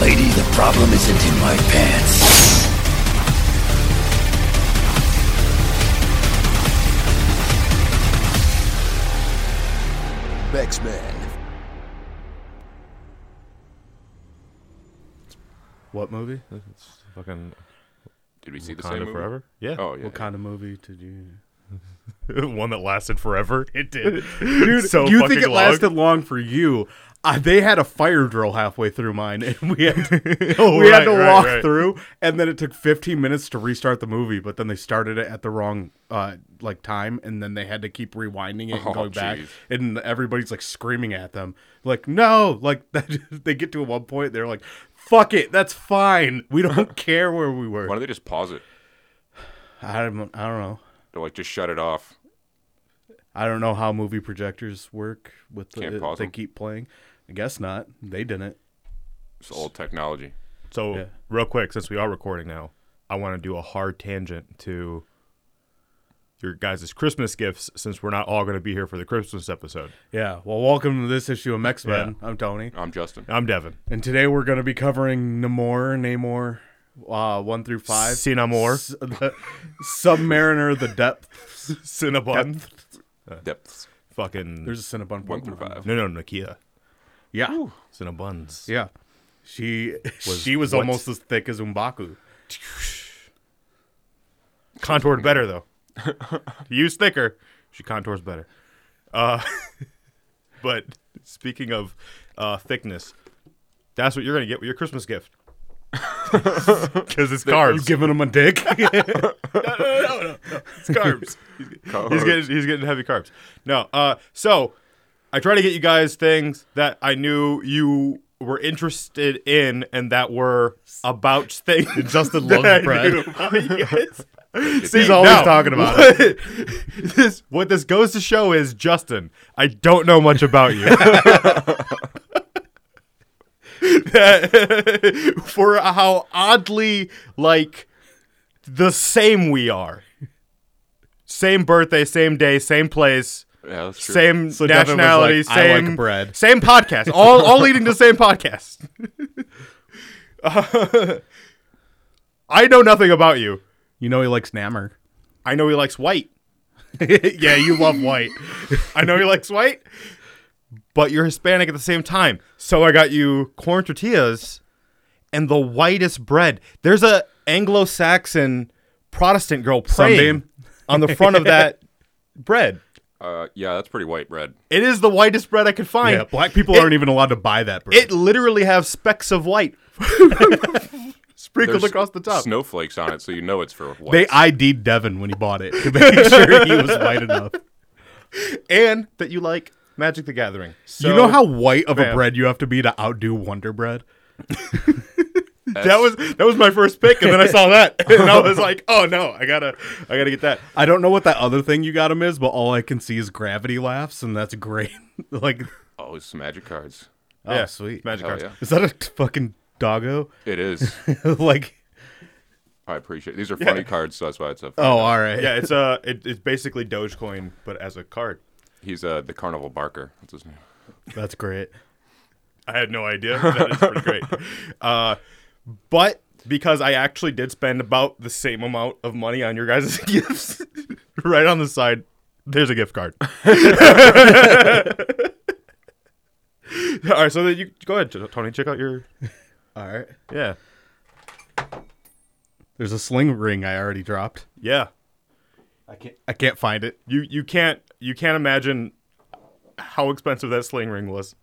lady, the problem isn't in my pants. X Man. What movie? It's fucking Did we see the Wakanda same movie? Forever. Yeah. Oh, yeah, What kind of movie did you? One that lasted forever. It did. Dude, So you fucking think it long. lasted long for you? Uh, they had a fire drill halfway through mine, and we had to, Oh, we had right, to right, walk right. through, and then it took 15 minutes to restart the movie. But then they started it at the wrong uh, like time, and then they had to keep rewinding it Oh, and going back. jeez. And everybody's like screaming at them, like no, like they get to one point, they're like, "Fuck it, that's fine. We don't care where we were." Why don't they just pause it? I don't, I don't know. They're like, just shut it off. I don't know how movie projectors work with the uh, Can't pause they 'em. keep playing. I guess not. They didn't. It's old technology. So Yeah. real quick, since we are recording now, I want to do a hard tangent to your guys' Christmas gifts, since we're not all going to be here for the Christmas episode. Yeah. Well, welcome to this issue of Mex Men. I'm Tony, I'm Justin. I'm Devin. and today we're going to be covering Namor, Namor, uh, one through five. Cinnamor. S- the Submariner, the depths. Cinnabon. Depths. Fucking. There's a Cinnabon. One Pokemon. through five. no, no, Nakia. Yeah. Cinnabuns. Yeah. She Was she was what? almost as thick as Umbaku. Contoured better though. Use thicker. She contours better. Uh, but speaking of uh, thickness, that's what you're gonna get with your Christmas gift. Because it's You carbs. giving him a dick? it's carbs. he's getting he's getting heavy carbs. No, uh, so I try to get you guys things that I knew you were interested in and that were about things. Justin that I loves bread. knew about you guys. See, He's always now, talking about it. what, this, what this goes to show is Justin, I don't know much about you. That- for how oddly like the same we are. Same birthday, same day, same place, Yeah, that's true. same So Devin was nationality, like, "I like same bread." same podcast. All all leading to the same podcast. I know nothing about you. You know he likes Namor. I know he likes white. yeah, you love white. I know he likes white, but you're Hispanic at the same time. So I got you corn tortillas and the whitest bread. There's a Anglo-Saxon Protestant girl praying Sunbeam. on the front of that bread. Uh, yeah, that's pretty white bread. It is the whitest bread I could find. Yeah, black people It- aren't even allowed to buy that bread. It literally has specks of white sprinkled There's across the top. Snowflakes on it, so you know it's for white. they ID'd Devin when he bought it to make sure he was white enough. and that you like Magic the Gathering. So you know how white of a Fam. bread you have to be to outdo Wonder Bread? that was that was my first pick, and then I saw that, and I was like, "Oh no, I gotta, I gotta get that." I don't know what that other thing you got him is, but all I can see is gravity laughs, and that's great. like, oh, it's magic cards. oh, Yeah, sweet. Magic Hell cards. yeah, Is that a t- fucking doggo? it is. like, I appreciate. These are funny cards, so that's why it's a. Uh. oh, all right. yeah, it's uh, it, it's basically Dogecoin, but as a card. He's uh, the carnival barker. That's his name. That's great. I had no idea. That is pretty great. Uh, but because I actually did spend about the same amount of money on your guys' gifts, right on the side, there's a gift card. All right, so then you go ahead, Tony. Check out your All right. yeah, There's a sling ring I already dropped. yeah. I can't. I can't find it. You you can't you can't imagine how expensive that sling ring was.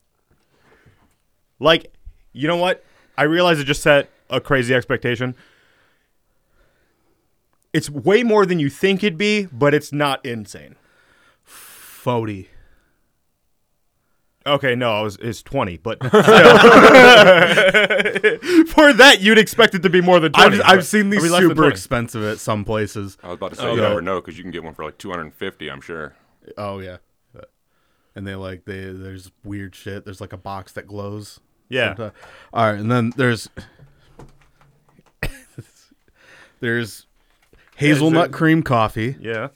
Like, you know what? I realize it just set a crazy expectation. It's way more than you think it'd be, but it's not insane. Forty. Okay, no, I was, it's twenty, but still. for that you'd expect it to be more than I've, twenty. I've but seen it'd be these less than super 20. expensive at some places. I was about to say you Oh, yeah. never know because you can get one for like 250. I'm sure. Oh yeah. And they like they there's weird shit. There's like a box that glows. Yeah. Someti- All right, and then there's there's hazelnut it- cream coffee Yeah,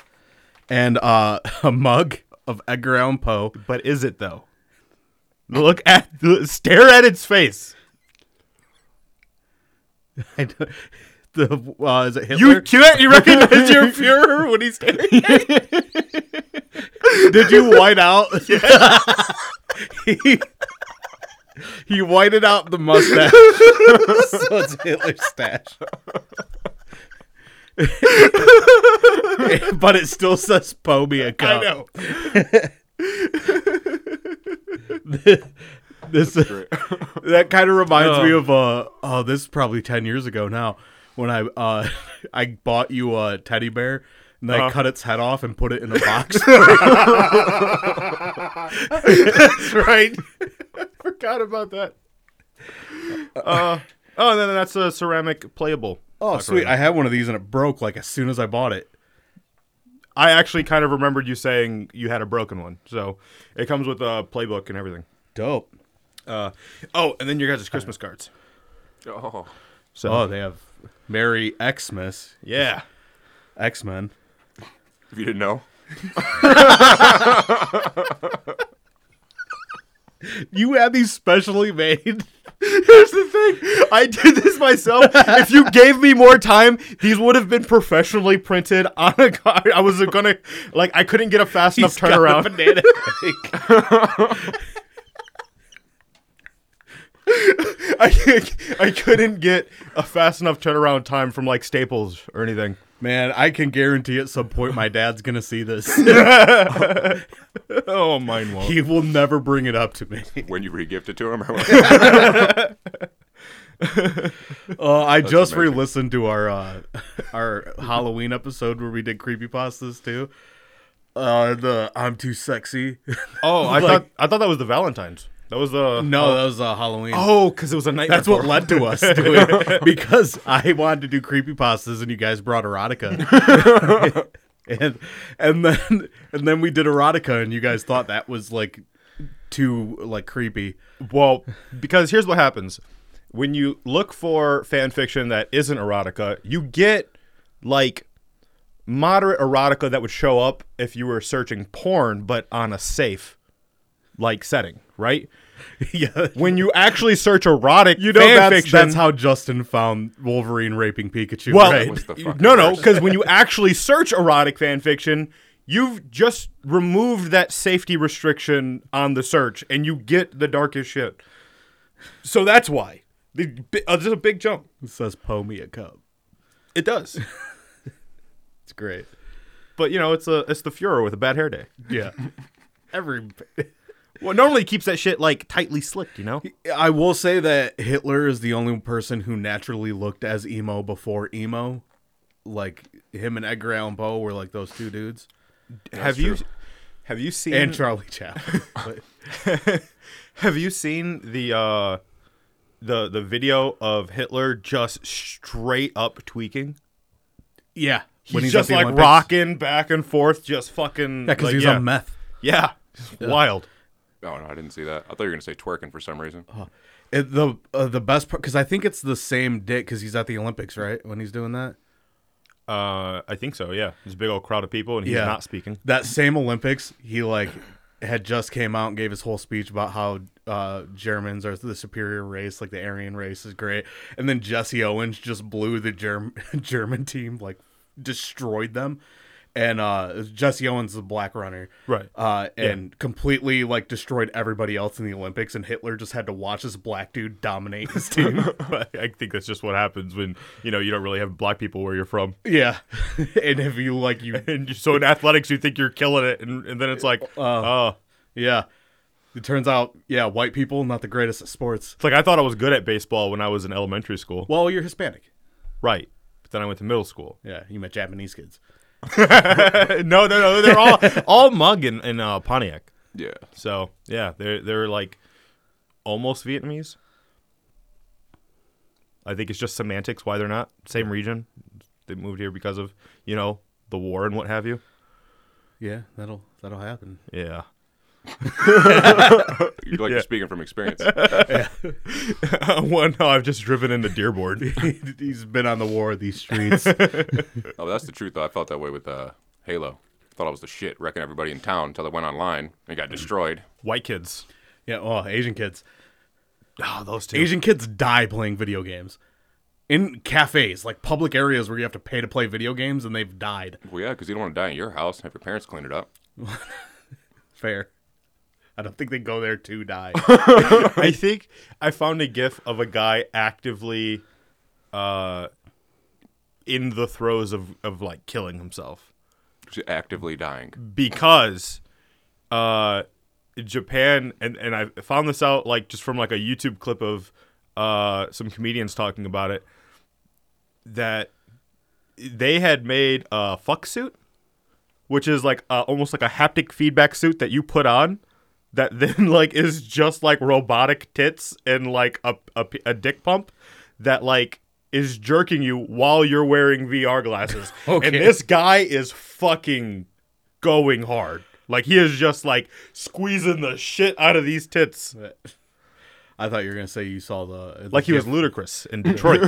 and uh, a mug of Edgar Allan Poe. but is it though? Look at stare at its face. I know. The uh, is it Hitler? You can't. You recognize your Fuhrer when he's standing. Did you white out? he, he whited out the mustache. so it's Hitler's stash. but it still says Pobia I Cup. know. This, that kind of reminds me of uh oh this is probably 10 years ago now when I uh I bought you a teddy bear and I cut its head off and put it in a box. That's right. I forgot about that. Uh, oh, and then that's a ceramic playable. oh sweet, I had one of these and it broke like as soon as I bought it. I actually kind of remembered you saying you had a broken one. So it comes with a playbook and everything. Dope. Uh, oh, and then your guys' Christmas cards. Oh, So Oh, they have Merry Xmas, yeah. X Men. if you didn't know, You had these specially made. Here's the thing. I did this myself. if you gave me more time, these would have been professionally printed on a card. I was gonna like I couldn't get a fast enough He's got a turnaround. banana cake. I, I couldn't get a fast enough turnaround time from like Staples or anything. Man, I can guarantee at some point my dad's gonna see this. Oh, mine won't. he will never bring it up to me. when you regift it to him, Uh, I just amazing. re-listened to our uh, our Halloween episode where we did creepypastas too. Uh, the I'm too sexy. Oh, I Like- thought I thought that was the Valentine's. That was the no, that was uh, Halloween. Oh, because it was a night. That's what led to us doing it because I wanted to do creepypastas and you guys brought erotica. and and then and then we did erotica and you guys thought that was like too like creepy. Well, because here's what happens when you look for fan fiction that isn't erotica, you get like moderate erotica that would show up if you were searching porn, but on a safe like setting, right? yeah. When you actually search erotic You know fan that's, fiction, that's how Justin found Wolverine raping Pikachu, well, right? was the fucking no, no, because when you actually search erotic fan fiction, you've just removed that safety restriction on the search, and you get the darkest shit. So that's why. The bi- uh, There's a big jump. It says "Poe me a cup." It does, It's great. but you know it's a it's the Fuhrer with a bad hair day. Yeah. Every Well, normally he keeps that shit like tightly slicked, you know. I will say that Hitler is the only person who naturally looked as emo before emo. Like him and Edgar Allan Poe were like those two dudes. have you have you seen and Charlie Chaplin. But Have you seen the uh, the the video of Hitler just straight up tweaking? yeah, He's at just the like Olympics. rocking back and forth, just fucking. Yeah, because like, he was yeah. on meth. Yeah, wild. Oh no, I didn't see that. I thought you were gonna say twerking for some reason. Uh-huh. It- the uh, the best part because I think it's the same dick because he's at the Olympics right when he's doing that. Uh, I think so. Yeah, there's a big old crowd of people, and he's Yeah. not speaking. That same Olympics, he like had just came out and gave his whole speech about how uh, Germans are the superior race, like the Aryan race is great, and then Jesse Owens just blew the Germ- German team, like destroyed them. And uh, Jesse Owens, is the black runner, Right. Uh, and completely like destroyed everybody else in the Olympics, and Hitler just had to watch this black dude dominate his team. I think that's just what happens when you know you don't really have black people where you're from, yeah, and if you like you and so in athletics you think you're killing it, and, and then it's like, oh, Yeah. It turns out, yeah, white people not the greatest at sports. it's like I thought I was good at baseball when I was in elementary school, Well, you're Hispanic. right? But then I went to middle school. Yeah, you met Japanese kids. no, no, no. They're all all mug in, in uh, Pontiac. Yeah, So yeah, they're they're like almost Vietnamese. I think it's just semantics why they're not same region. They moved here because of you know the war and what have you. Yeah, that'll that'll happen. Yeah, you're like Yeah. you're speaking from experience. well, no, I've just driven into Dearborn. He's been on the war of these streets. Oh, that's the truth though. I felt that way with uh, Halo. Thought I was the shit, wrecking everybody in town until I went online and got destroyed. White kids. yeah, well, Asian kids. Oh, those two. Asian kids die playing video games. in cafes, like public areas where you have to pay to play video games, and they've died. Well, yeah, because you don't want to die in your house and have your parents clean it up. Fair. I don't think they go there to die. I think I found a gif of a guy actively uh in the throes of of like killing himself Just actively Mm. dying. because uh Japan and and I found this out like just from like a YouTube clip of uh some comedians talking about it that they had made a fuck suit which is like uh, almost like a haptic feedback suit that you put on that then like is just like robotic tits and like a, a, p- a dick pump that like is jerking you while you're wearing VR glasses. And Okay. this guy is fucking going hard. Like he is just like squeezing the shit out of these tits. I thought you were gonna say you saw the, the Like he was gif. ludicrous in Detroit.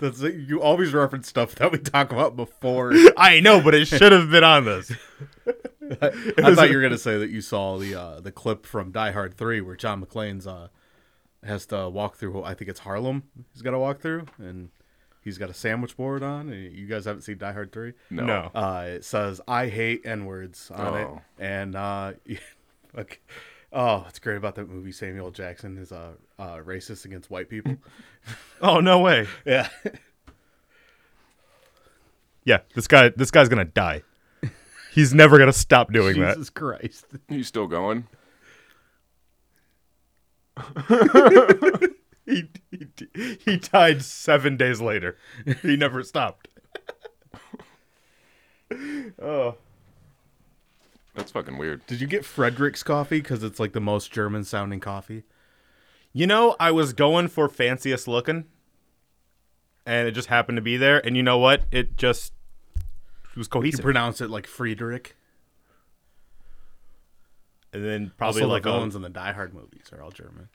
That's it. you always reference stuff that we talk about before. I know, but it should have been on this. I thought you were gonna say that you saw the uh, the clip from Die Hard Three where John McClane's uh, has to walk through. I think it's Harlem. He's got to walk through, and he's got a sandwich board on. And you guys haven't seen Die Hard Three? No. No. Uh, it says "I hate n words" on Oh. it, and uh, like, oh, what's great about that movie? Samuel Jackson is uh, uh, racist against white people. Oh no way. yeah, Yeah, this guy this guy's gonna die. He's never gonna stop doing that. Jesus Christ. You still going? he, he, he died seven days later. He never stopped. That's fucking weird. Did you get Frederick's coffee? Because it's like the most German sounding coffee. You know, I was going for fanciest looking, and it just happened to be there. And you know what? It just it was You cohesive. pronounce it like Friedrich. and then Also, probably like like the a- ones in the Die Hard movies are all German.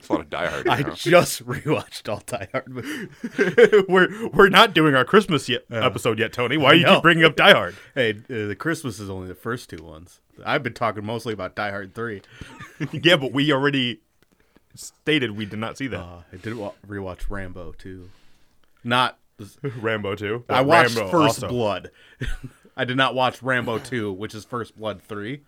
It's a lot of diehard. I I know. just rewatched all Die Hard movies. oh, we're we're not doing our Christmas yet, episode yet, Tony. Why you know. keep bringing up Die Hard? Hey, uh, the Christmas is only the first two ones. I've been talking mostly about Die Hard Three. yeah, but we already stated we did not see that. Uh, I did wa- rewatch Rambo too. Not Rambo too. I watched Rambo First also. Blood. I did not watch Rambo 2, which is First Blood 3.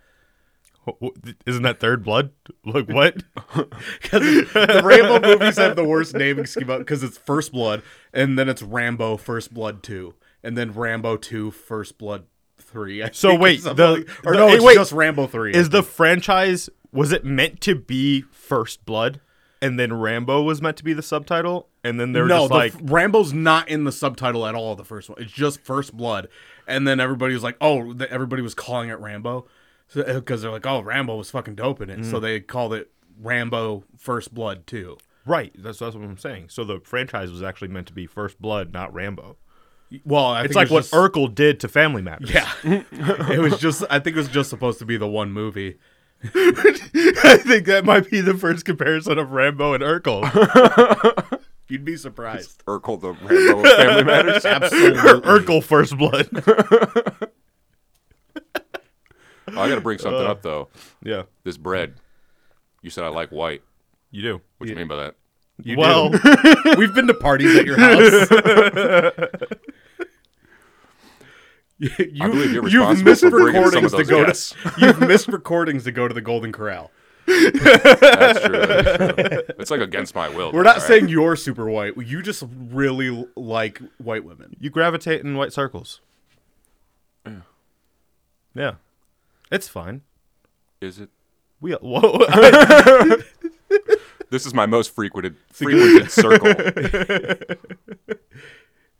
Isn't that Third Blood? Like what? The Rambo movies have the worst naming scheme because it's First Blood, and then it's Rambo First Blood 2, and then Rambo 2 First Blood 3. I So think, or wait, something the- like- or the- no, hey, it's wait. just Rambo 3. is the franchise was it meant to be First Blood, and then Rambo was meant to be the subtitle, and then they were no, just the like, f- Rambo's not in the subtitle at all. The first one, it's just First Blood, and then everybody was like, "Oh, th- everybody was calling it Rambo," because they're like, "Oh, Rambo was fucking dope in it," Mm. so they called it Rambo First Blood too. right? That's that's what I'm saying. So the franchise was actually meant to be First Blood, not Rambo. Well, I It's think like it what was just- Urkel did to Family Matters. Yeah, it was just. I think it was just supposed to be the one movie. I think that might be the first comparison of Rambo and Urkel. You'd be surprised. Urkel the Rambo of Family Matters. Absolutely. Urkel First Blood. Oh, I got to bring something up though. yeah, This bread. You said I like white. you do. What do you mean by that? You well, do. we've been to parties at your house. You, I believe you're you've responsible missed for bringing some recordings of to those go guests. to. You've missed recordings to go to the Golden Corral. That's true. That's true. It's like against my will. We're not saying you're super white. You just really l- like white women. you gravitate in white circles. Yeah, yeah, it's fine. Is it? We whoa. This is my most frequented frequented circle.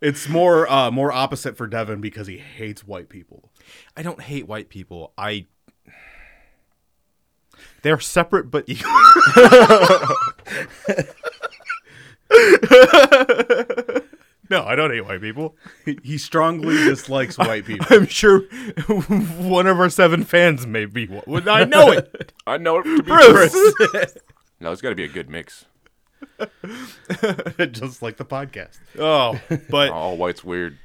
It's more uh, more opposite for Devin because he hates white people. I don't hate white people. I they're separate but equal. no, I don't hate white people. He strongly dislikes white people. I'm sure one of our seven fans may be. one- Well, I know it, I know it to be true. Bruce. No, it's got to be a good mix. just like the podcast. oh, but All white's weird.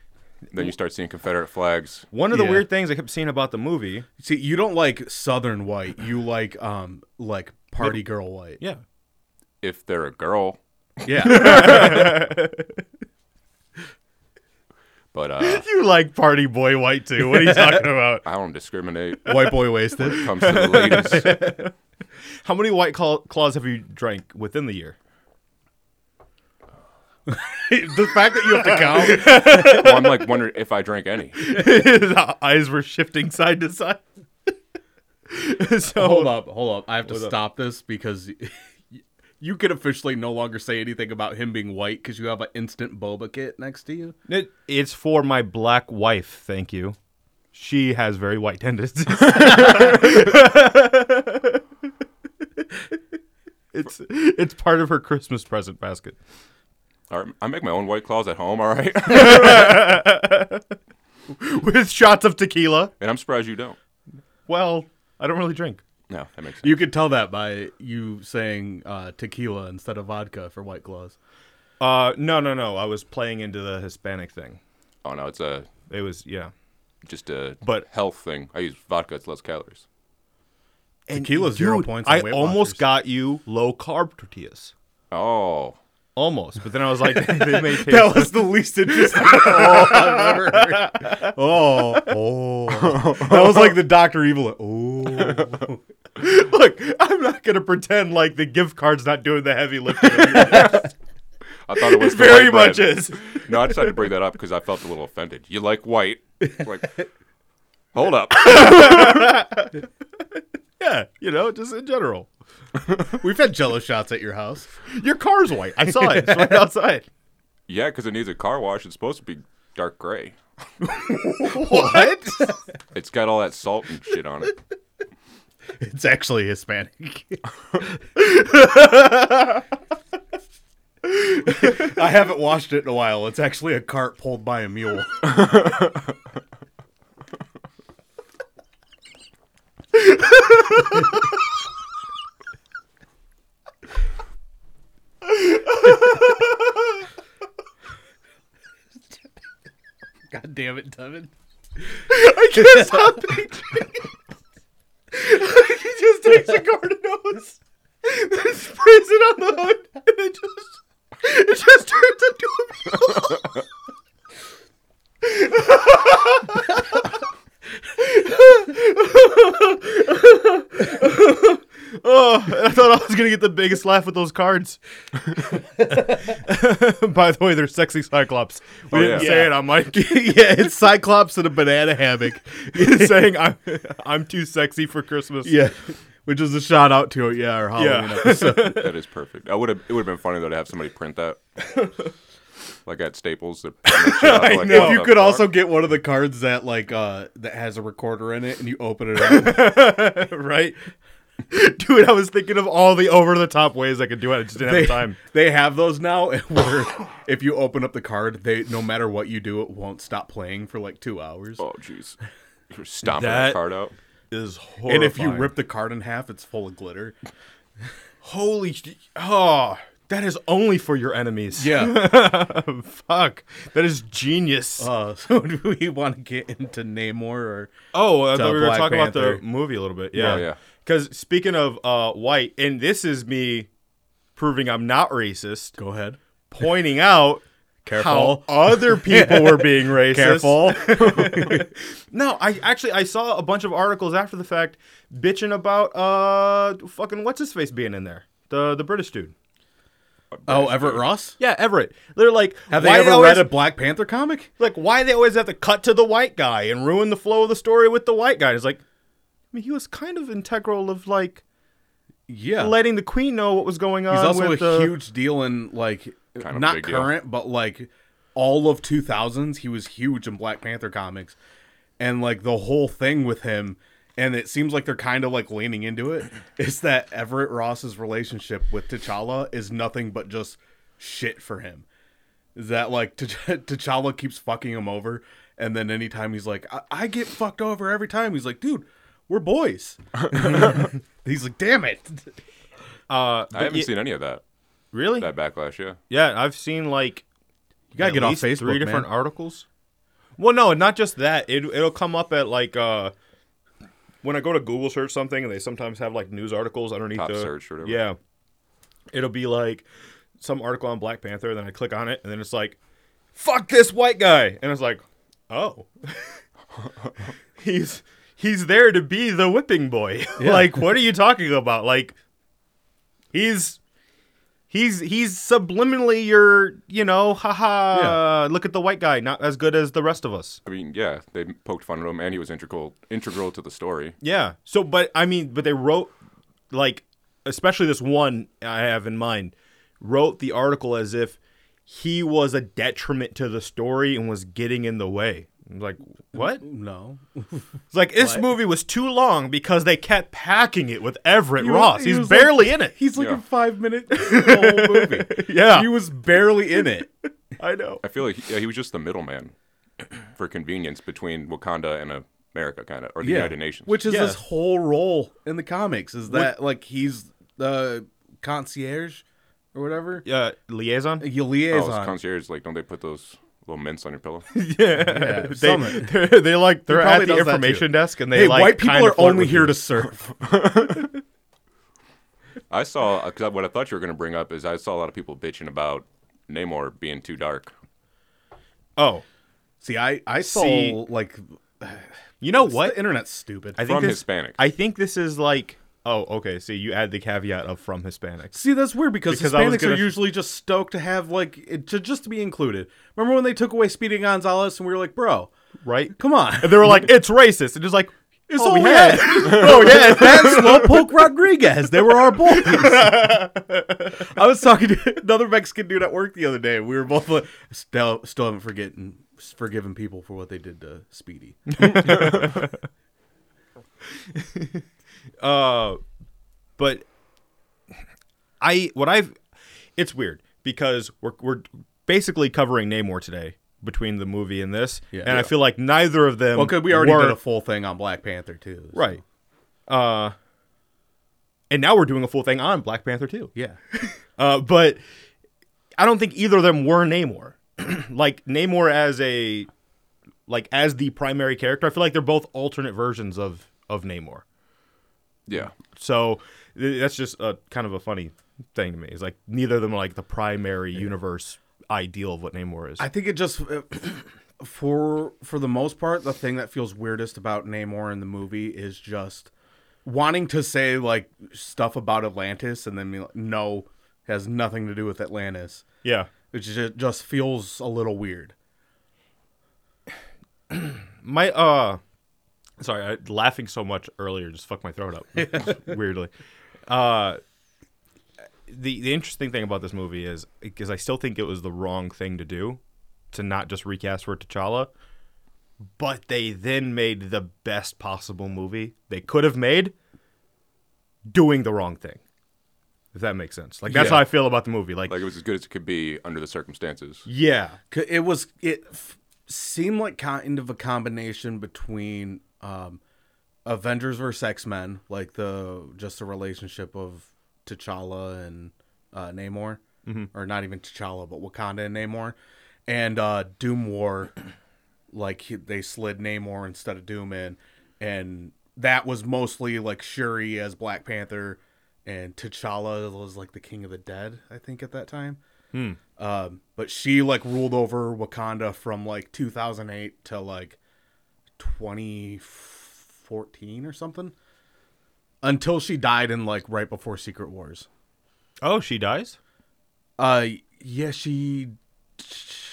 Then you start seeing Confederate flags. one of the Yeah. weird things I kept seeing about the movie. See, you don't like Southern white. You like um like party girl white. Yeah, If they're a girl, Yeah. But uh, You like Party Boy White too. What are you talking about? I don't discriminate when White boy wasted. it comes to the ladies. How many White Claw- Claws have you drank within the year? the fact that you have to count. Well, I'm like wondering if I drank any. His eyes were shifting side to side. so hold up, hold up. I have to stop this because you can officially no longer say anything about him being white because you have an instant boba kit next to you. It- it's for my black wife, thank you. She has very white tendencies. it's it's part of her Christmas present basket. All right, I make my own white claws at home. All right, With shots of tequila. and I'm surprised you don't. Well, I don't really drink. No, that makes sense. You could tell that by you saying uh, tequila instead of vodka for white claws. Uh no no no. I was playing into the Hispanic thing. oh no, it's a It was yeah. just a But- health thing. I use vodka; it's less calories. And Tequila's zero points on I Weight almost Watchers. got you low carb tortillas. Oh, Almost, but then I was like, they Oh, may taste. That was the least interesting call I've ever heard. Oh, oh. That was like the Dr. Evil. Oh. Look, I'm not gonna pretend like the gift card's not doing the heavy lifting. I thought it was It the very white bread. much is. No, I decided to bring that up because I felt a little offended. You like white? It's Like, hold up. Yeah, you know, just in general. We've had jello shots at your house. Your car's white. I saw it. It's right outside. Yeah, because it needs a car wash. It's supposed to be dark gray. What? It's got all that salt and shit on it. It's actually Hispanic. I haven't washed it in a while. It's actually a cart pulled by a mule. God damn it, Devin. I can't stop picturing. he just takes a garden hose, then sprays it on the hood, and it just it just turns into a mule. oh, I thought I was gonna get the biggest laugh with those cards. By the way, they're sexy cyclops. We Oh, didn't yeah. say it on mic. yeah, it's Cyclops in a banana hammock. saying I'm I'm too sexy for Christmas. Yeah. Which is a shout out to it, yeah, our Halloween Yeah. episode. That is perfect. I would have. It would have been funny though to have somebody print that, like at Staples. I know. if you could also get one of the cards that like uh that has a recorder in it and you open it up. right. Dude, I was thinking of all the over the top ways I could do it. I just didn't They, have time. they have those now and where if you open up the card, they no matter what you do, it won't stop playing for like two hours. Oh jeez, you're stomping That- that card out. Is horrible. and if you rip the card in half, it's full of glitter. holy, sh- oh, that is only for your enemies. Yeah. fuck, that is genius. uh, so do we want to get into Namor or oh, I to thought we were Black talking about Panther. the movie a little bit. Yeah, Yeah, yeah. Because speaking of uh, white, and this is me proving I'm not racist. go ahead? pointing out Careful. how other people were being racist. Careful. No, I actually I saw a bunch of articles after the fact bitching about uh fucking what's his face being in there. The the British dude. oh, Everett Ross? Yeah, Everett. They're like Have they why ever always, read a Black Panther comic? like why they always have to cut to the white guy and ruin the flow of the story with the white guy. It's like I mean he was kind of integral of like Yeah. letting the queen know what was going on He's also with a the huge deal in like Kind of a not big deal. current, but like all of two thousands. He was huge in Black Panther comics, and like the whole thing with him. And it seems like they're kind of like leaning into it. Is that Everett Ross's relationship with T'Challa is nothing but just shit for him? Is that like T'Ch- T'Challa keeps fucking him over, and then anytime he's like, I, I get fucked over every time. He's like, dude, we're boys. he's like, damn it. uh I haven't seen any of that. really? That backlash. Yeah. Yeah, I've seen like You gotta at get off least Facebook, Three man. different articles. Well, no, not just that. It it'll come up at like uh, when I go to Google search something, and they sometimes have like news articles underneath Top the search or whatever. Yeah, it'll be like some article on Black Panther, and then I click on it, and then it's like, "Fuck this white guy," and it's like, "Oh, he's he's there to be the whipping boy. like, what are you talking about? Like, he's." He's he's subliminally your you know haha look at the white guy not as good as the rest of us I mean, yeah, they poked fun at him, and he was integral integral to the story. Yeah. So, but I mean, but they wrote like, especially this one I have in mind, wrote the article as if he was a detriment to the story and was getting in the way. I'm like, what? No. It's like this movie was too long because they kept packing it with Everett He was- Ross. he He's was like- barely in it. He's like Yeah. a five minute whole movie. Yeah. He was barely in it. I know. I feel like he, yeah, he was just the middleman for convenience between Wakanda and America, kind of, or the United Nations. Which is Yeah. his whole role in the comics is that like he's the concierge or whatever. Yeah, liaison. You oh, liaison. it's concierge, like, don't they put those little mints on your pillow? Yeah, they Summit. they're, they're like they're probably at the does that information too. desk and they hey, like white people kinda are flirt only with here you. to serve. I saw 'cause what I thought you were going to bring up is I saw a lot of people bitching about Namor being too dark. Oh, See, I I saw See- like you know what what? the internet's stupid. I think From this, Hispanic. I think this is like oh okay. So you add the caveat of from Hispanic. See, that's weird because, Because I was Hispanics gonna- are usually just stoked to have like it, to just to be included. Remember when they took away Speedy Gonzalez and we were like, bro, right? come on. And they were like, "It's racist," and just like, It's "Oh, all we we had." oh yeah, and Slowpoke Rodriguez. They were our boys. I was talking to another Mexican dude at work the other day. We were both like, still, still haven't forgotten, forgiven people for what they did to Speedy. but I what I've it's weird because we're we're basically covering Namor today between the movie and this, Yeah. and I Yeah. feel like neither of them. Well, because we already were, did a full thing on Black Panther too. so- right, uh, and now we're doing a full thing on Black Panther too. Yeah. Uh, but I don't think either of them were Namor. like Namor as a like as the primary character, I feel like they're both alternate versions of of Namor. Yeah. So th- that's just a kind of a funny thing to me. It's like neither of them are like the primary universe ideal of what Namor is. I think it just uh, for for the most part, the thing that feels weirdest about Namor in the movie is just wanting to say like stuff about Atlantis and then be like, no, has nothing to do with Atlantis. yeah. It just, just feels a little weird. My uh sorry, I laughing so much earlier just fucked my throat up weirdly. Uh the the interesting thing about this movie is because I still think it was the wrong thing to do to not just recast for T'Challa, but they then made the best possible movie they could have made doing the wrong thing. If that makes sense. Like that's Yeah. how I feel about the movie. Like, Like, it was as good as it could be under the circumstances. yeah. 'Cause It was it f- seemed like kind of a combination between um, Avengers versus X Men, like the just the relationship of T'Challa and uh, Namor, or not even T'Challa, but Wakanda and Namor, and uh, Doom War, like he, they slid Namor instead of Doom in, and that was mostly like Shuri as Black Panther, and T'Challa was like the King of the Dead, I think at that time. Um, but she like ruled over Wakanda from like 2008 to like 2014 or something until she died in like right before Secret Wars. Oh, she dies? Uh, yeah, she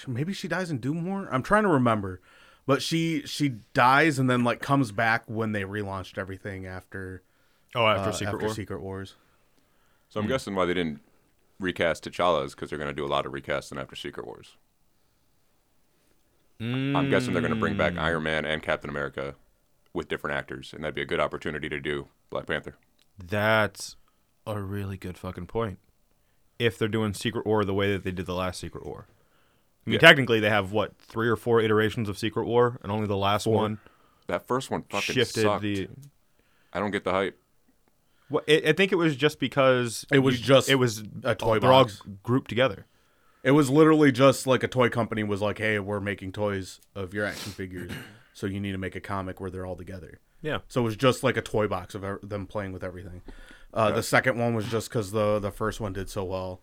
maybe she dies in Doom War. I'm trying to remember, but she she dies and then like comes back when they relaunched everything after Oh, after uh, Secret after War. Secret Wars. So I'm Hmm. guessing why they didn't recast T'Challa is because they're going to do a lot of recasting after Secret Wars. I'm guessing they're going to bring back Hmm. Iron Man and Captain America with different actors, and that'd be a good opportunity to do Black Panther. That's a really good fucking point. If they're doing Secret War the way that they did the last Secret War. I mean, Yeah. technically, they have what three or four iterations of Secret War, and only the last one That first one fucking shifted sucked. the. I don't get the hype. Well, it, I think it was just because It was just it was a toy they're all box. grouped together. It was literally just like a toy company was like, "Hey, we're making toys of your action figures, so you need to make a comic where they're all together." Yeah, So it was just like a toy box of ev- them playing with everything. Uh, The second one was just because the the first one did so well.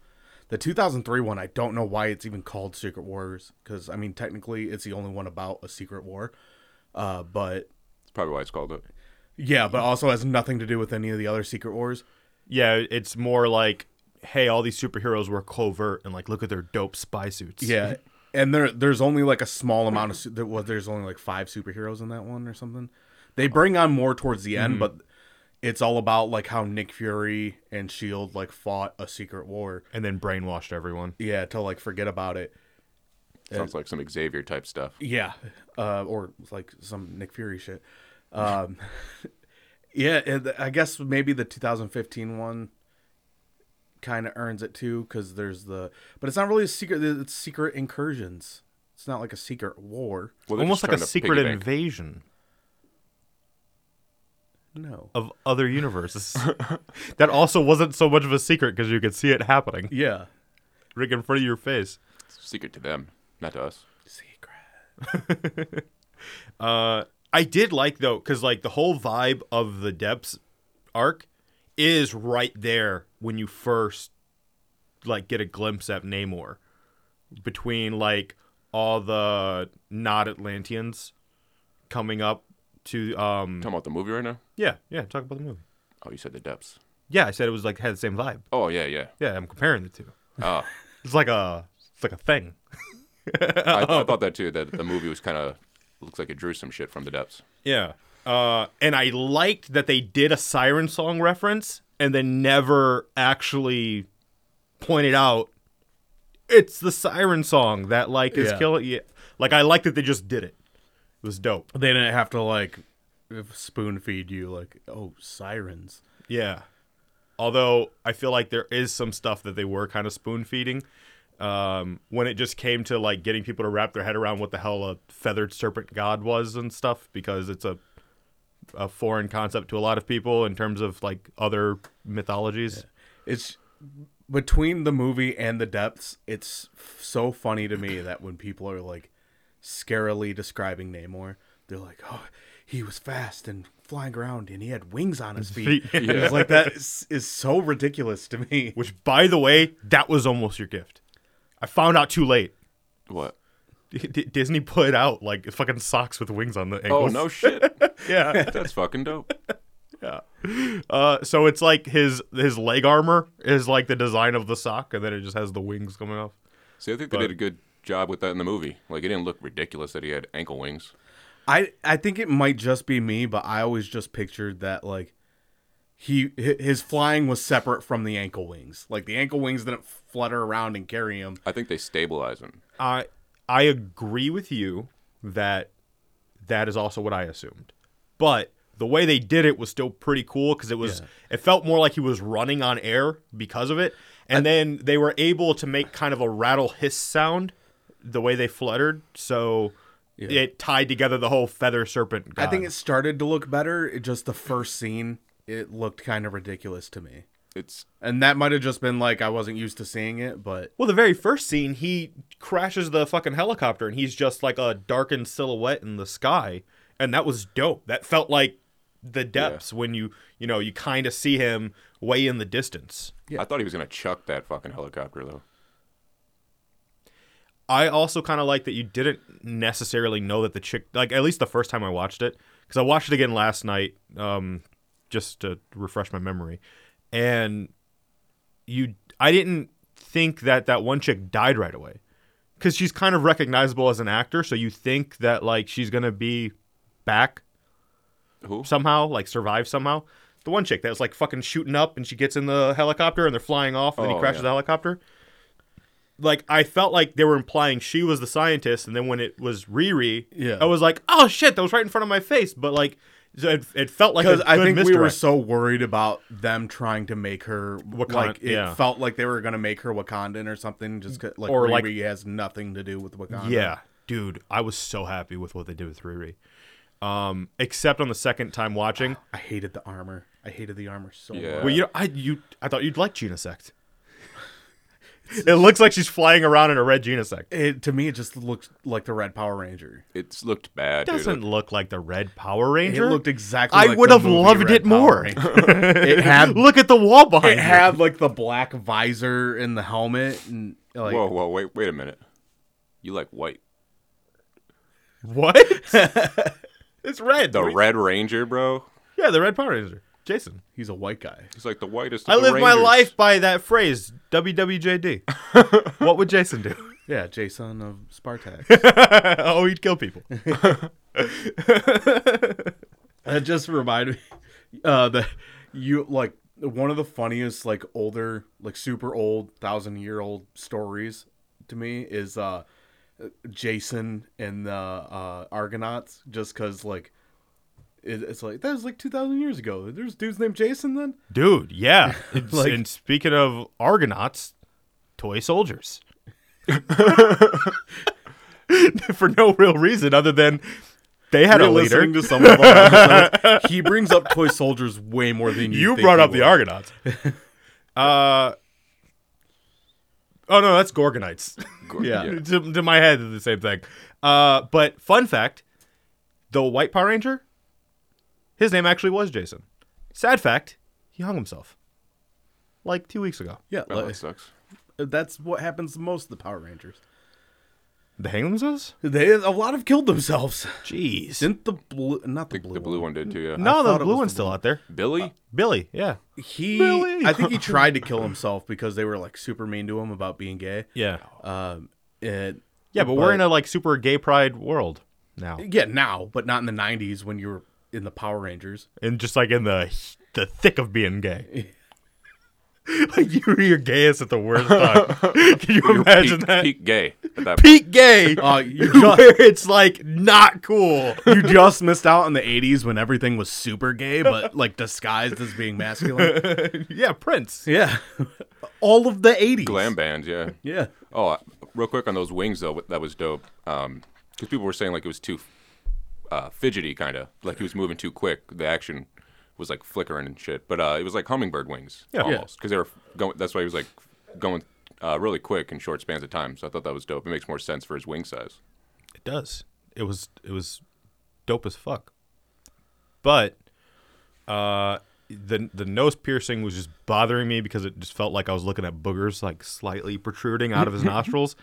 The 2003 one, I don't know why it's even called Secret Wars because I mean technically it's the only one about a secret war, uh, but That's probably why it's called it. yeah, but also has nothing to do with any of the other Secret Wars. Yeah, it's more like, hey, all these superheroes were covert and like look at their dope spy suits. Yeah, and there there's only like a small amount of su- there was there's only like five superheroes in that one or something. They bring on more towards the end, but it's all about like how Nick Fury and Shield E like fought a secret war. And then brainwashed everyone. Yeah, to like forget about it. Sounds like some Xavier type stuff. Yeah, uh, or like some Nick Fury shit. Um, yeah, and I guess maybe the 2015 one kind of earns it too because there's the, but it's not really a secret. It's secret incursions. It's not like a secret war. Well, they're Almost just like a trying to secret piggybank. invasion No. of other universes. that also wasn't so much of a secret because you could see it happening Yeah. right in front of your face. secret to them, not to us. Secret. I did like though, because like the whole vibe of the depths arc is right there when you first like get a glimpse at Namor between like all the not Atlanteans coming up to um Talking about the movie right now? yeah yeah talk about the movie Oh, you said the depths. yeah I said it was like had the same vibe Oh yeah, yeah. yeah I'm comparing the two Oh, it's like a it's like a thing I, I thought that too. That the movie was kind of looks like it drew some shit from the depths. Yeah. Uh, and I liked that they did a siren song reference and then never actually pointed out it's the siren song that like is Yeah. killing you. Like I liked that they just did it. It was dope. They didn't have to like spoon feed you like oh sirens. Yeah. Although I feel like there is some stuff that they were kind of spoon feeding. Um, when it just came to like getting people to wrap their head around what the hell a feathered serpent god was and stuff, because it's a a foreign concept to a lot of people in terms of like other mythologies. It's between the movie and the depths. It's f- so funny to me that when people are like scarily describing Namor, they're like, "Oh, he was fast and flying around, and he had wings on his feet." And It's like that is, is so ridiculous to me. Which, by the way, that was almost your gift. I found out too late. What? D- D- Disney put out like fucking socks with wings on the Oh ankles. no shit. Yeah. That's fucking dope. Uh, so it's like his his leg armor is like the design of the sock, and then it just has the wings coming off. See, I think they did a good job with that in the movie. Like it didn't look ridiculous that he had ankle wings. I I think it might just be me, but I always just pictured that like he hi- his flying was separate from the ankle wings. Like the ankle wings didn't flutter around and carry him. I think they stabilize him. I I agree with you that that is also what I assumed, but the way they did it was still pretty cool because it was it felt more like he was running on air because of it, and then they were able to make kind of a rattle hiss sound the way they fluttered, so it tied together the whole feather serpent. I think god. it started to look better. It just the first scene, it looked kind of ridiculous to me. It's And that might have just been like I wasn't used to seeing it, but Well, the very first scene, he crashes the fucking helicopter and he's just like a darkened silhouette in the sky. And that was dope. That felt like the depths when you, you know, you kind of see him way in the distance. I thought he was gonna chuck that fucking helicopter though. I also kind of like that you didn't necessarily know that the chick, like at least the first time I watched it, because I watched it again last night, um, just to refresh my memory, and you, I didn't think that that one chick died right away, because she's kind of recognizable as an actor, so you think that like she's gonna be back Who? somehow, like survive somehow. The one chick that was like fucking shooting up and she gets in the helicopter and they're flying off and then he Oh, crashes yeah. the helicopter. Like I felt like they were implying she was the scientist, and then when it was Riri, Yeah. I was like, oh shit, that was right in front of my face. But like, so it, it felt like a because I good think we were misdirect. so worried about them trying to make her Wakan- like it yeah. Mm, felt like they were gonna make her Wakandan or something. Just 'cause, like Or, or like- Riri has nothing to do with Wakanda. Yeah, dude, I was so happy with what they did with Riri. Um, except on the second time watching, I hated the armor. I hated the armor so Yeah. much. well, you know, I you I thought you'd like Gina Sect. It looks like she's flying around in a red genesect. It, to me, it just looked like the Red Power Ranger. It's looked bad. It doesn't Dude. look like the red Power Ranger. It looked exactly. I like would the have movie loved Red it Power more. Ranger. it had look at the wall behind it her. had like the black visor and the helmet and like whoa, whoa, wait, wait a minute. You like white? What? it's red. The What do you- Red Ranger, bro. Yeah, the red Power Ranger. Jason. he's a white guy. He's like the whitest. Of I the live my Rangers. life by that phrase, WWJD. what would Jason do? Yeah, Jason of Spartak. oh, he'd kill people. That just reminded me uh the you like one of the funniest like older like super old thousand year old stories to me is uh Jason and the uh Argonauts just cuz like it, it's like that was like 2000 years ago. There's dudes named Jason then? Dude, yeah. It's- Like- and speaking of Argonauts, toy soldiers. For no real reason other than they had You're a leader. listening to some of our episodes. He brings up toy soldiers way more than you You think brought he up the would. Argonauts. uh, oh, no, that's Gorgonites. Go- Yeah. to, to my head, it's the same thing. Uh, but fun fact the White Power Ranger, his name actually was Jason. Sad fact, he hung himself like two weeks ago. Yeah, Well, like, that sucks. that's what happens to most of the Power Rangers. The hang themselves? They a lot have killed themselves. Jeez. Didn't the blue? Not the blue. The blue one did too. Yeah. no, thought the it blue was one's the still out there. Billy. Billy, yeah. He. Really? I think he tried to kill himself because they were like super mean to him about being gay. Yeah. Um. It, yeah, but, we're in a like super gay pride world now. yeah now, but not in the '90s when you were in the Power Rangers. And just like in the the thick of being gay. like you were your gayest at the worst time. Can you You're imagine peak, that? peak gay at that point. peak gay Uh, you just, where it's like not cool. you just missed out on the '80s when everything was super gay, but like disguised as being masculine. yeah, Prince. Yeah. All of the '80s. glam band. Yeah. Yeah. Oh, uh, real quick on those wings though, that was dope. Because people were saying like it was too uh, fidgety, kind of like he was moving too quick. The action was like flickering and shit. But uh, it was like hummingbird wings, Yeah. Yeah. almost. Because they were going. That's why he was like going uh, really quick in short spans of time. So I thought that was dope. It makes more sense for his wing size. It does. It was it was dope as fuck. But uh the the nose piercing was just bothering me because it just felt like I was looking at boogers like slightly protruding out of his nostrils.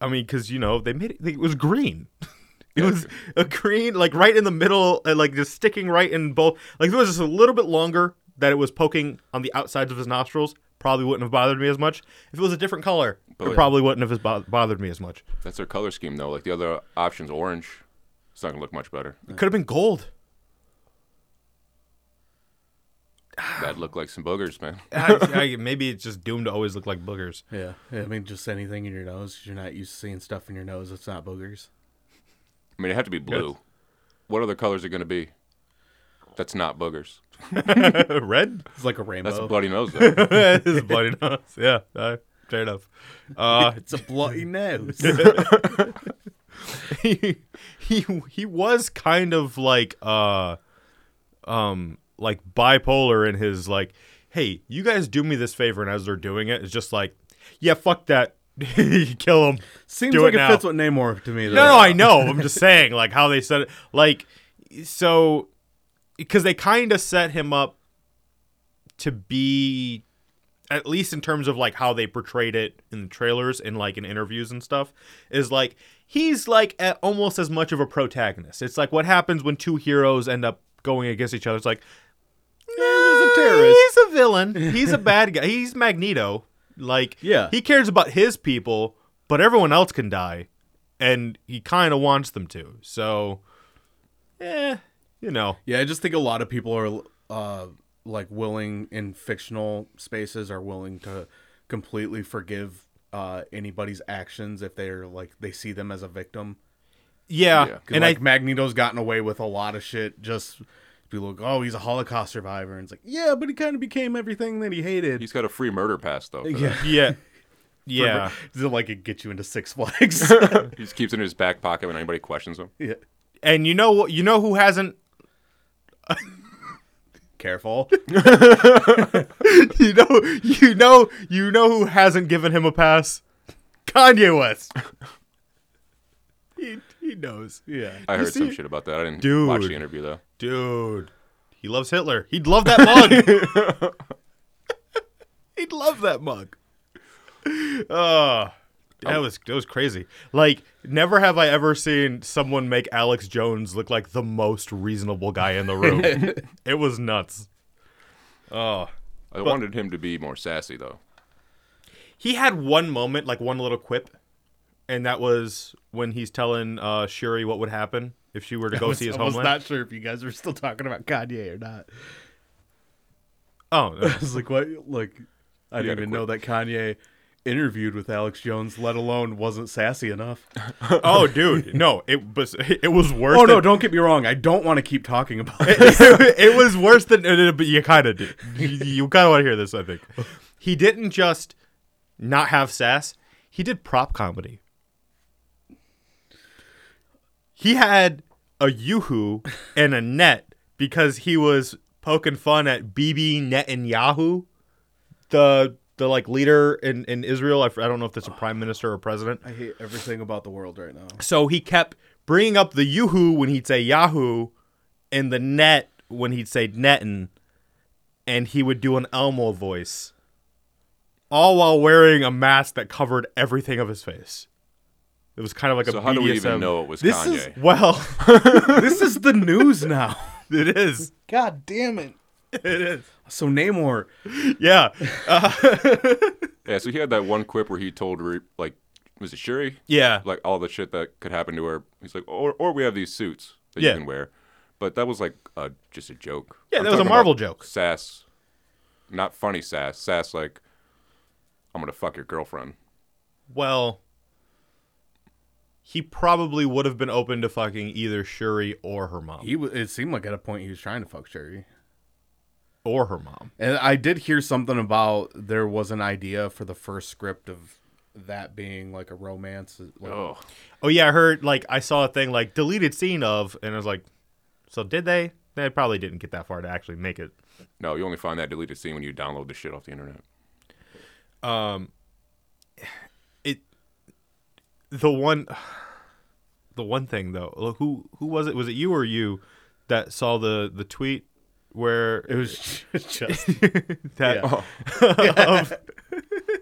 I mean, because you know they made it. It was green. It was a green, like right in the middle, and like just sticking right in both. Like if it was just a little bit longer that it was poking on the outsides of his nostrils. Probably wouldn't have bothered me as much. If it was a different color, it yeah. probably wouldn't have bo- bothered me as much. That's their color scheme though. Like the other options, orange. It's not gonna look much better. It could have been gold. That looked like some boogers, man. I, I, maybe it's just doomed to always look like boogers. Yeah. I mean, just anything in your nose. You're not used to seeing stuff in your nose. It's not boogers. I mean, it had to be blue. What other colors are gonna be? That's not boogers. Red? It's like a rainbow. That's a bloody nose though. it's bloody nose. Yeah, uh, fair enough. Uh, It's a bloody nose. he, he he was kind of like uh, um, like bipolar in his like, hey, you guys do me this favor, and as they're doing it, it's just like, yeah, fuck that, kill him. Seems Do it like it, now. fits with Namor to me. Though. No, no, I know. I'm just saying, like how they set it, like so, because they kind of set him up to be, at least in terms of like how they portrayed it in the trailers and like in interviews and stuff, is like he's like a almost as much of a protagonist. It's like what happens when two heroes end up going against each other. It's like was a "Nah, terrorist." He's a villain. He's a bad guy. He's Magneto. Like Yeah. he cares about his people, but everyone else can die, and he kind of wants them to. So, eh, you know, Yeah, I just think a lot of people are uh, like willing in fictional spaces are willing to completely forgive uh, anybody's actions if they're like they see them as a victim. yeah. Yeah. 'Cause, And like I Magneto's gotten away with a lot of shit. Just people like, oh, he's a Holocaust survivor, and it's like, yeah, but he kind of became everything that he hated. He's got a free murder pass though. for yeah, that. yeah, yeah. Is it like it gets you into Six Flags? He just keeps it in his back pocket when anybody questions him. yeah. And you know what? You know who hasn't? careful. you know, you know, you know who hasn't given him a pass? Kanye West. he he knows, Yeah. I You heard some see- shit about that. I didn't Dude. watch the interview though. dude. He loves Hitler. He'd love that mug. He'd love that mug. Uh, that was that was crazy. Like, never have I ever seen someone make Alex Jones look like the most reasonable guy in the room. it was nuts. I wanted him to be more sassy though. He had one moment, like one little quip, and that was when he's telling uh, Shuri what would happen if she were to go was- see his I was homeland. not sure if you guys were still talking about Kanye or not. Oh, no. I was like, what? Like, I You didn't gotta even know that Kanye interviewed with Alex Jones, let alone wasn't sassy enough. oh, dude, no, it was it was worse. oh, than, no, don't get me wrong. I don't want to keep talking about it. it, was worse than uh, but you kind of did. You, you kind of want to hear this, I think. He didn't just not have sass. He did prop comedy. He had a yoo-hoo and a net because he was poking fun at Bibi Netanyahu, the the like leader in in Israel. I, f- I don't know if that's a prime minister or president. I hate everything about the world right now. So he kept bringing up the yoo-hoo when he'd say Yahoo and the net when he'd say nettin', and he would do an Elmo voice, all while wearing a mask that covered everything of his face. It was kind of like So a how do we BDSM. even know it was This Kanye? is- Well, this is the news now. it is. God damn it. It is. So Namor, Yeah. Yeah, so he had that one quip where he told Re- like was it Shuri? Yeah. Like all the shit that could happen to her. He's like, or or we have these suits that Yeah. you can wear. But that was like uh, just a joke. Yeah, I'm that was a talking Marvel about joke. Sass, not funny sass. Sass like, I'm gonna fuck your girlfriend. Well, he probably would have been open to fucking either Shuri or her mom. he was, it seemed like at a point he was trying to fuck Sherry. Or her mom. And I did hear something about there was an idea for the first script of that being like a romance. Like, Oh, Oh yeah, I heard like I saw a thing like deleted scene of, and I was like, so did they? They probably didn't get that far to actually make it. no, you only find that deleted scene when you download the shit off the internet. It the one the one thing though. Who who was it? Was it you or you that saw the the tweet where It Oh. was just, that yeah. of,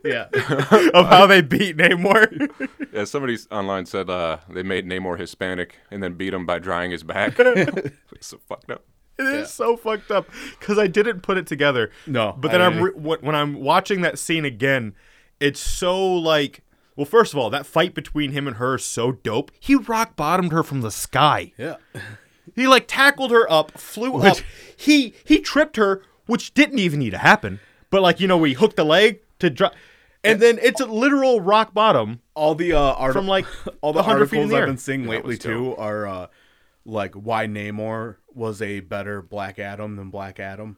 yeah. of how they beat Namor? Yeah, somebody s- online said uh, they made Namor Hispanic and then beat him by drying his back. so fucked up. It is so fucked up because I didn't put it together. No, but then I- I'm re- wh- when I'm watching that scene again, it's so like. Well, first of all, that fight between him and her is so dope. He rock bottomed her from the sky. Yeah. He like tackled her up, flew up. He he tripped her, which didn't even need to happen. But like you know, we hooked the leg to drop, and then it's a literal rock bottom. all the uh art- From, like, all the 100 feet in articles the air. I've been seeing That lately was too are uh like why Namor was a better Black Adam than Black Adam.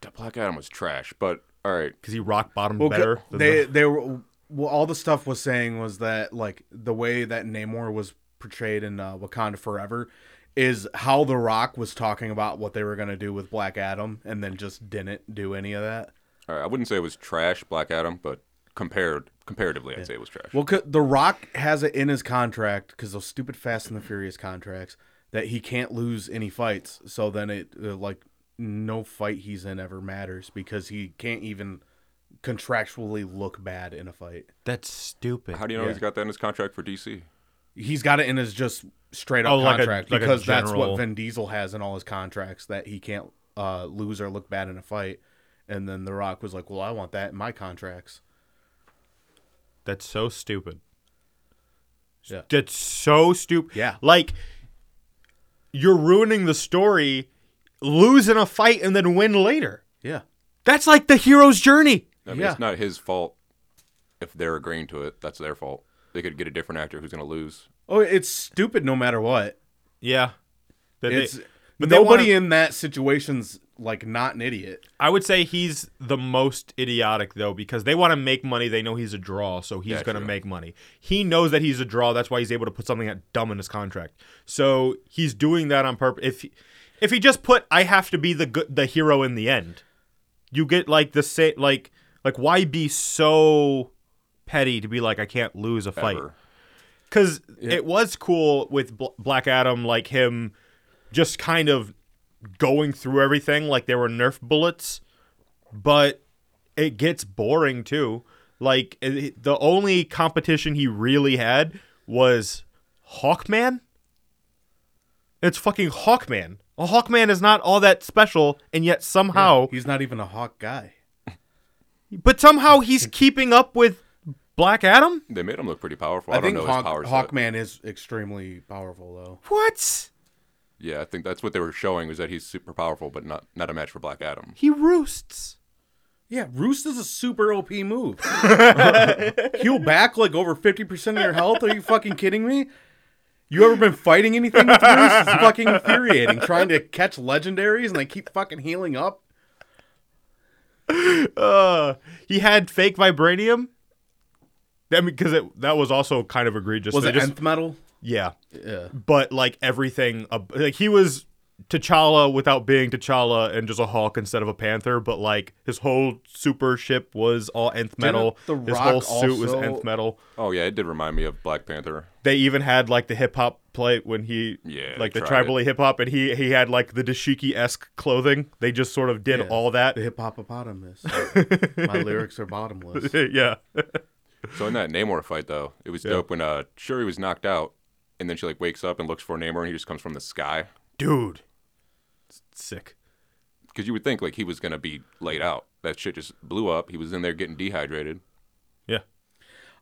The Black Adam was trash, but all right. Because he rock bottomed Well, better. g- than They the- they were well, all the stuff was saying was that like the way that Namor was portrayed in uh, Wakanda Forever is how The Rock was talking about what they were gonna do with Black Adam, and then just didn't do any of that. All right, I wouldn't say it was trash, Black Adam, but compared comparatively, I'd say it was trash. Well, 'cause The Rock has it in his contract because those stupid Fast and the Furious contracts that he can't lose any fights. So then it uh, like no fight he's in ever matters because he can't even contractually look bad in a fight. That's stupid. How do you know he's got that in his contract for DC? He's got it in his just straight up Oh, like a- contract like a because that's general- what Vin Diesel has in all his contracts that he can't uh, lose or look bad in a fight. And then The Rock was like, "Well, I want that in my contracts." That's so stupid. Yeah. That's so stupid. Yeah. Like, you're ruining the story, lose in a fight, and then win later. Yeah. That's like the hero's journey. I mean, Yeah. it's not his fault if they're agreeing to it. That's their fault. They could get a different actor who's going to lose. Oh, it's stupid no matter what. Yeah. That they- It's but they nobody wanna- in that situation's like not an idiot. I would say he's the most idiotic, though, because they want to make money. They know he's a draw, so he's Yeah, going to true. make money. He knows that he's a draw. That's why he's able to put something that dumb in his contract. So he's doing that on purpose. If If he just put I have to be the good, the hero in the end, you get like the same like like why be so petty to be like I can't lose a fight Ever. because it was cool with Bl- Black Adam like him just kind of going through everything like they were nerf bullets but it gets boring too like it- the only competition he really had was Hawkman it's fucking Hawkman. Well, Hawkman is not all that special, and yet somehow, He's not even a hawk guy. but somehow he's keeping up with Black Adam. They made him look pretty powerful. I, I, don't think know Hawk, his powers. set. Hawkman is extremely powerful though. What? Yeah, I think that's what they were showing was that he's super powerful, but not not a match for Black Adam. He roosts. Yeah, Roost is a super OP move. Heal back like over 50% of your health. Are you fucking kidding me? You ever been fighting anything with Roost? It's fucking infuriating trying to catch legendaries and they keep fucking healing up. Uh, he had fake vibranium. I mean, because that was also kind of egregious. Was They it just- nth metal? yeah, Yeah. but like everything, ab- like he was T'Challa without being T'Challa and just a Hulk instead of a Panther. But like his whole super ship was all nth metal. The his Rock whole suit was also- nth metal. Oh yeah, it did remind me of Black Panther. they even had like the hip hop play when he Yeah, like the tried tribally hip hop and he he had like the dashiki esque clothing. They just sort of did Yeah. all that. The hip hippopotamus. My lyrics are bottomless. yeah. So in that Namor fight though, it was dope when uh Shuri was knocked out, and then she like wakes up and looks for Namor, and he just comes from the sky. Dude. S- Sick. Because you would think like he was gonna be laid out. That shit just blew up. He was in there getting dehydrated. Yeah.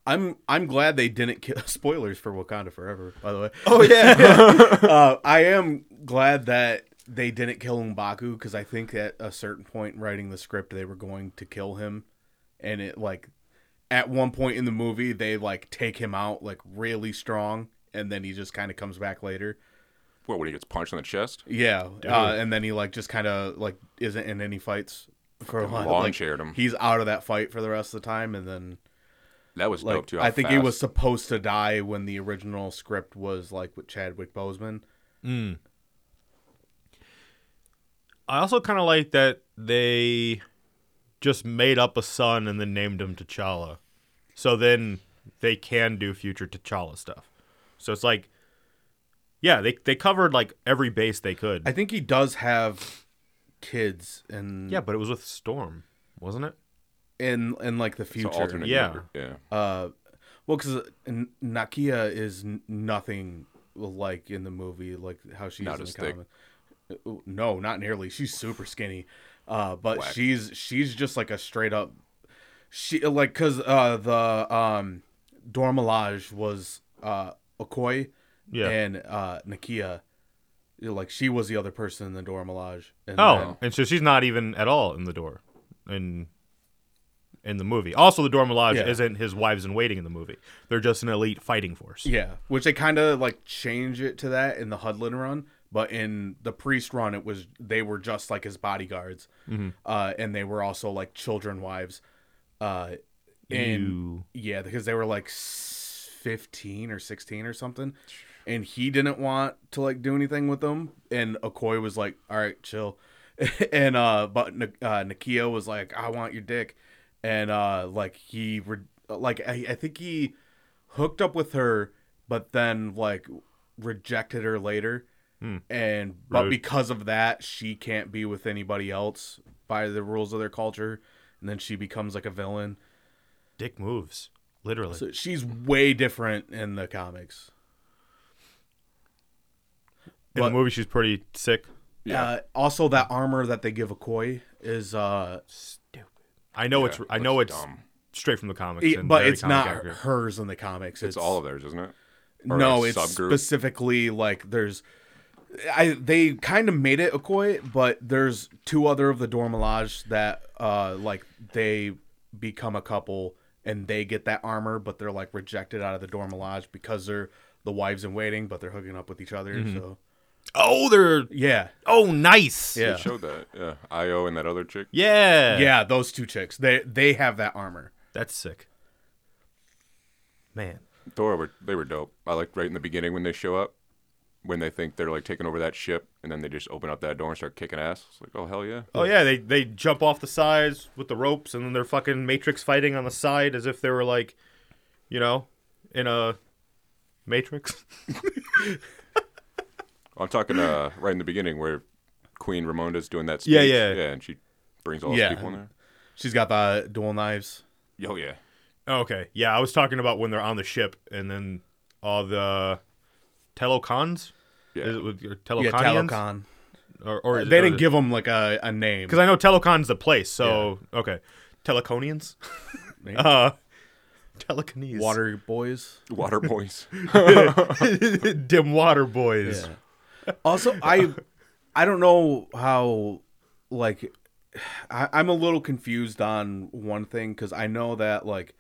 I'm I'm glad they didn't kill spoilers for Wakanda Forever, by the way. Oh yeah. uh, I am glad that they didn't kill Mbaku because I think at a certain point writing the script they were going to kill him, and it like at one point in the movie they like take him out like really strong, and then he just kind of comes back later. What when he gets punched in the chest? Yeah, uh, and then he like just kind of like isn't in any fights for a while. lawn Like, chaired him. He's out of that fight for the rest of the time, and then That was like dope too. how I think he fast- was supposed to die when the original script was like with Chadwick Boseman. I also kind of like that they just made up a son and then named him T'Challa. So then they can do future T'Challa stuff. So it's like yeah, they they covered like every base they could. I think he does have kids and yeah, but it was with Storm, wasn't it? in in like the so future. alternate. Yeah. universe- yeah. Uh, well, because Nakia is n- nothing like in the movie, like how she's Not in the as thick. comic. Uh, No, not nearly. She's super skinny, uh, but Whack. she's she's just like a straight up. She like because uh, the um, Dormelage was uh, Okoye, Yeah. and uh, Nakia, like she was the other person in the Dormelage. And Oh, then- and so she's not even at all in the door in in the movie. Also, the door Milaje Yeah. isn't his wives in waiting in the movie. They're just an elite fighting force. Yeah, which they kind of like change it to that in the Hudlin run, but in the Priest run, it was they were just like his bodyguards, Mm-hmm. uh, and they were also like children wives, uh, and Ew. yeah, because they were like s- fifteen or sixteen or something, and he didn't want to like do anything with them, and Okoye was like, "All right, chill," and uh, but N- uh, Nakia was like, "I want your dick," and uh, like he re- like I, I think he hooked up with her, but then like rejected her later. And but Rude. because of that, she can't be with anybody else by the rules of their culture, and then she becomes like a villain. Dick moves literally. So she's way different in the comics. in the but- movie, she's pretty sick. Yeah. Uh, also, that armor that they give Okoye is, uh, Stupid. I know it's. I looks know it's dumb. straight from the comics. it- and but very it's comic not accurate. hers in the comics. It's, all of theirs, isn't it? Or no, a it's subgroup? specifically like there's. I they kind of made it Okoye, but there's two other of the Dormelage that uh like they become a couple and they get that armor, but they're like rejected out of the Dormelage because they're the wives in waiting, but they're hooking up with each other. Mm-hmm. So Oh, they're. yeah, Oh, nice. yeah. They showed that. Yeah. Io and that other chick. Yeah. Yeah, those two chicks. They they have that armor. That's sick. Man. Thor were they were dope. I like right in the beginning when they show up. when they think they're like taking over that ship, and then they just open up that door and start kicking ass. It's like, oh hell yeah! Oh yeah, they they jump off the sides with the ropes, and then they're fucking Matrix fighting on the side as if they were like, you know, in a Matrix. I'm talking uh, right in the beginning where Queen Ramonda's doing that. Speech. Yeah, yeah. yeah, and she brings all Yeah. those people in She's got the dual knives. there. Oh yeah, okay, yeah, I was talking about when they're on the ship, and then all the telocons. yeah. Is it with your Yeah, teloconians? Talocon. Or, or They didn't give him like a, a name. because I know telecon's the place. So okay, teleconians. Maybe. uh, teleconese. Water boys. Water boys. dim water boys. also, I I don't know how like I, I'm a little confused on one thing because I know that like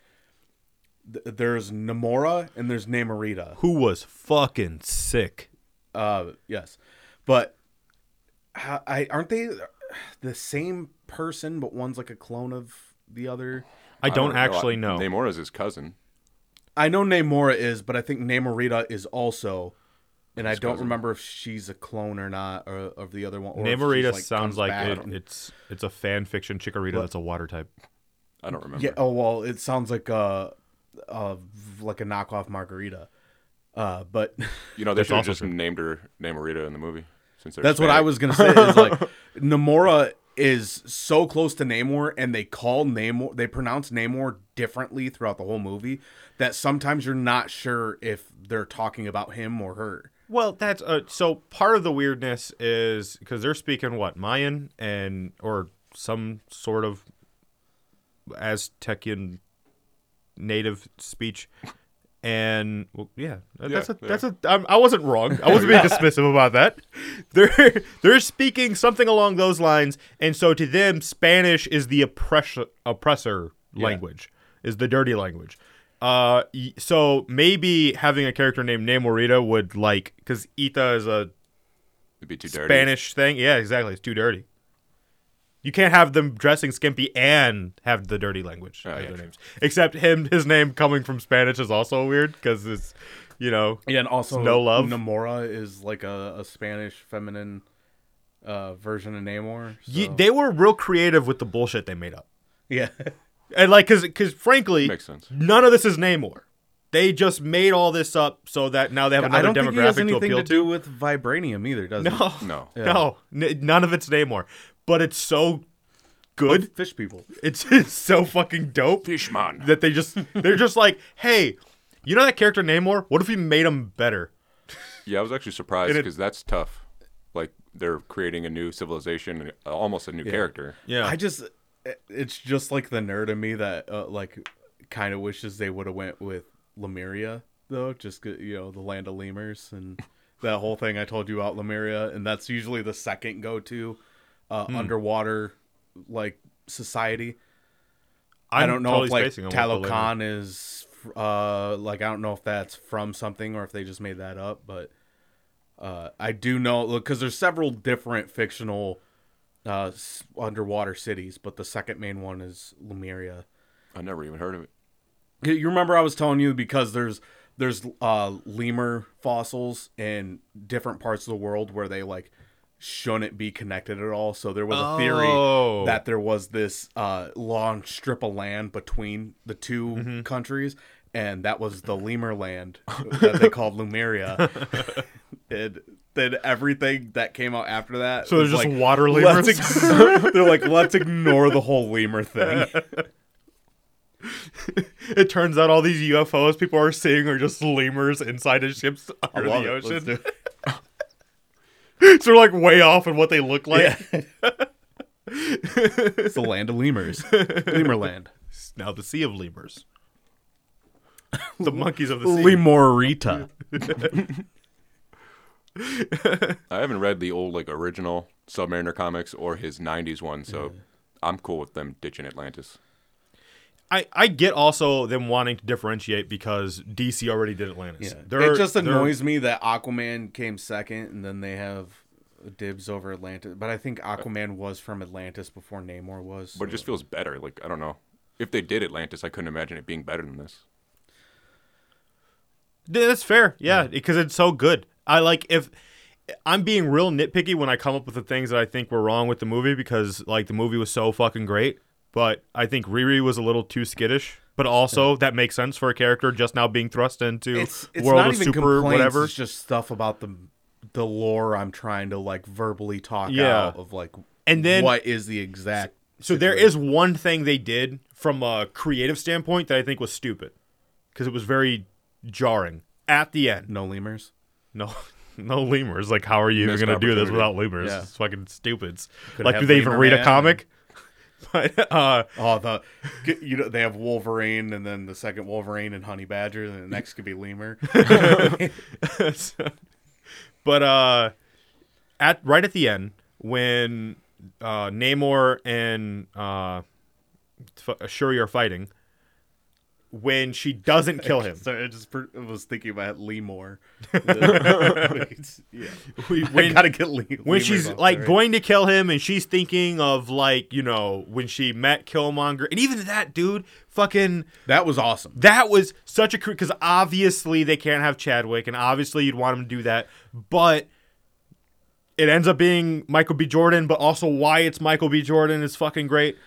th- there's Namora and there's Namorita. Who was fucking sick? Uh, yes, but how, I aren't they the same person? But one's like a clone of the other. I don't, actually know. Namora's his cousin. I know Namora is, but I think Namorita is also. And I His don't cousin. remember if she's a clone or not, or of the other one. Or if Namorita she's, like, sounds comes like back. it, it's it's a fan fiction Chikorita that's a water type. I don't remember. Yeah. Oh well, it sounds like a, a like a knockoff margarita. Uh, but You know, they That's should have also just true. named her Namorita in the movie. Since they're that's what I Hispanic. was gonna say. Is like Namora is so close to Namor, and they call Namor, they pronounce Namor differently throughout the whole movie. That sometimes you're not sure if they're talking about him or her. Well, that's uh, so part of the weirdness is because they're speaking what Mayan and or some sort of Aztecian native speech, and well, yeah, that's a Yeah, that's a I'm, I wasn't wrong. I wasn't being dismissive about that. They're they're speaking something along those lines, and so to them, Spanish is the oppressor oppressor language, is the dirty language. Uh, y- so maybe having a character named Namorita would like because Ita is a It'd be too dirty. Spanish thing. Yeah, exactly. It's too dirty. You can't have them dressing skimpy and have the dirty language Oh, as yeah, their true. names. Except him, his name coming from Spanish is also weird because it's, you know, Yeah, and also No love? Namora is like a, a Spanish feminine uh, version of Namor. Ye- so- they were real creative with the bullshit they made up. yeah, And like, cause, cause frankly, Makes sense. none of this is Namor. They just made all this up so that now they have I another don't think he has demographic to anything appeal to do with vibranium either, does it? No, No. no, N- none of it's Namor. But it's so good. Fish people. It's, it's so fucking dope. Fishman. that they just they're just like, hey, you know that character Namor? What if we made him better? Yeah, I was actually surprised And it- because that's tough. Like they're creating a new civilization, and almost a new character. Yeah, I just it- it's just like the nerd in me that uh, like kind of wishes they would have went with Lemuria though, just 'cause, you know the land of lemurs and that whole thing I told you about Lemuria, and that's usually the second go to uh, Hmm. underwater like society. I don't know if like Talokan is uh like I don't know if that's from something or if they just made that up, but uh I do know because there's several different fictional uh s- underwater cities, but the second main one is Lemuria. I never even heard of it. You- You remember I was telling you because there's there's uh lemur fossils in different parts of the world where they like shouldn't be connected at all. So there was a theory Oh. that there was this uh long strip of land between the 2 Mm-hmm. countries and that was the lemur land that they called Lumeria. and then everything that came out after that So they're was just like, water let's lemurs. ex- they're like let's ignore the whole lemur thing. it turns out all these UFOs people are seeing are just lemurs inside of ships under love the it. Let's do ocean. it. so they're like way off in what they look like. it's the land of lemurs. Lemurland. Now the sea of lemurs. the monkeys of the sea. Lemurita. I haven't read the old like original Submariner comics or his '90s one, so I'm cool with them ditching Atlantis. I, I get also them wanting to differentiate because DC already did Atlantis. They're- it just they're- annoys me that Aquaman came second, and then they have dibs over Atlantis. But I think Aquaman was from Atlantis before Namor was. But it so- just feels better. Like I don't know if they did Atlantis, I couldn't imagine it being better than this. Yeah, That's fair. Yeah, because it's so good. I like if I'm being real nitpicky when I come up with the things that I think were wrong with the movie because like the movie was so fucking great, but I think Riri was a little too skittish. But also that makes sense for a character just now being thrust into It's, it's world not of even super complaints. whatever. It's just stuff about the the lore I'm trying to like verbally talk Yeah. out of like And then- what is the exact So there is one thing they did from a creative standpoint that I think was stupid because it was very jarring at the end. no lemurs. No, no lemurs. Like, how are you even Missed going to do this opportunity. without lemurs? Yeah. It's fucking stupid. Could've Like, had do they even Lemur read Man a comic? But uh, Oh, the g- you know they have Wolverine and then the second Wolverine and Honey Badger, and the next could be lemur. So- but uh, at right at the end when uh, Namor and uh, F- Shuri are fighting, when she doesn't kill him, Sorry, I just per- was thinking about Lemur. yeah. we, We when, gotta get Le- when lemurs she's off like there. going to kill him and she's thinking of like you know when she met Killmonger and even that dude fucking that was awesome. that was such a because obviously they can't have Chadwick, and obviously you'd want him to do that, but it ends up being Michael B. Jordan. But also, why it's Michael B. Jordan is fucking great. Um,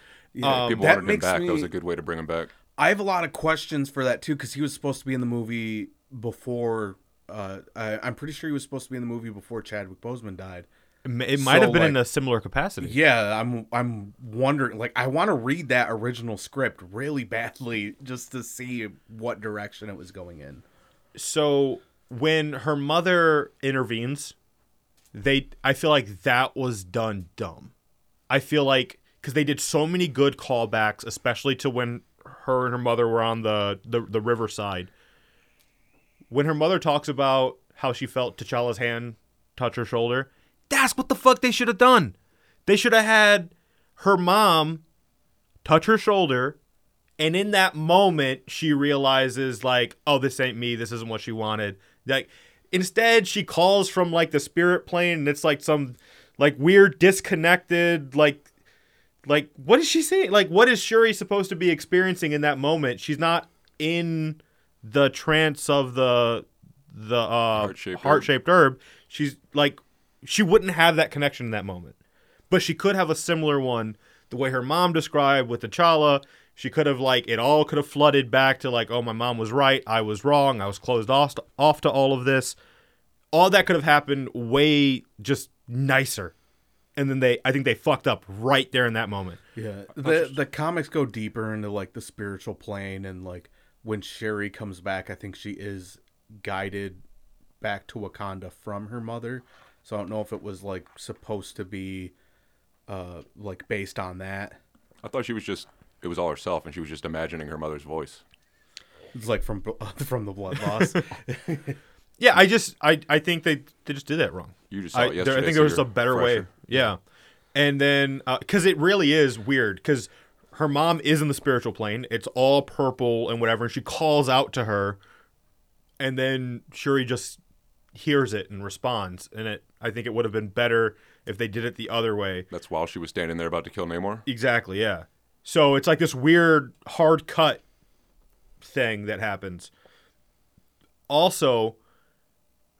Yeah, people that wanted him makes back. That was me- a good way to bring him back. I have a lot of questions for that too because he was supposed to be in the movie before. Uh, I, I'm pretty sure he was supposed to be in the movie before Chadwick Boseman died. It m- It might So, have been in like- a similar capacity. Yeah, I'm I'm wondering like I want to read that original script really badly just to see what direction it was going in. So when her mother intervenes, they I feel like that was done dumb. I feel like because they did so many good callbacks, especially to when her and her mother were on the the, the riverside. When her mother talks about how she felt T'Challa's hand touch her shoulder, that's what the fuck they should have done. They should have had her mom touch her shoulder, and in that moment she realizes like, oh, this ain't me. This isn't what she wanted. Like instead she calls from like the spirit plane, and it's like some like weird disconnected like like what is she saying like what is shuri supposed to be experiencing in that moment she's not in the trance of the the uh, Heart-shaped heart-shaped herb. she's like she wouldn't have that connection in that moment but she could have a similar one the way her mom described with T'Challa she could have like it all could have flooded back to like oh my mom was right I was wrong I was closed off off to all of this all that could have happened way just nicer and then they I think they fucked up right there in that moment. Yeah, the the comics go deeper into like the spiritual plane and like when Sherry comes back, I think she is guided back to Wakanda from her mother. So I don't know if it was like supposed to be uh like based on that. I thought she was just. It was all herself, and she was just imagining her mother's voice. It's like from from the blood loss. Yeah, I just I, I think they, they just did that wrong. You just saw I, it there- I yesterday, think so there was a you're better way. fresher. Yeah, and then because it really is weird because her mom is in the spiritual plane. It's all purple and whatever, and she calls out to her, and then Shuri just hears it and responds. And it I think it would have been better if they did it the other way. That's while she was standing there about to kill Namor. Exactly, yeah. So it's like this weird hard cut thing that happens. Also,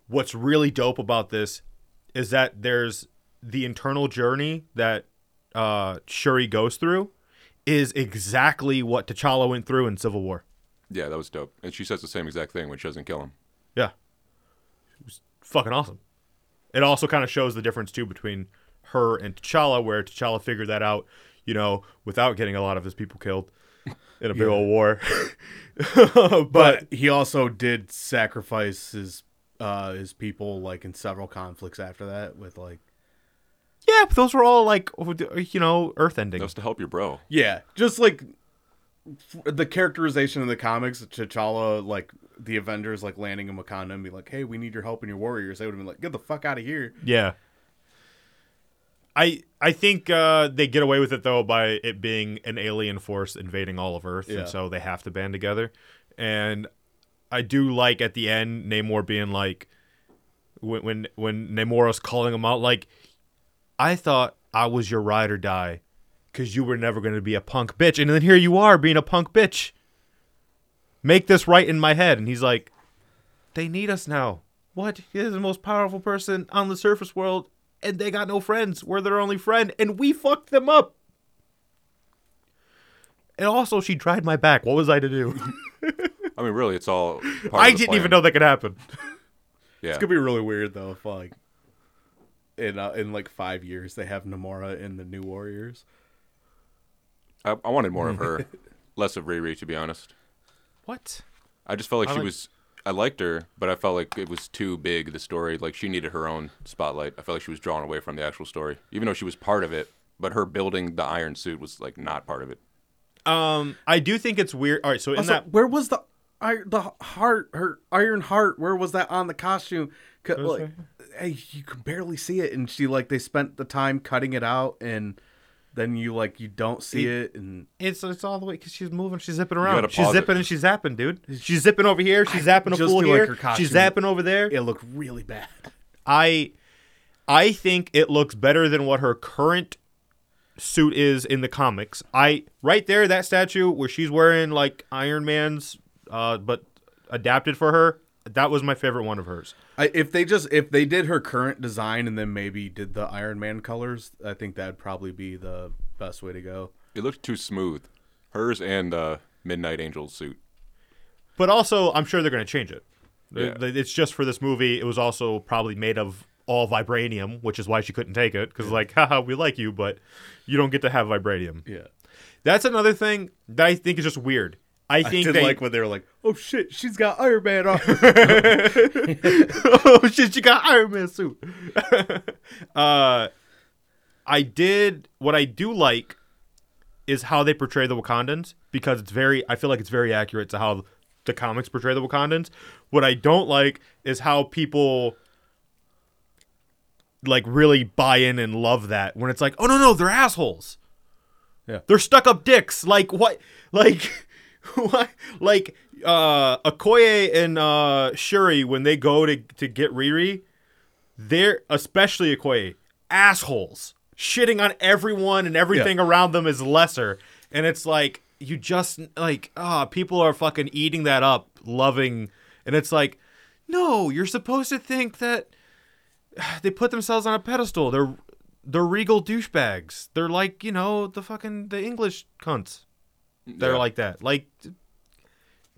what's really dope about this is that there's the internal journey that uh, Shuri goes through is exactly what T'Challa went through in Civil War. Yeah, that was dope. And she says the same exact thing when she doesn't kill him. Yeah. It was fucking awesome. It also kind of shows the difference too between her and T'Challa, where T'Challa figured that out, you know, without getting a lot of his people killed in a big old war. but, but he also did sacrifice his uh his people like in several conflicts after that with like yeah, but those were all like, you know, earth ending. That was to help your bro. Yeah, just like f- the characterization in the comics, T'Challa, like the Avengers, like landing in Wakanda and be like, "Hey, we need your help and your warriors." They would have been like, "Get the fuck out of here!" Yeah. I I think uh, they get away with it though by it being an alien force invading all of Earth, Yeah. and so they have to band together. And I do like at the end Namor being like, when when when Namor is calling him out, like, I thought I was your ride or die, because you were never going to be a punk bitch, and then here you are being a punk bitch. Make this right in my head, and he's like, they need us now. What? He's the most powerful person on the surface world, and they got no friends. We're their only friend, and we fucked them up. And also, she dried my back. What was I to do? I mean, really, it's all. Part I didn't even know that could happen. Yeah. It's gonna be really weird though if like in uh, in like five years they have Namora in the New Warriors. I, I wanted more of her, less of Riri, to be honest. What? I just felt like I she like- was. I liked her, but I felt like it was too big the story. Like she needed her own spotlight. I felt like she was drawn away from the actual story, even though she was part of it. But her building the iron suit was like not part of it. Um, I do think it's weird. All right, so in Also, that where was the I, the heart her iron heart? Where was that on the costume? 'Cause, was like, hey, you can barely see it, and she like they spent the time cutting it out, and then you like you don't see it, and It's it's all the way because she's moving, she's zipping around, gotta she's pause zipping it. and she's zapping, dude. She's zipping over here, she's zapping a just fool feel like here, her costume- she's zapping over there. it looked really bad. I I think it looks better than what her current suit is in the comics. I right there that statue where she's wearing like Iron Man's, uh, but adapted for her. That was my favorite one of hers. I, if they just if they did her current design and then maybe did the Iron Man colors, I think that'd probably be the best way to go. It looked too smooth. Hers and uh, Midnight Angel's suit. But also, I'm sure they're going to change it. They- Yeah. they- It's just for this movie. It was also probably made of all vibranium, which is why she couldn't take it. Because, like, haha, we like you, but you don't get to have vibranium. Yeah, That's another thing that I think is just weird. I I think did they, like when they were like, "Oh shit, she's got Iron Man on." her." oh shit, she got Iron Man suit. uh, I did what I do like is how they portray the Wakandans because it's very. I feel like it's very accurate to how the comics portray the Wakandans. What I don't like is how people like really buy in and love that when it's like, oh no no, they're assholes. Yeah. they're stuck up dicks. Like what? Like what? Like uh, Okoye and uh, Shuri when they go to to get Riri, they're especially Okoye assholes, shitting on everyone and everything around them is lesser, and it's like you just like ah, people are fucking eating that up, loving, and it's like, no, you're supposed to think that they put themselves on a pedestal. They're they're regal douchebags. They're like you know the fucking the English cunts. They're Yeah. like that. Like, d-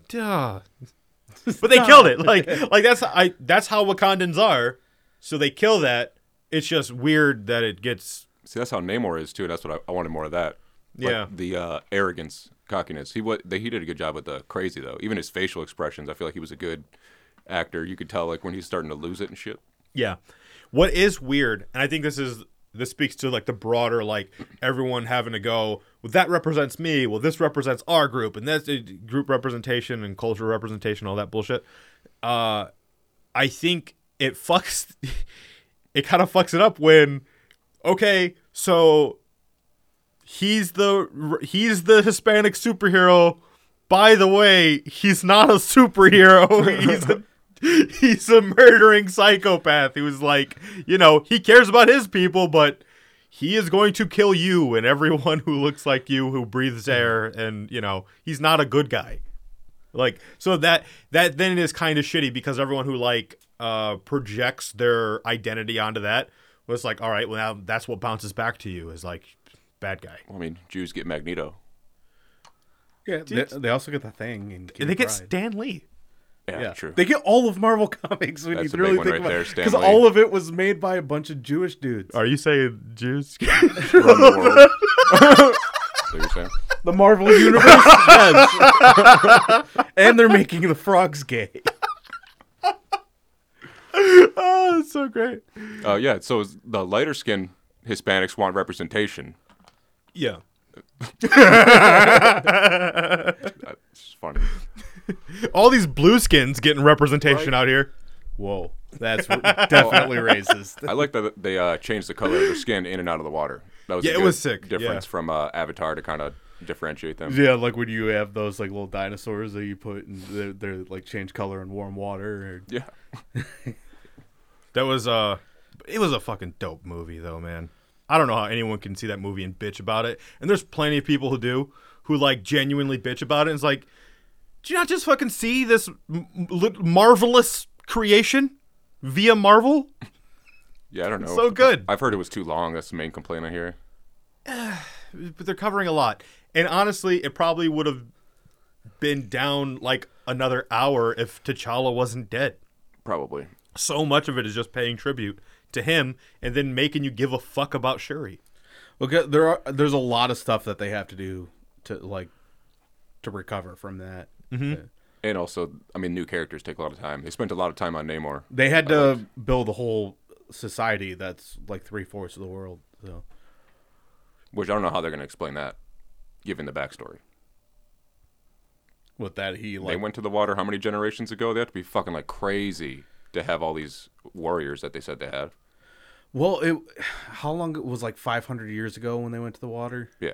duh. But they killed it. Like like that's I that's how Wakandans are. So they kill that. It's just weird that it gets See, that's how Namor is too. That's what I, I wanted more of that. Like, Yeah. the uh, arrogance, cockiness. He what he did a good job with the crazy though. Even his facial expressions. I feel like he was a good actor. You could tell like when he's starting to lose it and shit. Yeah. What is weird, and I think this is this speaks to like the broader like everyone having to go. Well, that represents me. Well, this represents our group, and that's uh, group representation and cultural representation, all that bullshit. Uh, I think it fucks. It kind of fucks it up when, okay, so he's the he's the Hispanic superhero. By the way, he's not a superhero. he's a he's a murdering psychopath who's like, you know, he cares about his people, but he is going to kill you and everyone who looks like you who breathes air and, you know, he's not a good guy. Like so that that then is kind of shitty because everyone who like uh projects their identity onto that was like, all right, well now that's what bounces back to you is like bad guy. Well, I mean, Jews get Magneto. yeah, they, they also get the thing, and And they get Stan Lee. Yeah, Yeah, true. They get all of Marvel comics when That's you a big really one think right about there, it, Stan because Lee. all of it was made by a bunch of Jewish dudes. Are you saying Jews? Run the world. So you're saying? The Marvel universe, yes. and they're making the frogs gay. oh, that's so great. Uh, yeah. So is- the lighter skinned Hispanics want representation. Yeah. It's funny. All these blueskins getting representation out here. Whoa, that's definitely racist. I like that they uh, changed the color of their skin in and out of the water. That was Yeah, a it good was sick, Difference yeah. from uh, Avatar to kind of differentiate them. Yeah, like when you have those like little dinosaurs that you put and they're, they're like change color in warm water. Or... Yeah. That was uh it was a fucking dope movie though, man. I don't know how anyone can see that movie and bitch about it. And there's plenty of people who do who like genuinely bitch about it. And it's like, do you not just fucking see this m- m- lit- marvelous creation? via Marvel. Yeah, I don't know. so good. I've heard it was too long. That's the main complaint I hear. but they're covering a lot. And honestly, it probably would have been down like another hour if T'Challa wasn't dead. Probably. So much of it is just paying tribute to him and then making you give a fuck about Shuri. Okay, uh, there are there's a lot of stuff that they have to do to like to recover from that. Mm-hmm. And also, I mean, new characters take a lot of time. They spent a lot of time on Namor. They had to build a whole society that's like three fourths of the world. So Which I don't know how they're going to explain that, given the backstory. with that, he they like went to the water how many generations ago? They have to be fucking like crazy to have all these warriors that they said they had. well, it how long it was like 500 years ago when they went to the water. Yeah,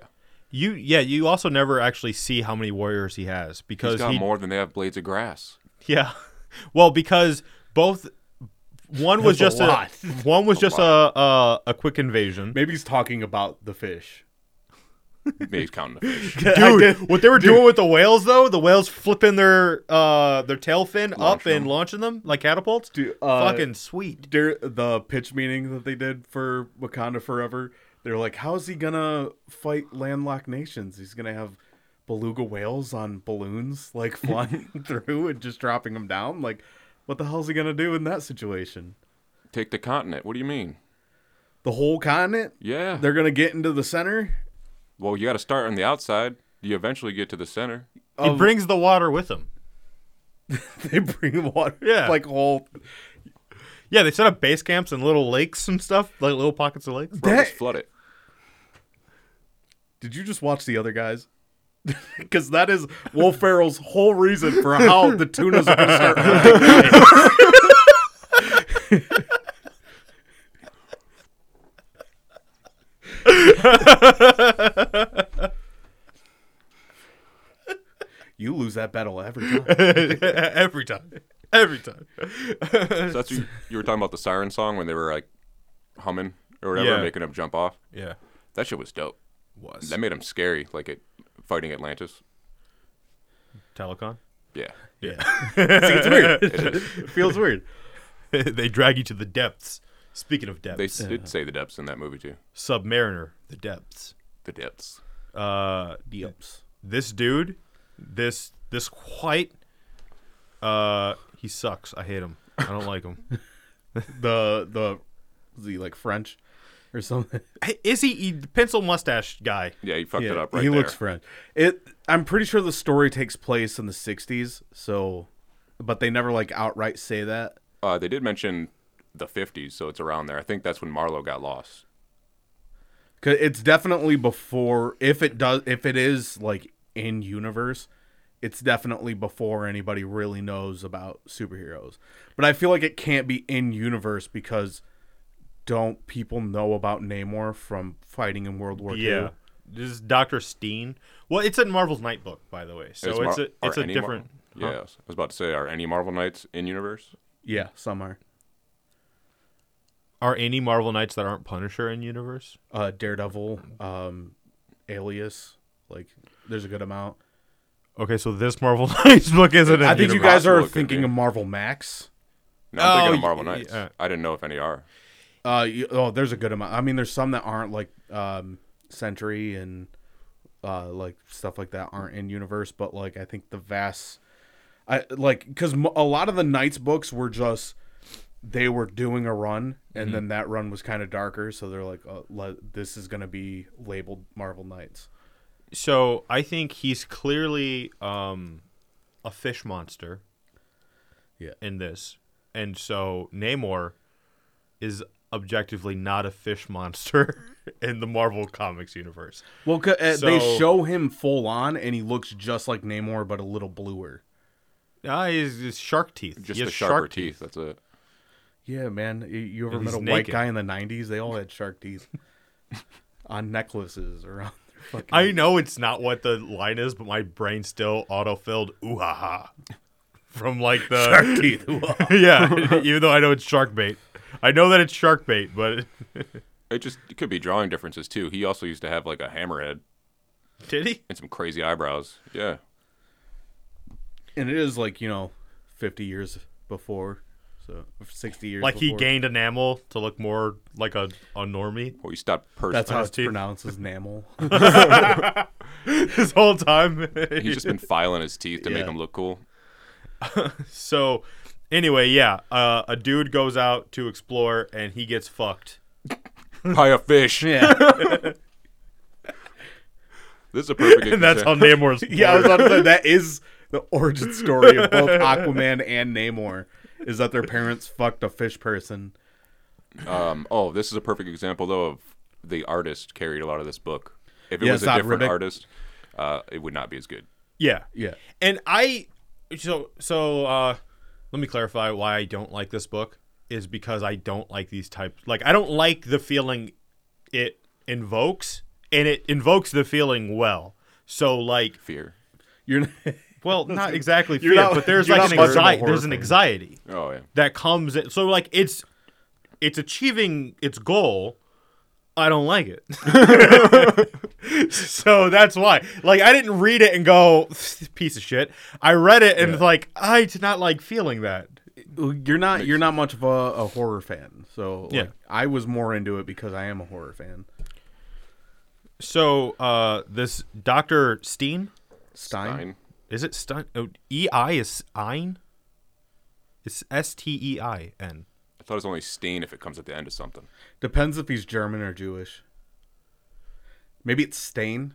You yeah, you also never actually see how many warriors he has he's because got he more than they have blades of grass. Yeah. Well, because both one was That's just a a, lot. one was just a, a a quick invasion. Maybe he's talking about the fish. Maybe he's counting the fish. dude. What they were doing with the whales, though, the whales flipping their uh their tail fin up Launching and them. launching them like catapults. Dude, uh, Fucking sweet. Dur- the pitch meeting that they did for Wakanda Forever, they're like, "How's he gonna fight landlocked nations? He's gonna have beluga whales on balloons, like flying through and just dropping them down. Like, what the hell's he gonna do in that situation? Take the continent. What do you mean? The whole continent? Yeah. They're gonna get into the center? Well, you got to start on the outside. You eventually get to the center. He um, brings the water with him. They bring water, Yeah. like whole. Yeah, they set up base camps and little lakes and stuff, like little pockets of lakes. Bro, just That- flood it. Did you just watch the other guys? Because that is Will Ferrell's whole reason for how the tunas are gonna start. You lose that battle every time. Every time. Every time. So that's what you, you were talking about the siren song when they were like humming or whatever, Yeah. making him jump off. Yeah. That shit was dope. Was. That made him scary, like it fighting Atlantis. Telecon? Yeah. Yeah. it's weird. It feels weird. they drag you to the depths. Speaking of They depths, did say the depths in that movie too. Submariner, the depths. The depths. Uh, Yups. this dude, this this white, uh, he sucks. I hate him. I don't like him. The the is he like French or something? Hey, Is he, he the pencil mustache guy? Yeah, he fucked it up right he there. looks French. It. I'm pretty sure the story takes place in the '60s. So, but they never like outright say that. Uh, they did mention the 50s, so it's around there. I think that's when Marlowe got lost. 'Cause it's definitely before. If it does, if it is like in universe, it's definitely before anybody really knows about superheroes. But I feel like it can't be in universe because don't people know about Namor from fighting in World War Yeah. II? This is Doctor Steen. Well, it's in Marvel's Night Book, by the way. So Mar- it's a are it's a any Mar- different. Yeah, I was about to say, are any Marvel Knights in universe? Yeah, some are. Are any Marvel Knights that aren't Punisher in universe? uh, Daredevil, um, Alias. Like, there's a good amount. Okay, so this Marvel Knights book isn't. I in think you universe. guys Impossible it are could thinking be. of Marvel Max. No, I'm thinking Oh, of Marvel y- Knights. yeah. I didn't know if any are. Uh, you, oh, there's a good amount. I mean, there's some that aren't like um, Sentry and uh, like stuff like that aren't in universe, but like I think the vast, I like because m- a lot of the Knights books were just they were doing a run, and then that run was kind of darker, so they're like, oh, le- this is gonna be labeled Marvel Knights. So I think he's clearly um, a fish monster. Yeah. In this, and so Namor is objectively not a fish monster in the Marvel Comics universe. Well, 'ca- uh, they So- show him full on, and he looks just like Namor, but a little bluer. Ah, he's, he's shark teeth. Just he the has sharper shark teeth. That's it. Yeah, man. Y- You ever And met a he's white naked. guy in the '90s? They all had shark teeth on necklaces or on. Their fucking... I know it's not what the line is, but my brain still autofilled ooh ha ha from like the shark teeth. yeah. even though I know it's shark bait, I know that it's shark bait, but It just it could be drawing differences too. He also used to have like a hammerhead did he? and some crazy eyebrows. Yeah, and it is like you know, 50 years before. So sixty years. Like he before. gained enamel to look more like a, a normie Or you stopped purse. That's how his it's teeth. pronounced is enamel. this whole time. He's just been filing his teeth to make Yeah. him look cool. so, anyway, yeah, uh, a dude goes out to explore and he gets fucked. Pie a fish. yeah, This is a perfect. And that's how Namor's. yeah. I was about to say that is the origin story of both Aquaman and Namor. Is that their parents fucked a fish person? Um, oh, this is a perfect example though of the artist carried a lot of this book. If it Yeah, was a Zod different Ribic. artist, uh, it would not be as good. yeah. Yeah, And I so so uh let me clarify why I don't like this book is because I don't like these types like I don't like the feeling it invokes and it invokes the feeling well. So like Fear. you're. well not exactly You're fear, not- but there's you're like an not much of a anxiety horror there's an fan. anxiety Oh yeah. that comes in, so like it's it's achieving its goal. I don't like it. so that's why. Like I didn't read it and go piece of shit. I read it and it's like I did not like feeling that. you're not you're not much of a, a horror fan so like, Yeah. i was more into it because i am a horror fan So uh this Dr. Steen, stein, Fine. is it Stein? Oh, E I is Ein? It's S T E I N. I thought it was only stain if it comes at the end of something. depends if he's german or jewish maybe it's stain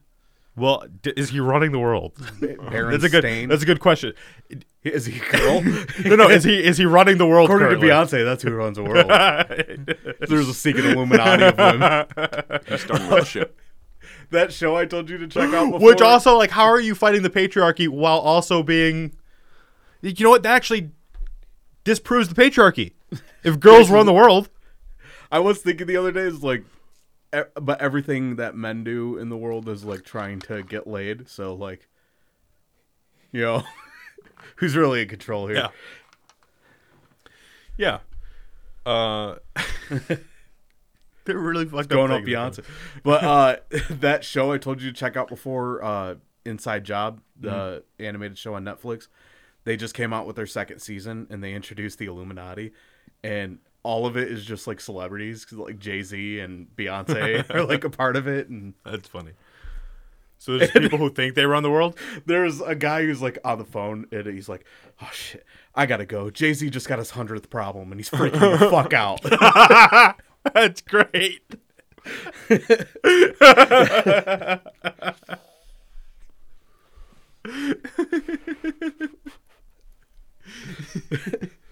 Well, d- is he running the world? Baron that's a good stain that's a good question. is he a girl No, no, is he is he running the world according currently? to beyonce that's who runs the world there's a secret illuminati of women He's starting with a ship. that show i told you to check out before, Which also, like, how are you fighting the patriarchy while also being? You know what? That actually disproves the patriarchy. If girls run the world, i was thinking the other day is like e- but everything that men do in the world is like trying to get laid so like you know who's really in control here Yeah. yeah, uh, they're really fucked going up. up things. Beyonce. But uh, that show I told you to check out before, uh, Inside Job, the animated show on Netflix, they just came out with their second season and they introduced the Illuminati, and all of it is just like celebrities, 'cause, like Jay Z and Beyonce are like a part of it, and That's funny. So there's people who think they run the world. there's a guy who's like on the phone and he's like, "Oh shit, I gotta go." Jay Z just got his hundredth problem and he's freaking the fuck out. That's great.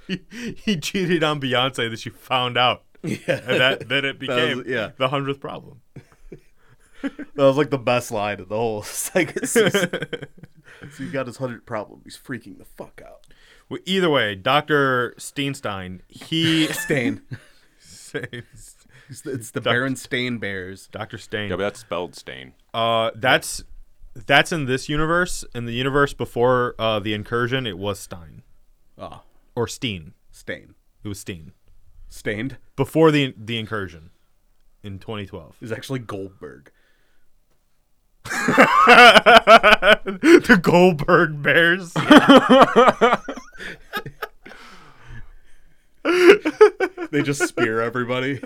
he, he cheated on Beyonce that she found out. yeah, And that then it was- became yeah. the hundredth problem. That was like the best line of the whole second season. so you got his hundred problem. He's freaking the fuck out. Well, either way, Dr. Steenstein, he Stain. says It's the, it's the Baron Stain Bears. Dr. Stain. Yeah, but that's spelled stain. Uh, that's that's in this universe. In the universe before uh, the incursion, it was Stein Oh, or Steen. Stain. It was Steen Stained before the the incursion in 2012. is actually Goldberg. the Goldberg Bears. They just spear everybody.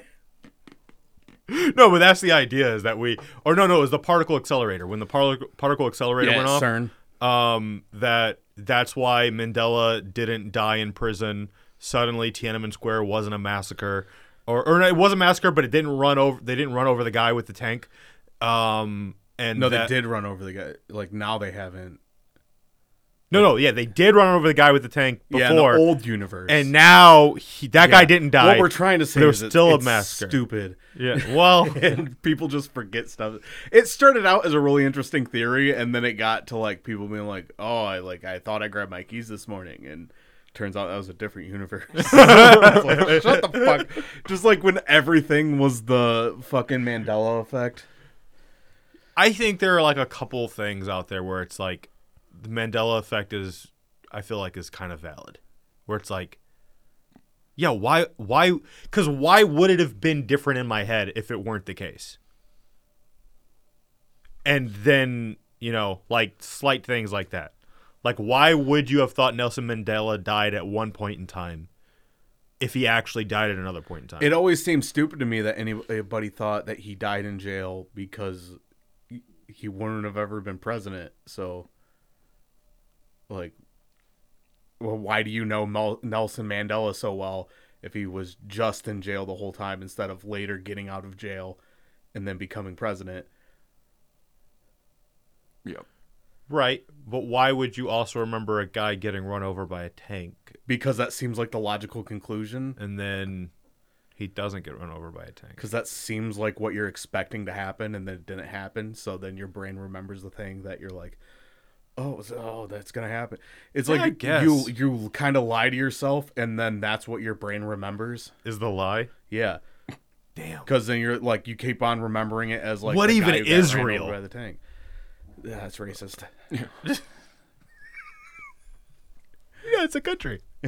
no, but that's the idea is that we or no no it was the particle accelerator when the par- particle accelerator went off. CERN. um, that that's why Mandela didn't die in prison. Suddenly, Tiananmen Square wasn't a massacre, or or no, it was a massacre, but it didn't run over. They didn't run over the guy with the tank. Um, and No, they that- did run over the guy. Like now they haven't. No, no, yeah, they did run over the guy with the tank yeah, in the before, old universe. and now he, that guy Yeah. didn't die. What we're trying to say There is was it's- still a it's massacre. Stupid. yeah, well, and people just forget stuff. It started out as a really interesting theory, and then it got to like people being like, "Oh, I like I thought I grabbed my keys this morning," and turns out that was a different universe. It's like, Shut the fuck! Just like when everything was the fucking Mandela effect. I think there are like a couple things out there where it's like the Mandela effect is I feel like is kind of valid. Where it's like yeah, why why cuz why would it have been different in my head if it weren't the case? And then, you know, like slight things like that. Like why would you have thought Nelson Mandela died at one point in time if he actually died at another point in time. It always seemed stupid to me that anybody thought that he died in jail because he- he wouldn't have ever been president. So, like, well, why do you know Mel- Nelson Mandela so well if he was just in jail the whole time instead of later getting out of jail and then becoming president? Yeah. right, but why would you also remember a guy getting run over by a tank Because that seems like the logical conclusion. and then he doesn't get run over by a tank? Because that seems like what you're expecting to happen, and then it didn't happen. So then your brain remembers the thing that you're like, "Oh, it's- oh, that's gonna happen." It's Yeah, I like guess. you you kind of lie to yourself, and then that's what your brain remembers. Is the lie? Yeah, Damn. because then you're like you keep on remembering it as like What the even guy who got is ran real? over by the tank. Yeah, that's racist. Yeah, it's a country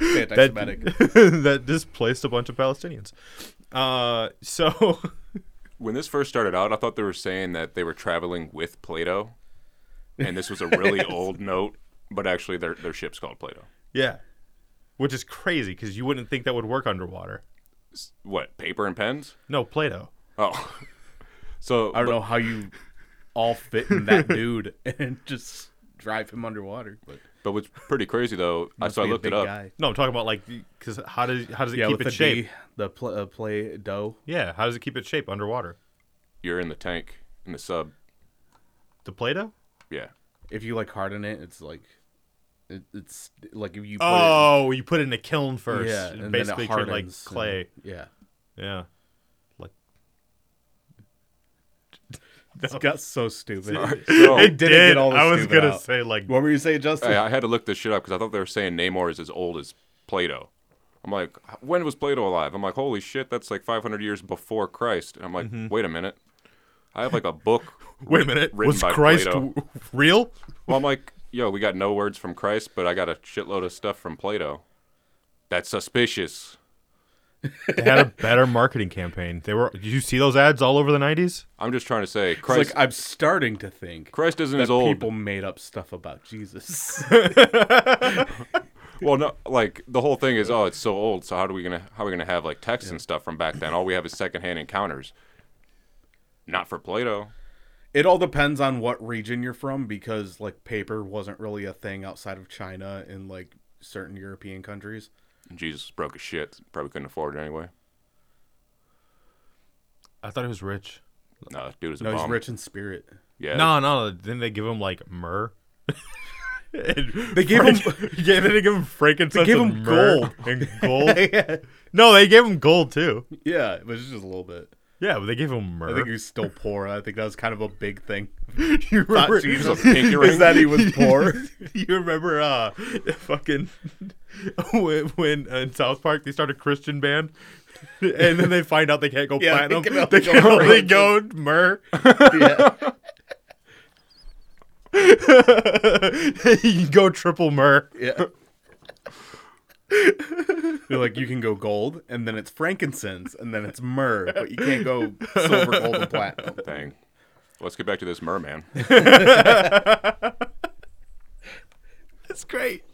Anti-Semitic. that displaced a bunch of Palestinians. Uh, so When this first started out, I thought they were saying that they were traveling with Plato, and this was a really old note. But actually, their their ship's called Plato. yeah, which is crazy because you wouldn't think that would work underwater. S- What paper and pens? No, Plato. Oh, so I don't know how you all fit in that dude and just drive him underwater, but But what's pretty crazy though, I, must so I be a looked it big up. guy. No, I'm talking about like because how does how does it Yeah, keep with the its shape? D, the pl- uh, play dough. Yeah, how does it keep its shape underwater? You're in the tank in the sub. The Play-Doh? Yeah, if you like harden it, it's like it, it's like if you put Oh, you put it in a kiln it, first. yeah, and, and then basically it turn hardens like and- clay. yeah, Yeah. Like it got so stupid. so It didn't get all the I was stupid gonna out. say like What were you saying, Justin? I, I had to look this shit up because I thought they were saying Namor is as old as Plato. I'm like, when was Plato alive? I'm like, holy shit, that's like 500 years before Christ. And I'm like, wait a minute, I have like a book. Mm-hmm. wait a minute, written was by Christ Plato. w- real? Well, I'm like, yo, we got no words from Christ, but I got a shitload of stuff from Plato. That's suspicious. They had a better marketing campaign. They were did you see those ads all over the nineties? I'm just trying to say, it's Christ, like I'm starting to think Christ isn't that as old. people made up stuff about Jesus. Well, no, like the whole thing is, oh, it's so old. So how do we gonna how are we gonna have like texts and stuff from back then? All we have is secondhand encounters. Not for Plato. it all depends on what region you're from because like paper wasn't really a thing outside of China and like certain European countries. Jesus broke his shit. Probably couldn't afford it anyway. I thought he was rich. No, that dude was a No, he's bum. rich in spirit. Yeah. No, no, didn't they give him like myrrh? They gave him yeah, they didn't give him frankincense. They gave and him myrrh gold. and gold. no, they gave him gold too. yeah, it was just a little bit. Yeah, but they gave him myrrh. I think he was still poor. I think that was kind of a big thing. you remember, Jesus was a pinky Is ring. that he was poor? you remember uh, fucking when, when in South Park they start a Christian band, and then they find out they can't go Yeah, they platinum. can only They go can only frankincense. go myrrh. yeah. you can go triple myrrh. Yeah. They're like, you can go gold, and then it's frankincense, and then it's myrrh, but you can't go silver, gold, and platinum. Thing. Let's get back to this merman. That's great.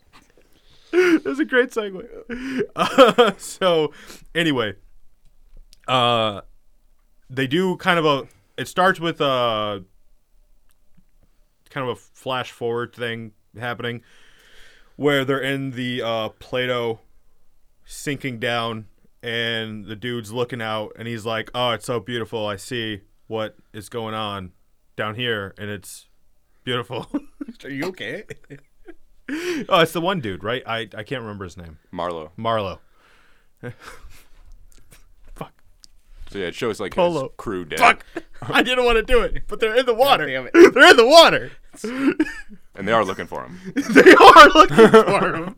That's a great segue. Uh, so, anyway, uh, they do kind of a. It starts with a kind of a flash forward thing happening, where they're in the uh, Play-Doh sinking down, and the dude's looking out, and he's like, "Oh, it's so beautiful. I see what is going on down here, and it's beautiful." Are you okay? Oh, it's the one dude, right? I, I can't remember his name. Marlowe. Marlo. Fuck. So yeah, it shows like Polo. his crew dead. Fuck. I didn't want to do it, but they're in the water. damn it. They're in the water. And they are looking for him. They are looking for him.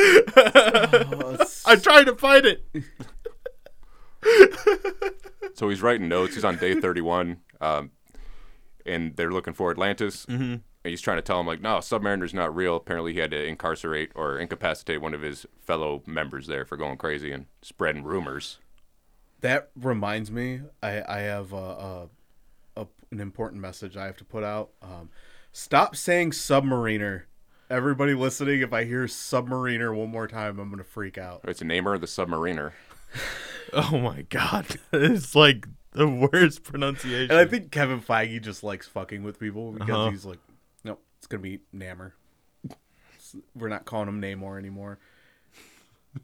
Oh, I'm trying to find it. So he's writing notes. He's on day 31. Um, and they're looking for Atlantis. Mm-hmm. And he's trying to tell him, like, no, Submariner's not real. Apparently, he had to incarcerate or incapacitate one of his fellow members there for going crazy and spreading rumors. that reminds me, I, I have a, a, a, an important message I have to put out. Um, stop saying submariner Everybody listening, if I hear submariner one more time, I'm gonna freak out. It's a namer of the submariner. Oh my god, it's like the worst pronunciation. And I think Kevin Feige just likes fucking with people because Uh-huh. he's like, no, it's gonna be Namor. It's- We're not calling him Namor anymore.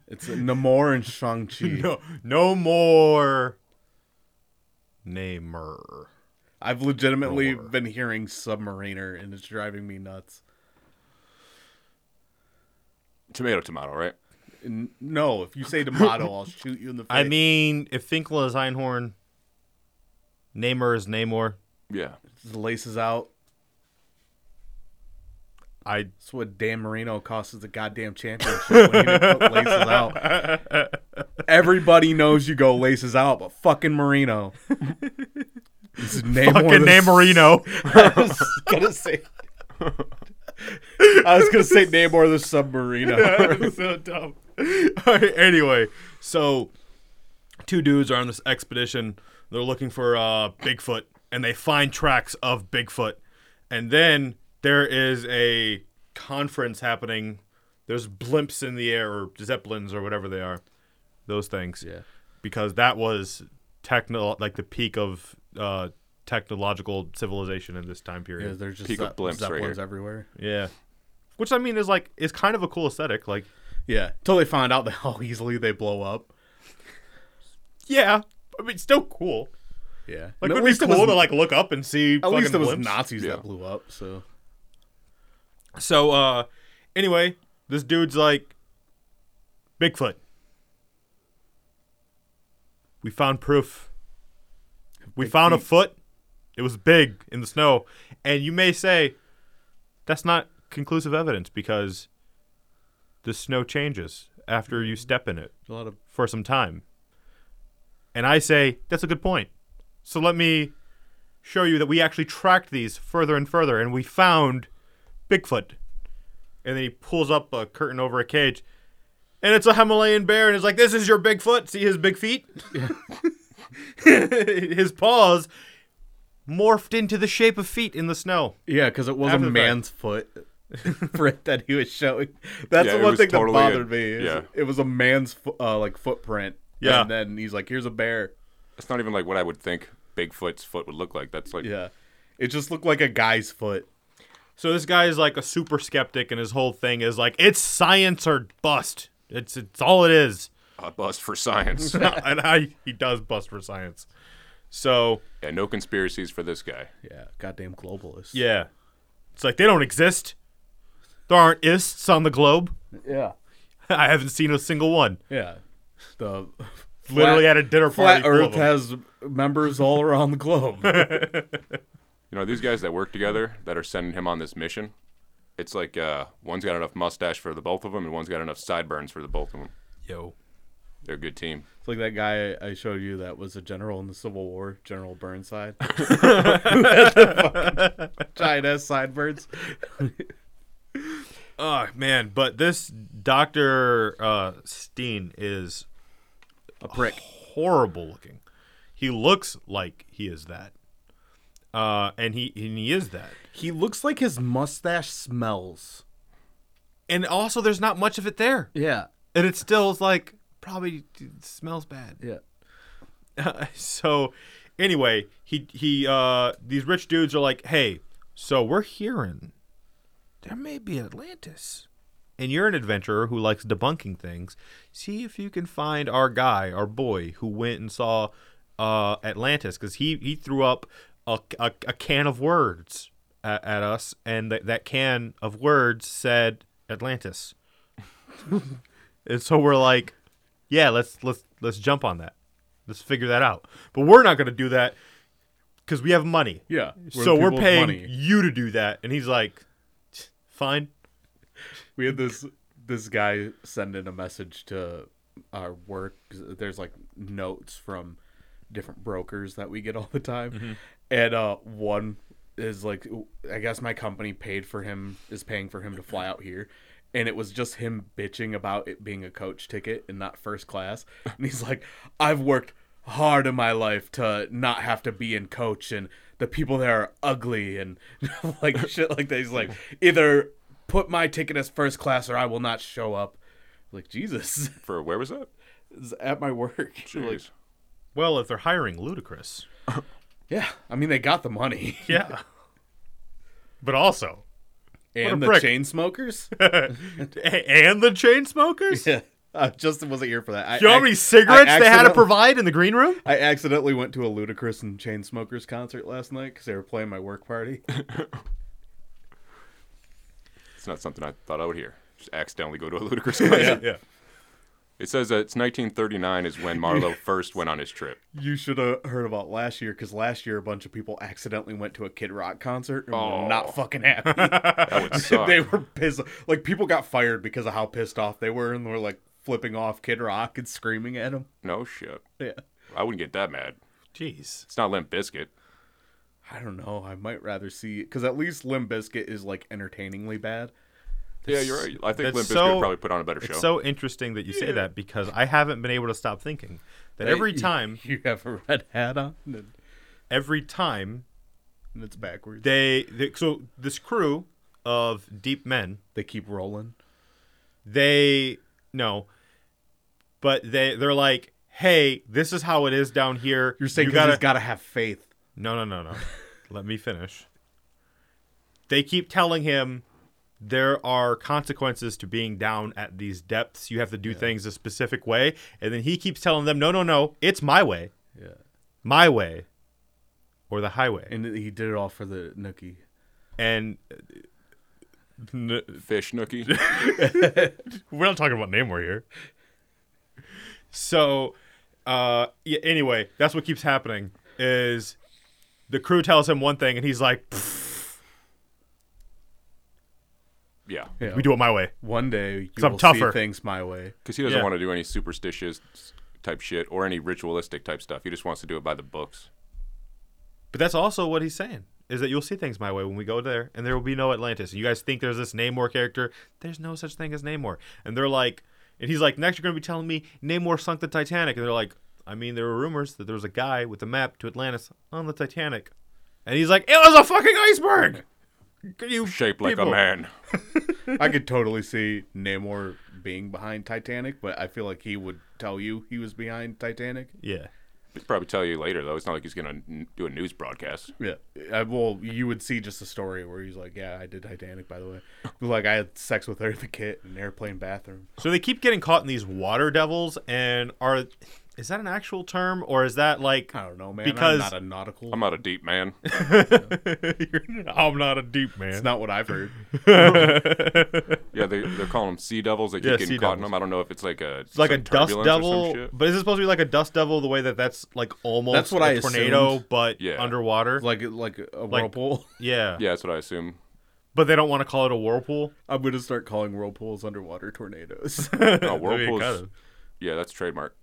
It's Namor and Shang Chi. no, no more. Namer. I've legitimately Namor. been hearing Submariner, and it's driving me nuts. Tomato, tomato, right? N- No, if you say tomato, I'll shoot you in the face. I mean, if Finkel is Einhorn, Namer is Namor. Yeah. the laces out. I That's what Dan Marino costs us the goddamn championship when he didn't put laces out. Everybody knows you go laces out, but fucking Marino. This is name fucking name Marino. I was gonna say. I was gonna say Namor the Submarino. so dumb. All right, anyway, so two dudes are on this expedition. They're looking for uh, Bigfoot, and they find tracks of Bigfoot. And then there is a conference happening. There's blimps in the air, or zeppelins, or whatever they are. Those things. Yeah. Because that was techno, like the peak of uh, technological civilization in this time period. Yeah, there's just Peak of ze- blimps right zeppelins here. everywhere. Yeah. Which I mean is like is kind of a cool aesthetic. Like Yeah, till they find out that how easily they blow up. yeah, I mean still cool. Yeah, Like And it would be it cool was- to like look up and see. At least it fucking was blimps. Nazis Yeah. that blew up. So So uh, anyway, this dude's like Bigfoot. We found proof. We found a foot. It was big in the snow, and you may say that's not conclusive evidence because the snow changes after Mm-hmm. you step in it. a lot of for some time. And I say, that's a good point. So let me show you that we actually tracked these further and further and we found Bigfoot. And then he pulls up a curtain over a cage and it's a Himalayan bear and it's like, this is your Bigfoot. See his big feet? his paws morphed into the shape of feet in the snow. Yeah, because it was After a the fact. man's foot print that he was showing. That's Yeah, the it one was thing totally that bothered a- me. Is yeah. it was a man's fo- uh, like footprint. Yeah. and then he's like, "Here's a bear." That's not even like what I would think Bigfoot's foot would look like. That's like Yeah, it just looked like a guy's foot. So this guy is like a super skeptic and his whole thing is like, it's science or bust. It's, it's all it is. a bust for science. and I, he does bust for science. So yeah, no conspiracies for this guy. Yeah, goddamn globalist. yeah, it's like they don't exist. There aren't ists on the globe. yeah, I haven't seen a single one. yeah. The Literally at a dinner party. flat full of Earth them. has members all around the globe. You know, these guys that work together that are sending him on this mission, it's like uh, one's got enough mustache for the both of them, and one's got enough sideburns for the both of them. Yo, They're a good team. It's like that guy I showed you that was a general in the Civil War, General Burnside. Giant ass sideburns. oh man, but this Doctor uh, Steen is A prick. horrible looking. He looks like he is that, uh, and he and he is that. He looks like his mustache smells. And also, there's not much of it there, Yeah. and it still is like probably smells bad. Yeah. so anyway, he he uh these rich dudes are like, "Hey, so we're hearing there may be Atlantis." And you're an adventurer who likes debunking things. See if you can find our guy, our boy who went and saw uh Atlantis cuz he he threw up a, a, a can of words at, at us and th- that can of words said Atlantis. and so we're like, yeah, let's let's let's jump on that. Let's figure that out. But we're not going to do that because we have money. Yeah. so we're people with paying money. you to do that. And he's like, fine. We had this this guy sending a message to our work. 'cause There's like notes from different brokers that we get all the time, Mm-hmm. and uh, one is like, I guess my company paid for him is paying for him to fly out here. And it was just him bitching about it being a coach ticket and not first class. And he's like, I've worked hard in my life to not have to be in coach and the people there are ugly and like shit like that. He's like, either put my ticket as first class or I will not show up. Like Jesus, For where was that? it's at my work. Like, Jeez. Well, if they're hiring Ludacris, yeah, I mean they got the money yeah. but also, and the prick. chain smokers. a- and the chain smokers. yeah, uh, Justin wasn't here for that. I, You know how I- many cigarettes I they had to accidentally- provide in the green room? I accidentally went to a Ludacris and Chainsmokers concert last night because they were playing my work party. It's not something I thought I would hear. Just accidentally go to a ludicrous concert. Yeah. It says that it's 1939 is when Marlowe first went on his trip. You should have heard about last year because last year a bunch of people accidentally went to a Kid Rock concert and were Oh. not fucking happy. That would suck. they were pissed. Like people got fired because of how pissed off they were and were like flipping off Kid Rock and screaming at him. No shit. Yeah. I wouldn't get that mad. Jeez. It's not Limp Biscuit. I don't know. I might rather see because at least Limb Biscuit is like entertainingly bad. Yeah, you're right. I think that's Limp Biscuit so- would probably put on a better show. It's so interesting that you say that because I haven't been able to stop thinking that Hey, every you- time, you have a red hat on and, every time and it's backwards, they, they, they so this crew of deep men keep rolling. they no but they they're like hey this is how it is down here You're saying you 'cause gotta he's got to have faith. no no no no let me finish they keep telling him there are consequences to being down at these depths you have to do things a specific way and then he keeps telling them no no no it's my way Yeah. my way or the highway and, And he did it all for the nookie. n- Fish Nookie. We're not talking about Namor here. So, uh, yeah, anyway, that's what keeps happening is the crew tells him one thing and he's like, "Pfft, Yeah. Yeah. we do it my way. One day you I'm will tougher. see things my way. Because he doesn't Yeah. want to do any superstitious type shit or any ritualistic type stuff. He just wants to do it by the books. But that's also what he's saying is that you'll see things my way when we go there and there will be no Atlantis. You guys think there's this Namor character? There's no such thing as Namor. And they're like, and he's like, next you're going to be telling me Namor sunk the Titanic. And they're like, I mean, there were rumors that there was a guy with a map to Atlantis on the Titanic. And he's like, it was a fucking iceberg. You Shaped like a people." man. I could totally see Namor being behind Titanic, but I feel like he would tell you he was behind Titanic. Yeah. He'd probably tell you later, though. It's not like he's going to do a news broadcast. Yeah. I, well, you would see just a story where he's like, "Yeah, I did Titanic, by the way. like I had sex with her in the kit in an airplane bathroom." So they keep getting caught in these water devils and are is that an actual term or is that like I don't know, man. Because- I'm not a nautical. I'm not a deep man. You're- I'm not a deep man. it's not what I've heard. Yeah, they, they're calling them sea devils. They keep Yeah, sea getting caught in devils. them. I don't know if it's like a It's like some a dust turbulence or some devil, shit. but is it supposed to be like a dust devil the way that that's like almost That's what a I tornado assumed. but Yeah. underwater? Like like a whirlpool. yeah. Yeah, that's what I assume. But they don't want to call it a whirlpool. I'm gonna start calling whirlpools underwater tornadoes. No, Maybe it whirlpools. kinda- Yeah, that's trademark.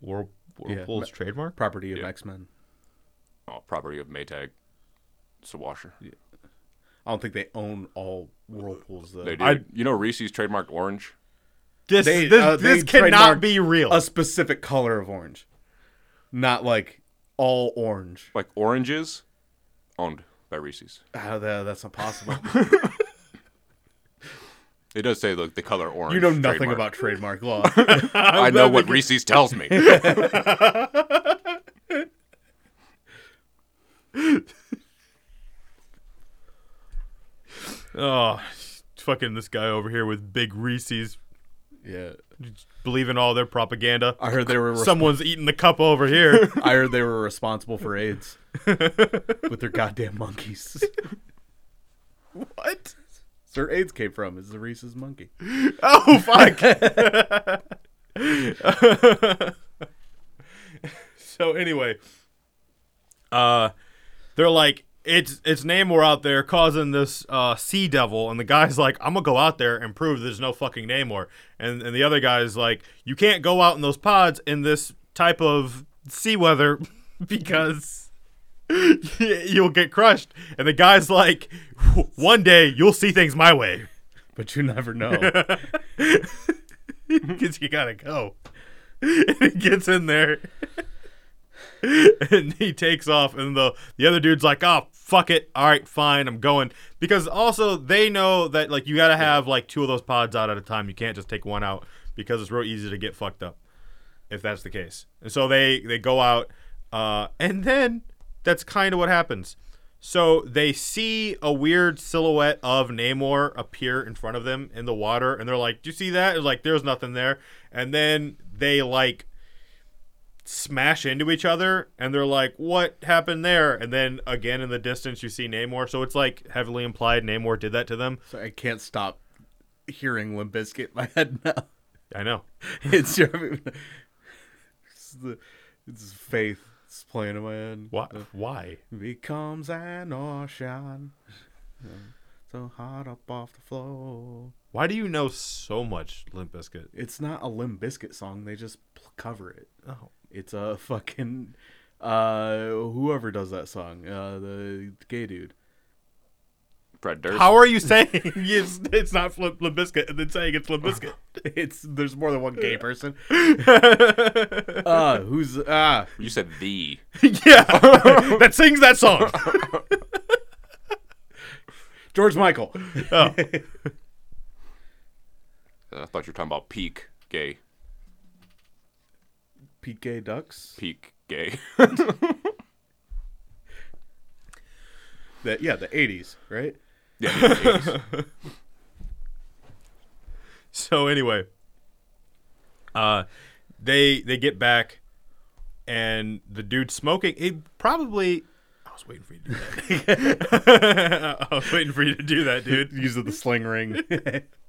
Whirl, whirlpool's trademark? Property of Yeah. X Men. Oh, property of Maytag. It's a washer. I don't think they own all whirlpools though. They do. I- you know Reese's trademarked orange? This They- this, uh, this they cannot trademarked be real. a specific color of orange, not like all orange. Like oranges owned by Reese's. Ah, that- that's not possible. It does say look the color orange. you know nothing trademark. about trademark law. I know what Reese's tells me. It's oh, fucking this guy over here with big Reese's yeah, believing all their propaganda. I heard they were. Res- Someone's eating the cup over here. I heard they were responsible for AIDS with their goddamn monkeys. what? It's where AIDS came from. Is the Reese's monkey? Oh fuck. so anyway, uh they're like it's it's Namor out there causing this uh sea devil and the guy's like I'm going to go out there and prove there's no fucking Namor. And and the other guy's like you can't go out in those pods in this type of sea weather because you'll get crushed. And the guy's like one day you'll see things my way. But you never know. because you gotta go. And he gets in there, and he takes off, and the the other dude's like, "Oh fuck it. All right, fine. I'm going because also they know that like you got to have like two of those pods out at a time. You can't just take one out because it's real easy to get fucked up if that's the case. And so they they go out, uh, and then that's kind of what happens. So they see a weird silhouette of Namor appear in front of them in the water, and they're like, "Do you see that?" It's like there's nothing there, and then they like smash into each other, and they're like, "What happened there?" And then again in the distance, you see Namor. So it's like heavily implied Namor did that to them. So I can't stop hearing Limp Bizkit in my head now. I know. It's your, it's, the, it's faith. It's playing in my head. Uh, Why? Why? Becomes an ocean, so hot up off the floor. Why do you know so much Limp Bizkit? It's not a Limp Bizkit song. They just pl- cover it. Oh, It's a fucking uh whoever does that song, uh the gay dude. Fred Durst. How are you saying it's, it's not Flip Limp Bizkit and then saying it's Limp Bizkit? It's there's more than one gay person. uh who's ah you said the. yeah, that sings that song. George Michael. Oh. Uh, I thought you were talking about peak gay. Pete Gay Ducks. Peak gay. That yeah, the 80s, right? yeah. So anyway, uh, they they get back, and the dude smoking. It probably. I was waiting for you to do that. I was waiting for you to do that, dude. Use of the sling ring.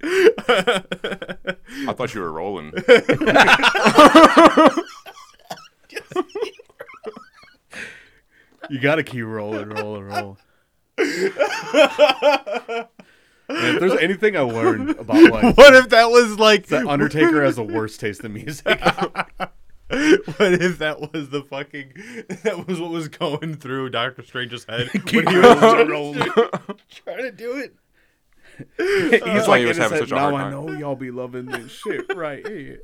I thought you were rolling. you gotta keep rolling, rolling, rolling. Man, if there's anything I learned about like What if that was like the Undertaker has the worst taste in music. What if that was the fucking that was what was going through Doctor Strange's head when he was trying to do it. He's why he was having innocent, such a now hard I time." know y'all be loving this shit right here.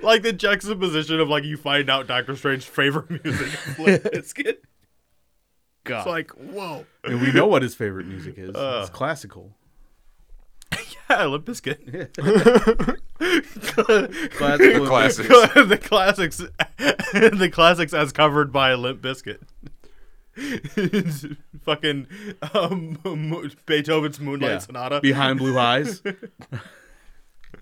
like the juxtaposition of like you find out Doctor Strange's favorite music is Limp Bizkit. God. It's like whoa, and we know what his favorite music is. it's classical. yeah, Limp Bizkit. Classical. Classics. the classics, the classics as covered by Limp Bizkit. It's fucking um, Mo- Beethoven's Moonlight Yeah. Sonata. Behind Blue Eyes.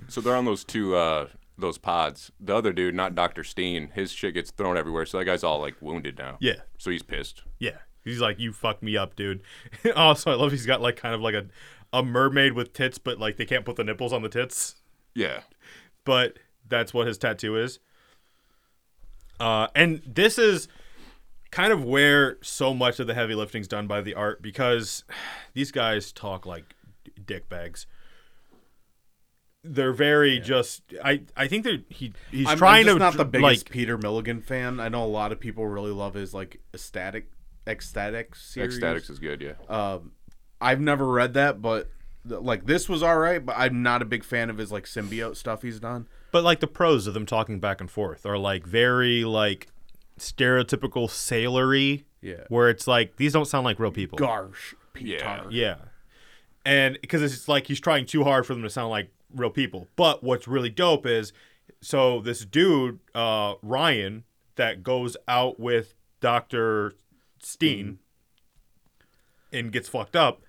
So they're on those two uh those pods. The other dude, not Doctor Steen, his shit gets thrown everywhere. So that guy's all like wounded now. Yeah. So he's pissed. Yeah. He's like, you fuck me up, dude. also, I love he's got like kind of like a, a mermaid with tits, but like they can't put the nipples on the tits. Yeah. But that's what his tattoo is. Uh, and this is kind of where so much of the heavy lifting's done by the art because these guys talk like dick bags. They're very just. I I think they're he he's I'm, trying to I'm just not the tr- biggest like Peter Milligan fan. I know a lot of people really love his like ecstatic, ecstatic series. Ecstatics is good. Yeah. Uh, I've never read that, but th- like this was all right. But I'm not a big fan of his like symbiote stuff he's done. But like the prose of them talking back and forth are like very like stereotypical sailory. Yeah. Where it's like these don't sound like real people. Garsh, Peter. Yeah. Yeah. And because it's like he's trying too hard for them to sound like real people. But what's really dope is so this dude, uh, Ryan, that goes out with Dr. Steen and gets fucked up,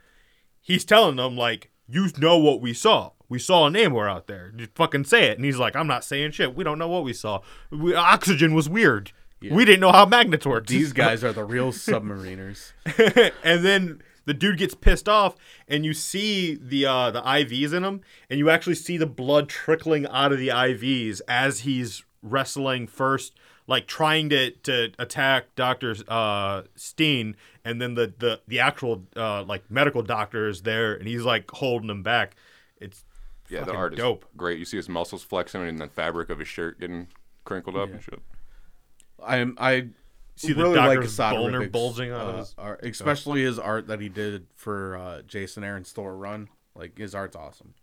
he's telling them, like, you know what we saw. We saw a Namor out there. Just fucking say it. And he's like, I'm not saying shit. We don't know what we saw. We, oxygen was weird. We didn't know how magnets worked. These guys are the real submariners. and then the dude gets pissed off, and you see the uh, the IVs in him, and you actually see the blood trickling out of the IVs as he's wrestling first, like trying to to attack Doctor uh, Steen, and then the the the actual uh, like medical doctor is there, and he's like holding him back. It's Yeah. The fucking art is dope. great. You see his muscles flexing and the fabric of his shirt getting crinkled up and shit. I'm I See the really like doctor's boner Asadoric's, bulging out of uh, his- art, especially his art that he did for uh, Jason Aaron's Thor run. Like his art's awesome.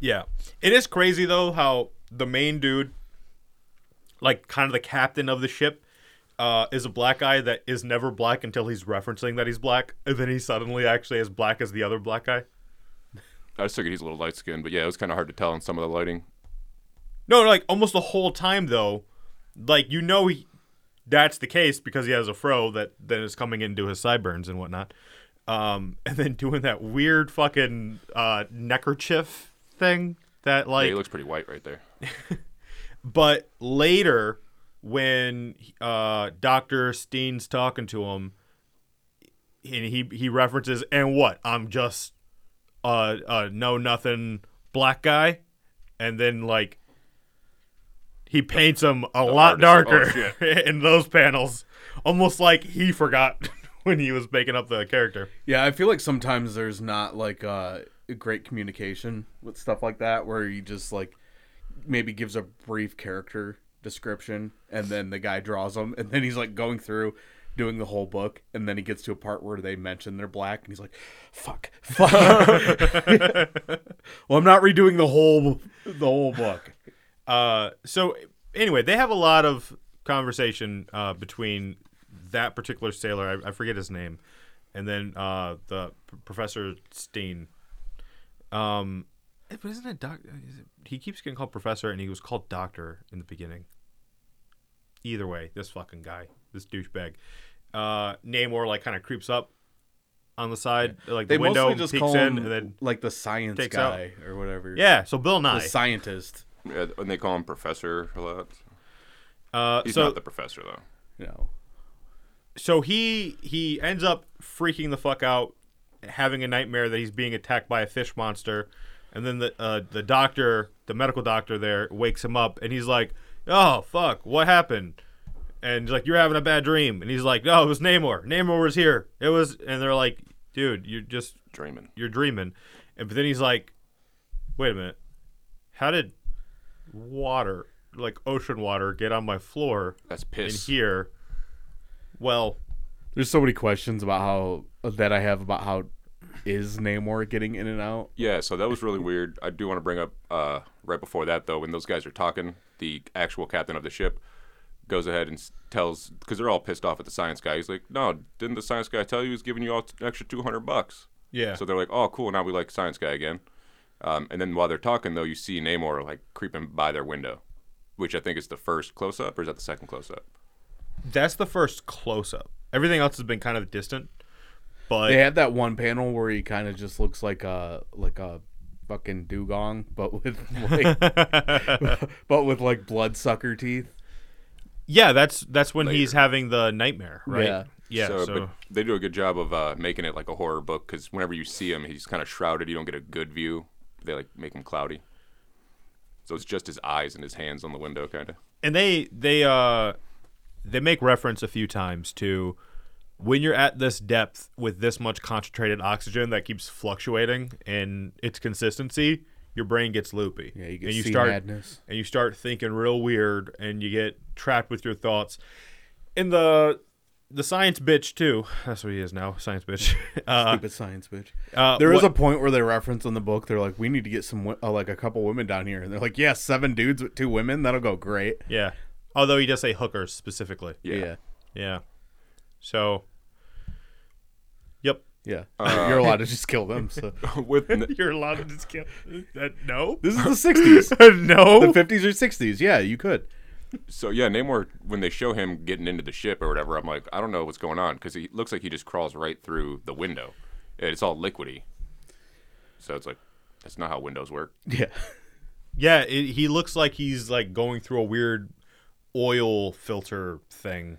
Yeah. It is crazy though how the main dude like kind of the captain of the ship uh, is a black guy that is never black until he's referencing that he's black, and then he's suddenly actually as black as the other black guy. I just figured he's a little light skinned, but yeah, it was kind of hard to tell in some of the lighting. No, like almost the whole time though, like you know he, that's the case because he has a fro that then is coming into his sideburns and whatnot, um, and then doing that weird fucking uh, neckerchief thing that Yeah, like he looks pretty white right there. but later, when uh, Doctor Steen's talking to him, and he he references, and what? I'm just a, a know nothing black guy, and then like he paints him a lot artist- darker in those panels, almost like he forgot when he was making up the character. Yeah, I feel like sometimes there's not like uh, great communication with stuff like that, where he just like maybe gives a brief character description, and then the guy draws them, and then he's like going through doing the whole book, and then he gets to a part where they mention they're black, and he's like, "Fuck, fuck." well, I'm not redoing the whole the whole book. Uh, so anyway, they have a lot of conversation uh, between that particular sailor, I, I forget his name, and then uh, the P- Professor Steen. Um, eh, but isn't it doctor? Is it, he keeps getting called Professor, and he was called Doctor in the beginning. Either way, this fucking guy, this douchebag, uh, Namor like kind of creeps up on the side, like They the window, mostly just peeks call in, him and then like the science takes out- guy or whatever. yeah. So Bill the Nye. scientist. Yeah, and they call him Professor a lot. uh, He's so not the professor though. You know, so he he ends up freaking the fuck out, having a nightmare that he's being attacked by a fish monster, and then the uh, the doctor, the medical doctor there, wakes him up, and he's like, "Oh fuck, what happened?" And he's like, "You're having a bad dream," and he's like, "No, it was Namor. Namor was here. It was," and they're like, "Dude, you're just Dreaming. you're dreaming," and but then he's like, "Wait a minute, how did water, like ocean water, get on my floor That's in piss. here?" Well, There's so many questions about how that I have about how is Namor getting in and out. Yeah, so that was really weird. I do want to bring up uh, right before that though, when those guys are talking, the actual captain of the ship goes ahead and s- tells because they're all pissed off at the science guy. He's like, "No, didn't the science guy tell you he was giving you all t- an extra two hundred bucks?" Yeah. So they're like, "Oh, cool. Now we like science guy again." Um, and then while they're talking though, you see Namor like creeping by their window, which I think is the first close up, or is that the second close up? that's the first close up. Everything else has been kind of distant, but They had that one panel where he kind of just looks like a like a fucking dugong, but with like, but with like bloodsucker teeth. yeah, that's that's when he's having the nightmare, right? Yeah. yeah so, So, But they do a good job of uh, making it like a horror book because whenever you see him, he's kind of shrouded. You don't get a good view. They like make him cloudy. So it's just his eyes and his hands on the window, kind of. and they they uh they make reference a few times to when you're at this depth with this much concentrated oxygen that keeps fluctuating in its consistency, your brain gets loopy. Yeah, you get and you sea start madness. and you start thinking real weird and you get trapped with your thoughts. And the the science bitch too. That's what he is now, science bitch. Uh, Stupid science bitch. uh, There was what- a point where they reference in the book. They're like, "We need to get some wo- uh, like a couple women down here," and they're like, "Yeah, seven dudes with two women. That'll go great." Yeah. Although he does say hookers specifically. Yeah. Yeah. So. Yep. yeah. You're allowed to just kill them. So With n- You're allowed to just kill. That, no. this is the '60s. no. The 50s or 60s, yeah, you could. so yeah, Namor when they show him getting into the ship or whatever, I'm like, I don't know what's going on because he looks like he just crawls right through the window. And It's all liquidy. So it's like that's not how windows work. Yeah. yeah, it, he looks like he's like going through a weird oil filter thing.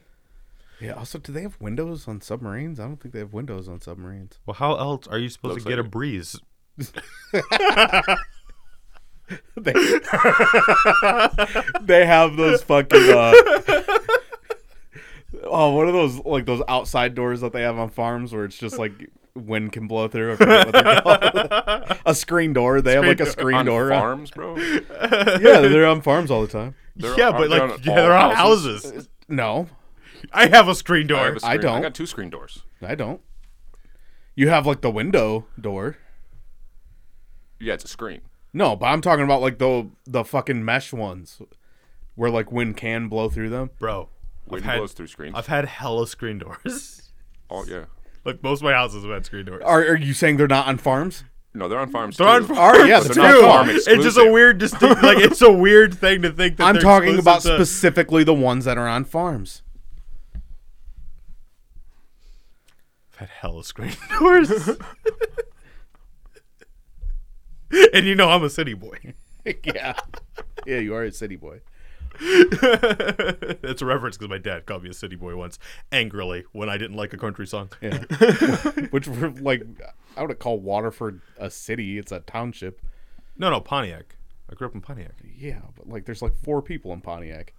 Yeah. Also, do they have windows on submarines? I don't think they have windows on submarines. Well, how else are you supposed Looks to get like a it. breeze? They, they have those fucking. Uh, oh, one of those like those outside doors that they have on farms where it's just like wind can blow through. I forget what they're called. a screen door. They have like a screen on door. farms, bro. Yeah, they're on farms all the time. They're yeah, on- but they're like on yeah, all they're on houses. houses. No, I have a screen I, door. have a I screen- don't. I got two screen doors. I don't. You have like the window door. Yeah, it's a screen. No, but I'm talking about like the the fucking mesh ones, where like wind can blow through them. Bro, Wind had- blows through screens. I've had hella screen doors. oh yeah. like most of my houses have had screen doors. Are, are you saying they're not on farms? No, they're on farms. They're on too. farms, Are- yes, But too. they're not farm it's exclusive. just a weird distinct. like it's a weird thing to think that I'm they're talking exclusive about to- specifically the ones that are on farms. I've had hella screen doors. and you know I'm a city boy. yeah. Yeah, you are a city boy. That's a reference because my dad called me a city boy once angrily when I didn't like a country song. Yeah. Which were like I would call Waterford a city. It's a township. No, no, Pontiac. I grew up in Pontiac. Yeah, but like there's like four people in Pontiac.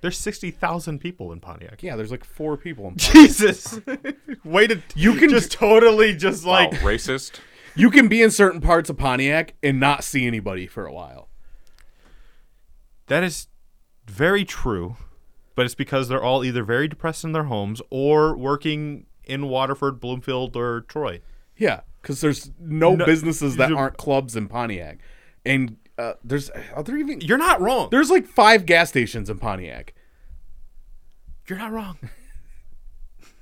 There's sixty thousand people in Pontiac. Yeah, there's like four people. In Jesus, way to you can- just totally just Wow, like Oh, racist. you can be in certain parts of Pontiac and not see anybody for a while. That is very true, but it's because they're all either very depressed in their homes or working in Waterford, Bloomfield, or Troy. Yeah, because there's no, No, businesses that you- aren't clubs in Pontiac, and uh, there's are there even You're not wrong. there's like five gas stations in Pontiac. You're not wrong.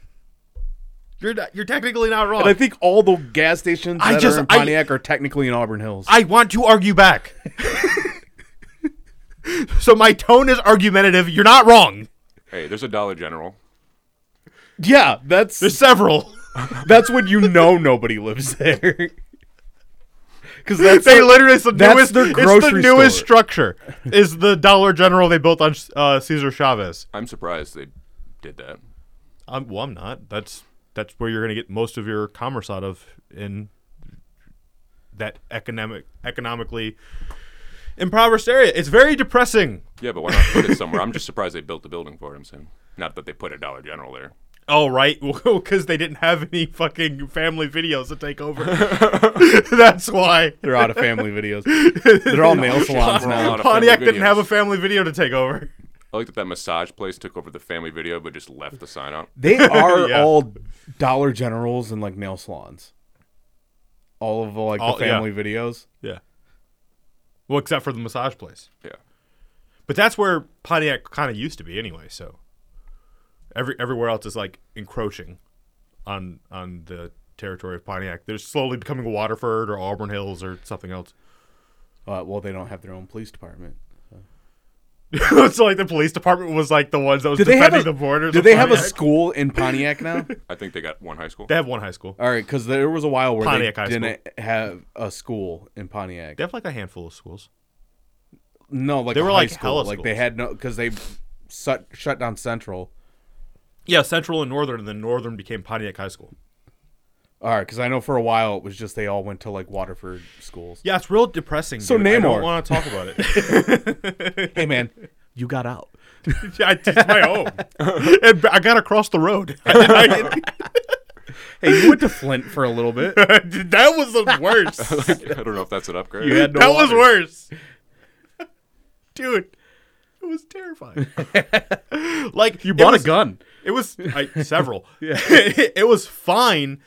you're not, you're technically not wrong. And I think all the gas stations Oh. I that just- are in I- Pontiac are technically in Auburn Hills. I want to argue back. so my tone is argumentative. You're not wrong. Hey, there's a Dollar General. yeah, that's There's several. that's when you know nobody lives there. Because that's They the- literally it's the that's newest. their it's the grocery newest store. structure. Is the Dollar General they built on uh, Cesar Chavez? I'm surprised they did that. I'm, Um, well, I'm not. That's that's where you're going to get most of your commerce out of in that economic economically impoverished area. It's very depressing. Yeah, but why not put it somewhere? I'm just surprised they built the building for it. I'm saying, not that they put a Dollar General there. Oh right, because they didn't have any fucking family videos to take over. That's why. they're out of family videos. They're all nail salons We're all now. out of Pontiac family didn't have a videos. family video to take over. I like that that massage place took over the family video, but just left the sign out. They are Yeah. all Dollar Generals and like nail salons. All of like All- the yeah. family videos. Yeah. Well, except for the massage place. Yeah. But that's where Pontiac kind of used to be anyway. So every everywhere else is like encroaching on on the territory of Pontiac. They're slowly becoming Waterford or Auburn Hills or something else. Uh, well, they don't have their own police department. so like the police department was like the ones that was Do they defending have a, the borders. do of they have a Pontiac. school in Pontiac now? I think they got one high school. They have one high school. All right, because there was a while where Pontiac they High School. didn't have a school in Pontiac. They have like a handful of schools. No, like They a were high like school. hella like they schools. had no because they shut shut down Central. Yeah, Central and Northern, and then Northern became Pontiac High School. All right, because I know for a while it was just they all went to like Waterford schools. Yeah, it's real depressing. So dude. I don't Namor. want to talk about it. Hey man, you got out. I did my home. and I got across the road. I- Hey, you went to Flint for a little bit. I- that was the worst. I don't know if that's an upgrade. You had no that was water. worse. Dude, it was terrifying. like you Bought a gun. It was I, several. it was fine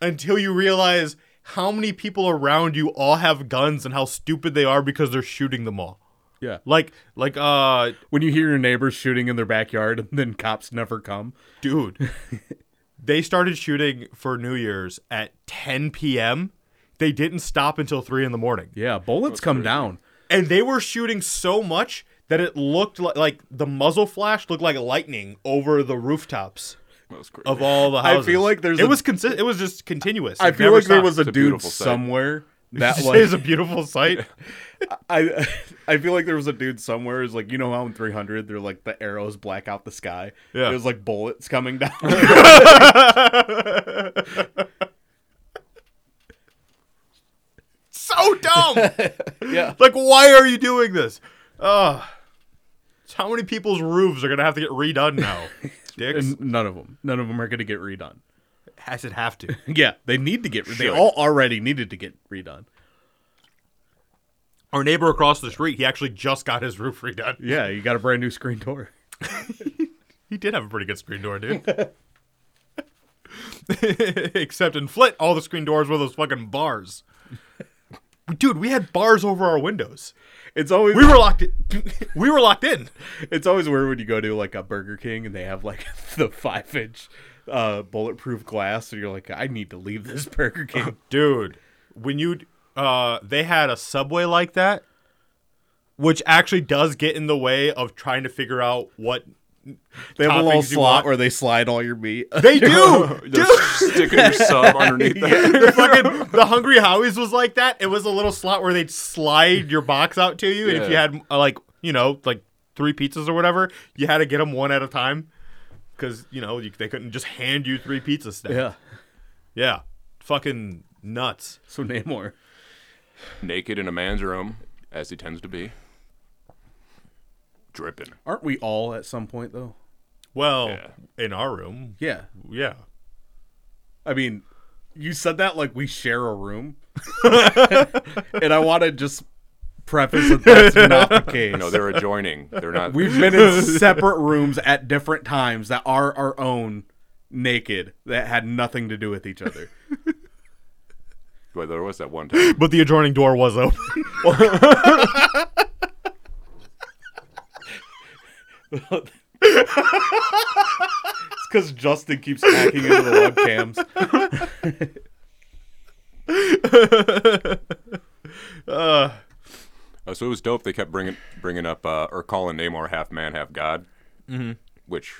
until you realize how many people around you all have guns and how stupid they are because they're shooting them all. Yeah. Like like uh When you hear your neighbors shooting in their backyard and then cops never come. dude. they started shooting for New Year's at 10 p.m. They didn't stop until 3 in the morning. Yeah, bullets come down. and they were shooting so much that it looked like, like the muzzle flash looked like lightning over the rooftops That was crazy. of all the I houses. feel like there's it a- was consi- it was just continuous. I It feel never like there stopped. was a It's a dude beautiful sight. somewhere Did that you say was it's a beautiful sight. I I feel like there was a dude somewhere who's like, you know how in 300 they're like the arrows black out the sky. Yeah. It was like bullets coming down. so dumb. yeah. like why are you doing this? Ugh. So how many people's roofs are gonna have to get redone now? Dicks And none of them. None of them are going to get redone. has it have to. Yeah, they need to get. They Should. all already needed to get redone. Our neighbor across the street, he actually just got his roof redone. Yeah, you got a brand new screen door. He did have a pretty good screen door, dude. Except in Flint, all the screen doors were those fucking bars. dude, we had bars over our windows. It's always We were locked. In, we were locked in. it's always weird when you go to like a Burger King and they have like the five inch uh, bulletproof glass, and you're like, I need to leave this Burger King. dude when you uh they had a subway like that which actually does get in the way of trying to figure out what They have a little Toppings you slot want. where they slide all your meat. they do Just sticking your sub underneath that. the fucking the hungry howies was like that it was a little slot where they'd slide your box out to you and if you Yeah. had uh, like you know like three pizzas or whatever you had to get them one at a time because you know you, they couldn't just hand you three pizzas stacked. yeah. yeah fucking nuts So Namor. Naked in a man's room, as he tends to be. Dripping. Aren't we all at some point though? well Yeah. in our room Yeah. yeah I mean, you said that like we share a room, and I want to just preface that that's not the case. No, they're adjoining. They're not. We've been in separate rooms at different times that are our own, naked, that had nothing to do with each other. Well, there was that one time. but the adjoining door was open It's because Justin keeps hacking into the webcams. Uh, so it was dope. They kept bringing bringing up uh, or calling Namor half man, half god, mm-hmm. which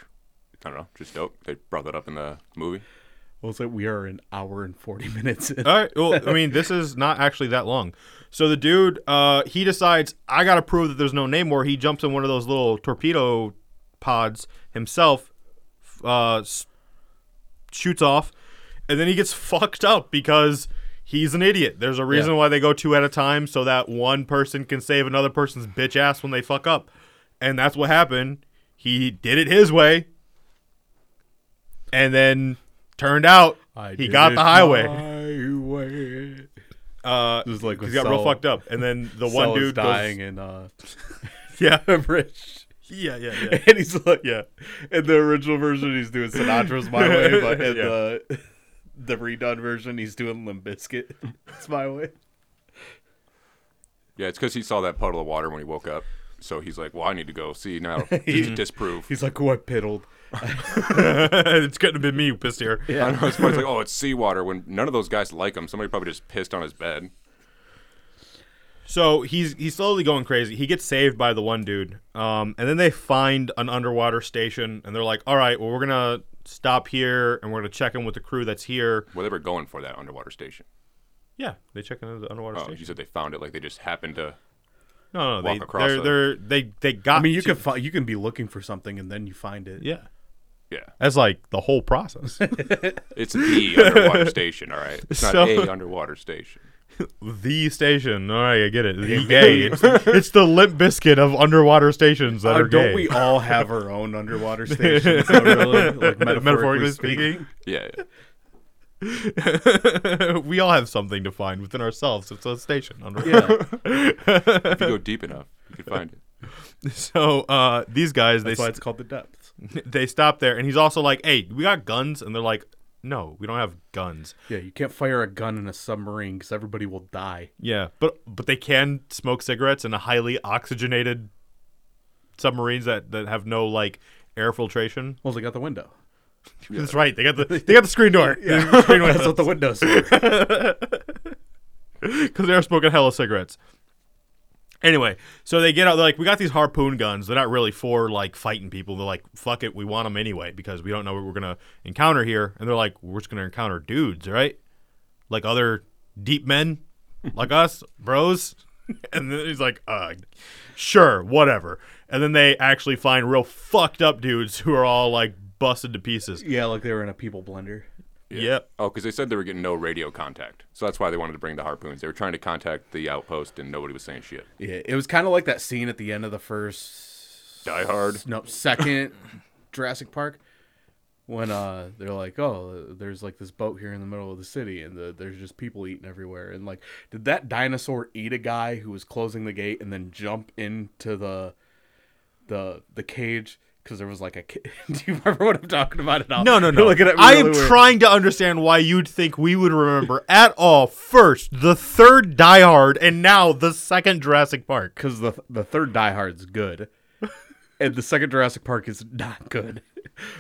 I don't know, just dope. They brought that up in the movie. Well, it's like we are an hour and forty minutes. In. All right. Well, I mean, this is not actually that long. So the dude, uh, he decides I gotta prove that there's no Namor. He jumps in one of those little torpedo pods himself, f- uh, s- shoots off, and then he gets fucked up because he's an idiot. There's a reason why they go two at a time so that one person can save another person's bitch ass when they fuck up, and that's what happened. He did it his way, and then turned out he got the highway. highway. Uh, This is like he when got real Saul- fucked up, and then the Saul one is dude goes- dying in uh, yeah, Rich. yeah, yeah, yeah. And he's like, yeah. In the original version, he's doing Sinatra's My Way, but in Yeah. the the redone version, he's doing Limp Bizkit. It's My Way. Yeah, it's because he saw that puddle of water when he woke up. So he's like, "Well, I need to go see now. He- Just disprove." He's like, oh, I piddled. it's couldn't have been me who pissed here. I know it's funny, it's like, "Oh, it's seawater." When none of those guys like him, somebody probably just pissed on his bed. So he's he's slowly going crazy. He gets saved by the one dude, um, and then they find an underwater station, and they're like, "All right, well, we're gonna stop here, and we're gonna check in with the crew that's here." Well, they were going for that underwater station. Yeah, they check into the underwater Oh, you station. said they found it like they just happened to. No, no, they Walk across they're, it. they're they they got. I mean, you to- can fi- you can be looking for something and then you find it. yeah. Yeah, That's like the whole process. it's the underwater station. All right, it's not So- a underwater station. the station. All right, I get it. The gay. It's, it's the limp biscuit of underwater stations that Uh, are don't gay. we all have our own underwater stations? though, really? Like, metaphorically, Metaphorically speaking. speaking. Yeah, yeah. we all have something to find within ourselves. It's a station. Under- Yeah. if you go deep enough, you can find it. So uh, these guys, they That's why it's called the depths. they stop there, and he's also like, "Hey, we got guns," and they're like, "No, we don't have guns." Yeah, you can't fire a gun in a submarine because everybody will die. Yeah, but but they can smoke cigarettes in a highly oxygenated submarines that that have no like air filtration. Well, they got the window. That's right. They got the they got the screen door. That's what the windows were. because they were smoking hella cigarettes. Anyway, so they get out. They're like, we got these harpoon guns. They're not really for like fighting people. They're like, fuck it, we want them anyway because we don't know what we're gonna encounter here. And they're like, we're just gonna encounter dudes, right? Like other deep men, like us, bros. And then he's like, uh, sure, whatever. And then they actually find real fucked up dudes who are all like busted to pieces. yeah, like they were in a people blender. Yep. Oh, because they said they were getting no radio contact, so that's why they wanted to bring the harpoons. They were trying to contact the outpost, and nobody was saying shit. Yeah, it was kind of like that scene at the end of the first, Die Hard. no, second Jurassic Park, when uh they're like, oh, there's like this boat here in the middle of the city, and the, there's just people eating everywhere, and like, did that dinosaur eat a guy who was closing the gate and then jump into the the the cage? 'Cause because there was like a. Kid. Do you remember what I'm talking about at all? No, no, You're no. looking at me I am really weird. trying to understand why you'd think we would remember at all first the third Die Hard and now the second Jurassic Park. because the the third Die Hard's good, and the second Jurassic Park is not good.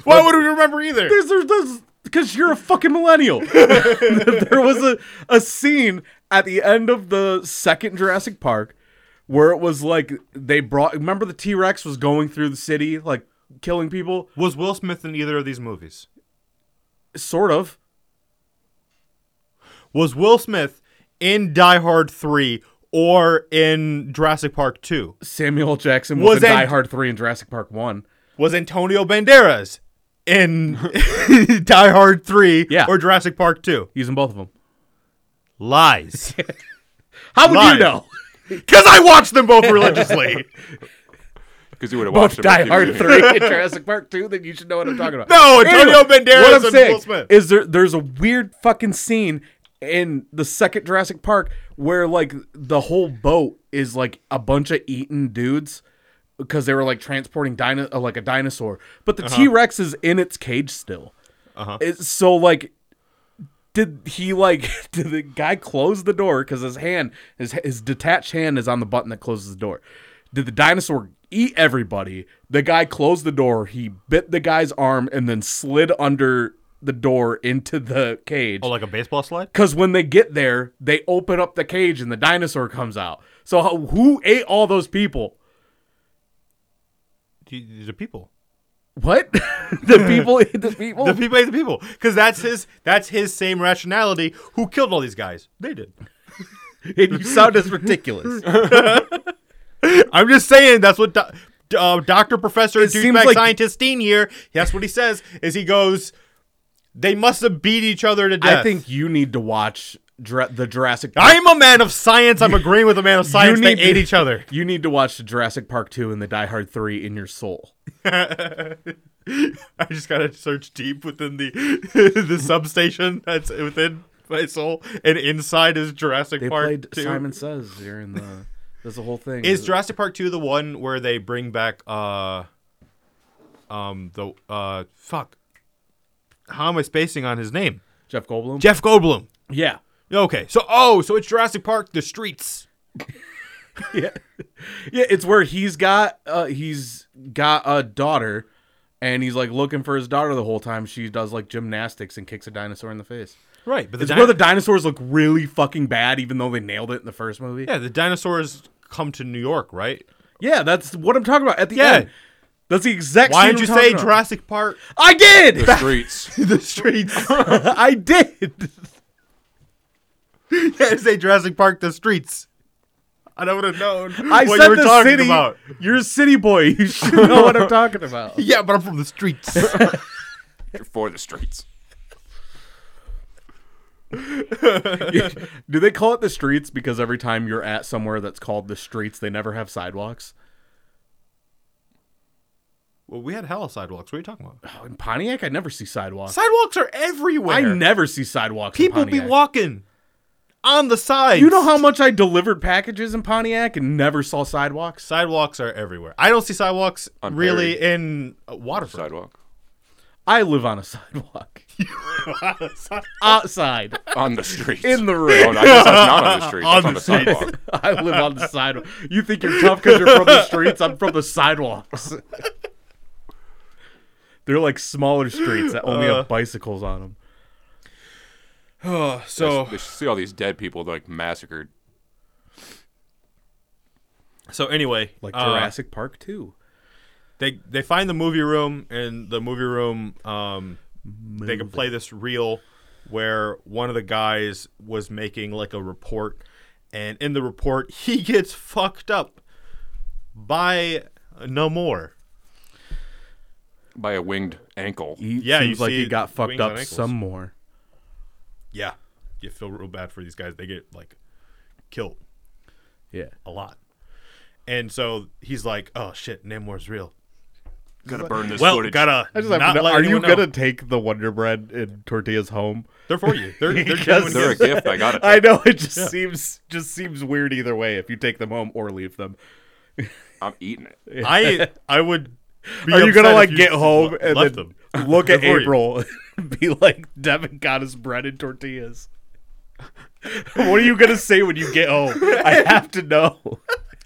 Why would we remember either? Because there's those because you're a fucking millennial. there was a, a scene at the end of the second Jurassic Park where it was like they brought remember the T Rex was going through the city like killing people? Was Will Smith in either of these movies? Sort of. Was Will Smith in Die Hard 3 or in Jurassic Park 2? Samuel L. Jackson was, Was in Die Ant- Hard Three and Jurassic Park One. Was Antonio Banderas in Die Hard 3 Yeah. or Jurassic Park 2? Using both of them. Lies. How would Liar. you know? Because I watched them both religiously. because you would have Both watched them Die if you Hard knew. Three and Jurassic Park Two, then you should know what I'm talking about. No, Antonio Banderas what I'm and saying Will Smith. Is there there's a weird fucking scene in the second Jurassic Park where like the whole boat is like a bunch of eaten dudes because they were like transporting dino- uh, like a dinosaur, but Uh-huh. the T Rex is in its cage still. Uh-huh. so like did he like did the guy close the door because his hand his his detached hand is on the button that closes the door did the dinosaur eat everybody the guy closed the door he bit the guy's arm and then slid under the door into the cage oh, like a baseball slide? because when they get there they open up the cage and the dinosaur comes out so how, who ate all those people These are people. what the people ate the people The people ate the people because that's his that's his same rationality. Who killed all these guys? They did. and you sound as ridiculous I'm just saying that's what doc- uh, Doctor Professor It Douchebag seems like- Scientist Dean here. That's what he says. Is he goes, they must have beat each other to death. i think you need to watch Dra- the Jurassic Park I'm a man of science. I'm agreeing with a man of science. They need ate to- each other. You need to watch the Jurassic Park 2 and the Die Hard 3 in your soul. I just gotta search deep within the the substation that's within my soul, and inside is Jurassic They Park. played 2. Simon Says during the there's a whole thing. Is Jurassic Park two the one where they bring back uh um the uh fuck how am I spacing on his name? Jeff Goldblum? Jeff Goldblum. yeah. Okay, so oh, so it's Jurassic Park: The Streets. Yeah. Yeah, it's where he's got uh he's got a daughter and he's like looking for his daughter the whole time. She does like gymnastics and kicks a dinosaur in the face. Right, but the It's di- where the dinosaurs look really fucking bad even though they nailed it in the first movie. yeah the dinosaurs come to New York, right? Yeah, that's what I'm talking about at the Yeah. end. That's the exact Why scene did you I'm talking say about. Jurassic Park: I did. The streets. The Streets? I did. you had to say Jurassic Park: The Streets. I don't would have known I what said you were the talking city. about. You're a city boy. You should know what I'm talking about. Yeah, but I'm from the streets. You're for the streets. Do they call it the streets because every time you're at somewhere that's called the streets, they never have sidewalks? well, we had hell sidewalks. What are you talking about? Oh, in Pontiac, I never see sidewalks. Sidewalks are everywhere. I never see sidewalks. in People be Pontiac. walking on the sides. You know how much I delivered packages in Pontiac and never saw sidewalks. sidewalks are everywhere. I don't see sidewalks On really in uh, Waterford. Sidewalk. I live on a sidewalk. Outside, On the streets. in the Oh, rain. no, I guess that's not on the streets. On that's on the the sidewalk. I live on the sidewalk. You think you're tough because you're from the streets? I'm from the sidewalks. They're like smaller streets that only Uh. have bicycles on them. Oh, so They see all these dead people like massacred. so anyway, Like uh, Jurassic Park 2. they they find the movie room and the movie room um they could play this reel where one of the guys was making like a report and in the report he gets fucked up by no more. by a winged ankle. He Yeah, you seems like see he got wings fucked on up ankles. some more. Yeah. You feel real bad for these guys. They get like killed. Yeah. a lot. And so he's like, "Oh shit, Namor's real." Gotta burn this Well, footage. gotta not let are you anyone know. gonna take the Wonder Bread and tortillas home? They're for you. They're they're doing Because- They're a good. gift. I got it. I know it just seems just seems weird either way if you take them home or leave them. I'm eating it. I I would be Are you upset gonna if like you get s- home and left then them. look at Before you. April and be like, Devin got his bread and tortillas? what are you gonna say when you get home? I have to know.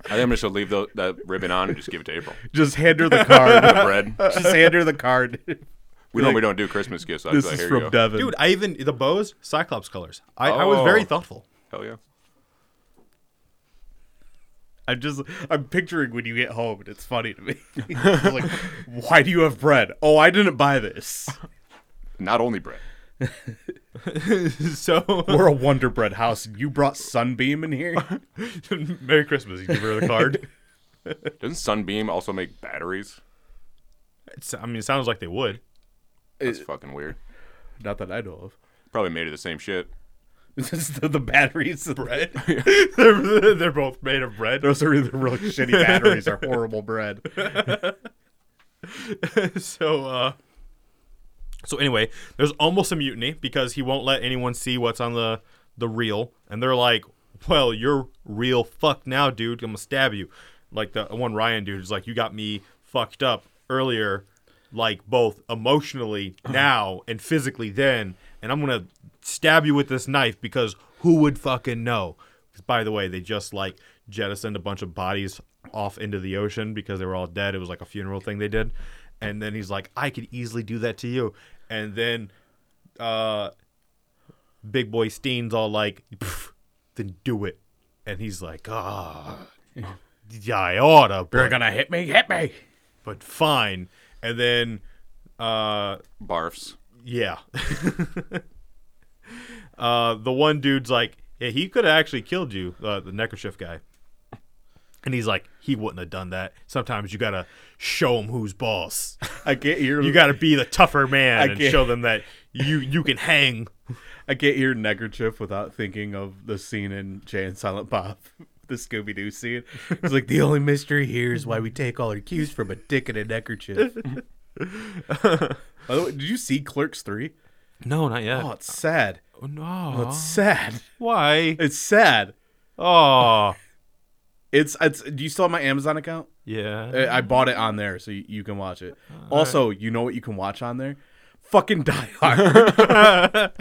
I think I'm just gonna leave tho- that ribbon on and just give it to April. Just hand her the card. Bread. Just hand her the card. We normally don't do Christmas gifts. So I was This like, is here you from go. Devin. Dude, I even the bows, Cyclops colors. I, I was very Oh. thoughtful. Hell yeah. I'm just I'm picturing when you get home, and it's funny to me. It's like, why do you have bread? Oh, I didn't buy this. Not only bread. so We're a Wonder Bread house, and you brought Sunbeam in here. Merry Christmas. You give her the card. Doesn't Sunbeam also make batteries? it's, I mean, it sounds like they would. That's fucking weird. Not that I know of. Probably made of the same shit. It's just the, the batteries. Bread. they're, they're both made of bread. Those are the real shitty batteries. Are horrible bread. so uh so anyway there's almost a mutiny because he won't let anyone see what's on the the reel and they're like well you're real fucked now dude i'm gonna stab you like the one ryan dude is like you got me fucked up earlier like both emotionally now and physically then and i'm gonna stab you with this knife because who would fucking know 'Cause by the way they just like jettisoned a bunch of bodies off into the ocean because they were all dead it was like a funeral thing they did and then he's like i could easily do that to you and then uh big boy steen's all like "Pff, then do it and he's like ah yeah i oughta You're but, gonna hit me. Hit me. but fine and then uh Barfs. yeah. uh, the one dude's like, yeah, he could have actually killed you, uh, the neckerchief guy. And he's like, he wouldn't have done that. Sometimes you gotta show him who's boss. I can't hear. You gotta be the tougher man and can't- show them that you you can hang. I can't hear neckerchief without thinking of the scene in Jay and Silent Bob, the Scooby Doo scene. It's like the only mystery here is why we take all our cues from a dick and a neckerchief. By the way, did you see Clerks Three? No, not yet. Oh, it's sad. no, It's sad. why? It's sad. Oh, It's it's. Do you still have my Amazon account? yeah. Uh, I I bought it on there, so you, you can watch it. Also, you know what you can watch on there? Fucking Die Hard.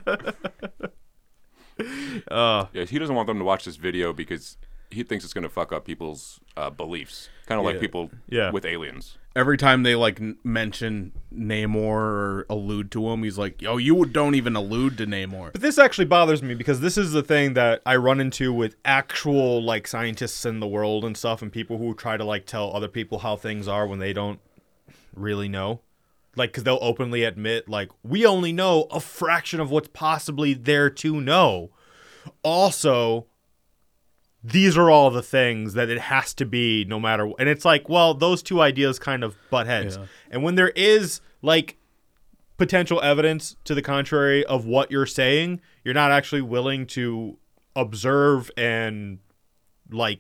Yeah, he doesn't want them to watch this video because he thinks it's gonna fuck up people's uh, beliefs. Kind of like people Yeah. with aliens. Every time they like n- mention Namor or allude to him, he's like, "Yo, you don't even allude to Namor." But this actually bothers me because this is the thing that I run into with actual like scientists in the world and stuff and people who try to like tell other people how things are when they don't really know. Like cuz they'll openly admit like we only know a fraction of what's possibly there to know. Also these are all the things that it has to be no matter and it's like well those two ideas kind of butt heads. And when there is like potential evidence to the contrary of what you're saying, you're not actually willing to observe and like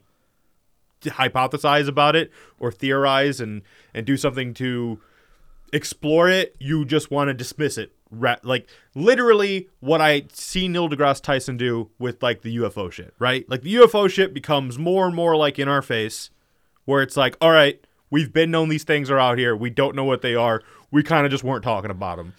t- hypothesize about it or theorize and and do something to explore it. You just want to dismiss it. Ra- like literally what I see Neil deGrasse Tyson do with like the UFO shit, right? Like the UFO shit becomes more and more like in our face where it's like, all right, we've been known these things are out here. We don't know what they are. We kind of just weren't talking about them.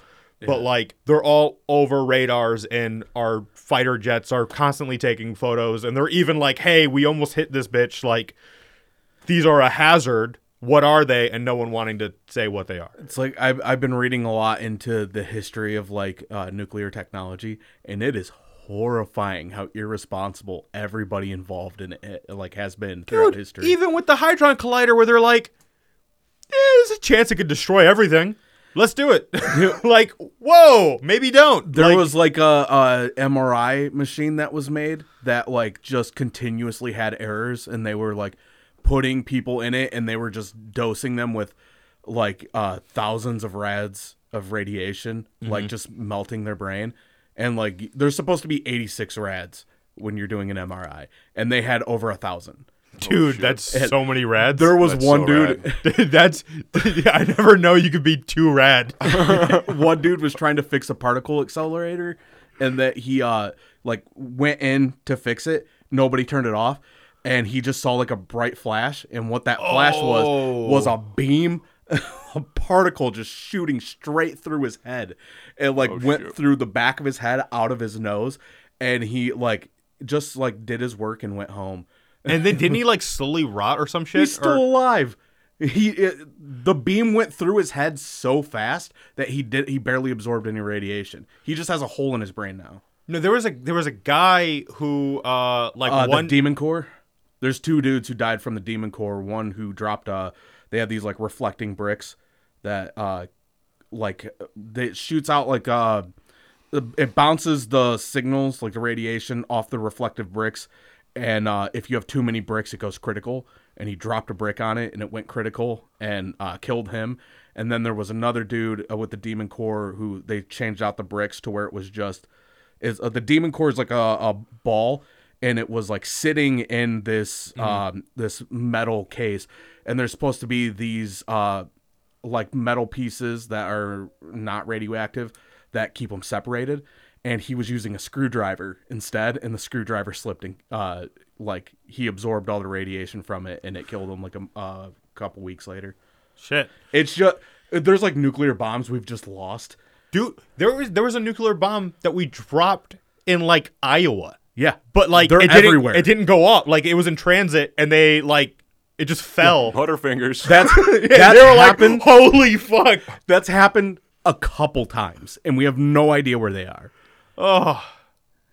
But like they're all over radars, and our fighter jets are constantly taking photos, and they're even like, "Hey, we almost hit this bitch." Like these are a hazard. What are they? And no one wanting to say what they are. It's like I've I've been reading a lot into the history of like uh, nuclear technology, and it is horrifying how irresponsible everybody involved in it like has been throughout Dude, history. even with the Hydron Collider, where they're like, eh, "There's a chance it could destroy everything. Let's do it." like, whoa, maybe don't. There Like- was like a, a MRI machine that was made that like just continuously had errors, and they were like putting people in it, and they were just dosing them with like uh, thousands of rads of radiation, like just melting their brain. And like there's supposed to be 86 rads when you're doing an MRI, and they had over a thousand. dude, that's so many rads. Oh, There was That's one so dude. rad. Dude, that's I never know you could be too rad. one dude was trying to fix a particle accelerator and that he uh like went in to fix it nobody turned it Oh. off and he just saw like a bright flash and what that flash was was a beam a particle just shooting straight through his head. It like Oh, went shoot. through the back of his head out of his nose and he like just like did his work and went home. And then didn't he like slowly rot or some shit? He's still Or- alive. He it, the beam went through his head so fast that he did he barely absorbed any radiation. He just has a hole in his brain now. no, there was a there was a guy who uh like Uh, one the demon core. There's two dudes who died from the demon core. One who dropped. Uh, they had these like reflecting bricks that uh, like they it shoots out like uh, it bounces the signals like the radiation off the reflective bricks, and uh, if you have too many bricks, it goes critical. And he dropped a brick on it, and it went critical and uh, killed him. And then there was another dude uh, with the demon core who they changed out the bricks to where it was just is uh, the demon core is like a, a ball and it was like sitting in this um this metal case and there's supposed to be these uh like metal pieces that are not radioactive that keep them separated and he was using a screwdriver instead and the screwdriver slipped and uh like he absorbed all the radiation from it and it killed him like a uh, couple weeks later shit. it's just there's like nuclear bombs we've just lost Dude, there was there was a nuclear bomb that we dropped in like Iowa. yeah But like They're it didn't, everywhere. It didn't go off. Like it was in transit and they like it just fell. Butterfingers. that's And that's they were happened like, holy fuck. That's happened a couple times, and we have no idea where they are.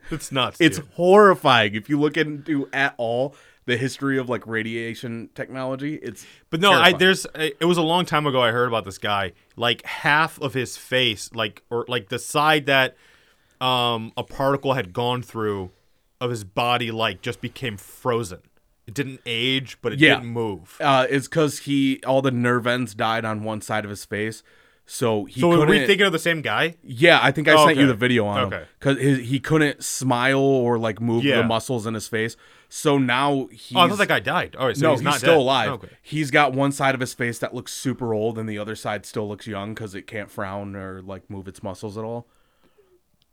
It's nuts. It's dude. horrifying if you look into at all the history of like radiation technology. It's But no, I terrifying. there's I- it was a long time ago I heard about this guy. Like half of his face, like or like the side that um a particle had gone through of his body like just became frozen. It didn't age, but it Yeah. didn't move. uh, it's because he all the nerve ends died on one side of his face, so he So are we couldn't. thinking of the same guy? yeah, I think I Oh, sent you okay. the video on Okay. because he couldn't smile or like move Yeah. the muscles in his face. So now he's Oh, I thought that guy died. All right, so no, he's, he's, not still dead. alive. Okay. He's got one side of his face that looks super old, and the other side still looks young because it can't frown or like move its muscles at all.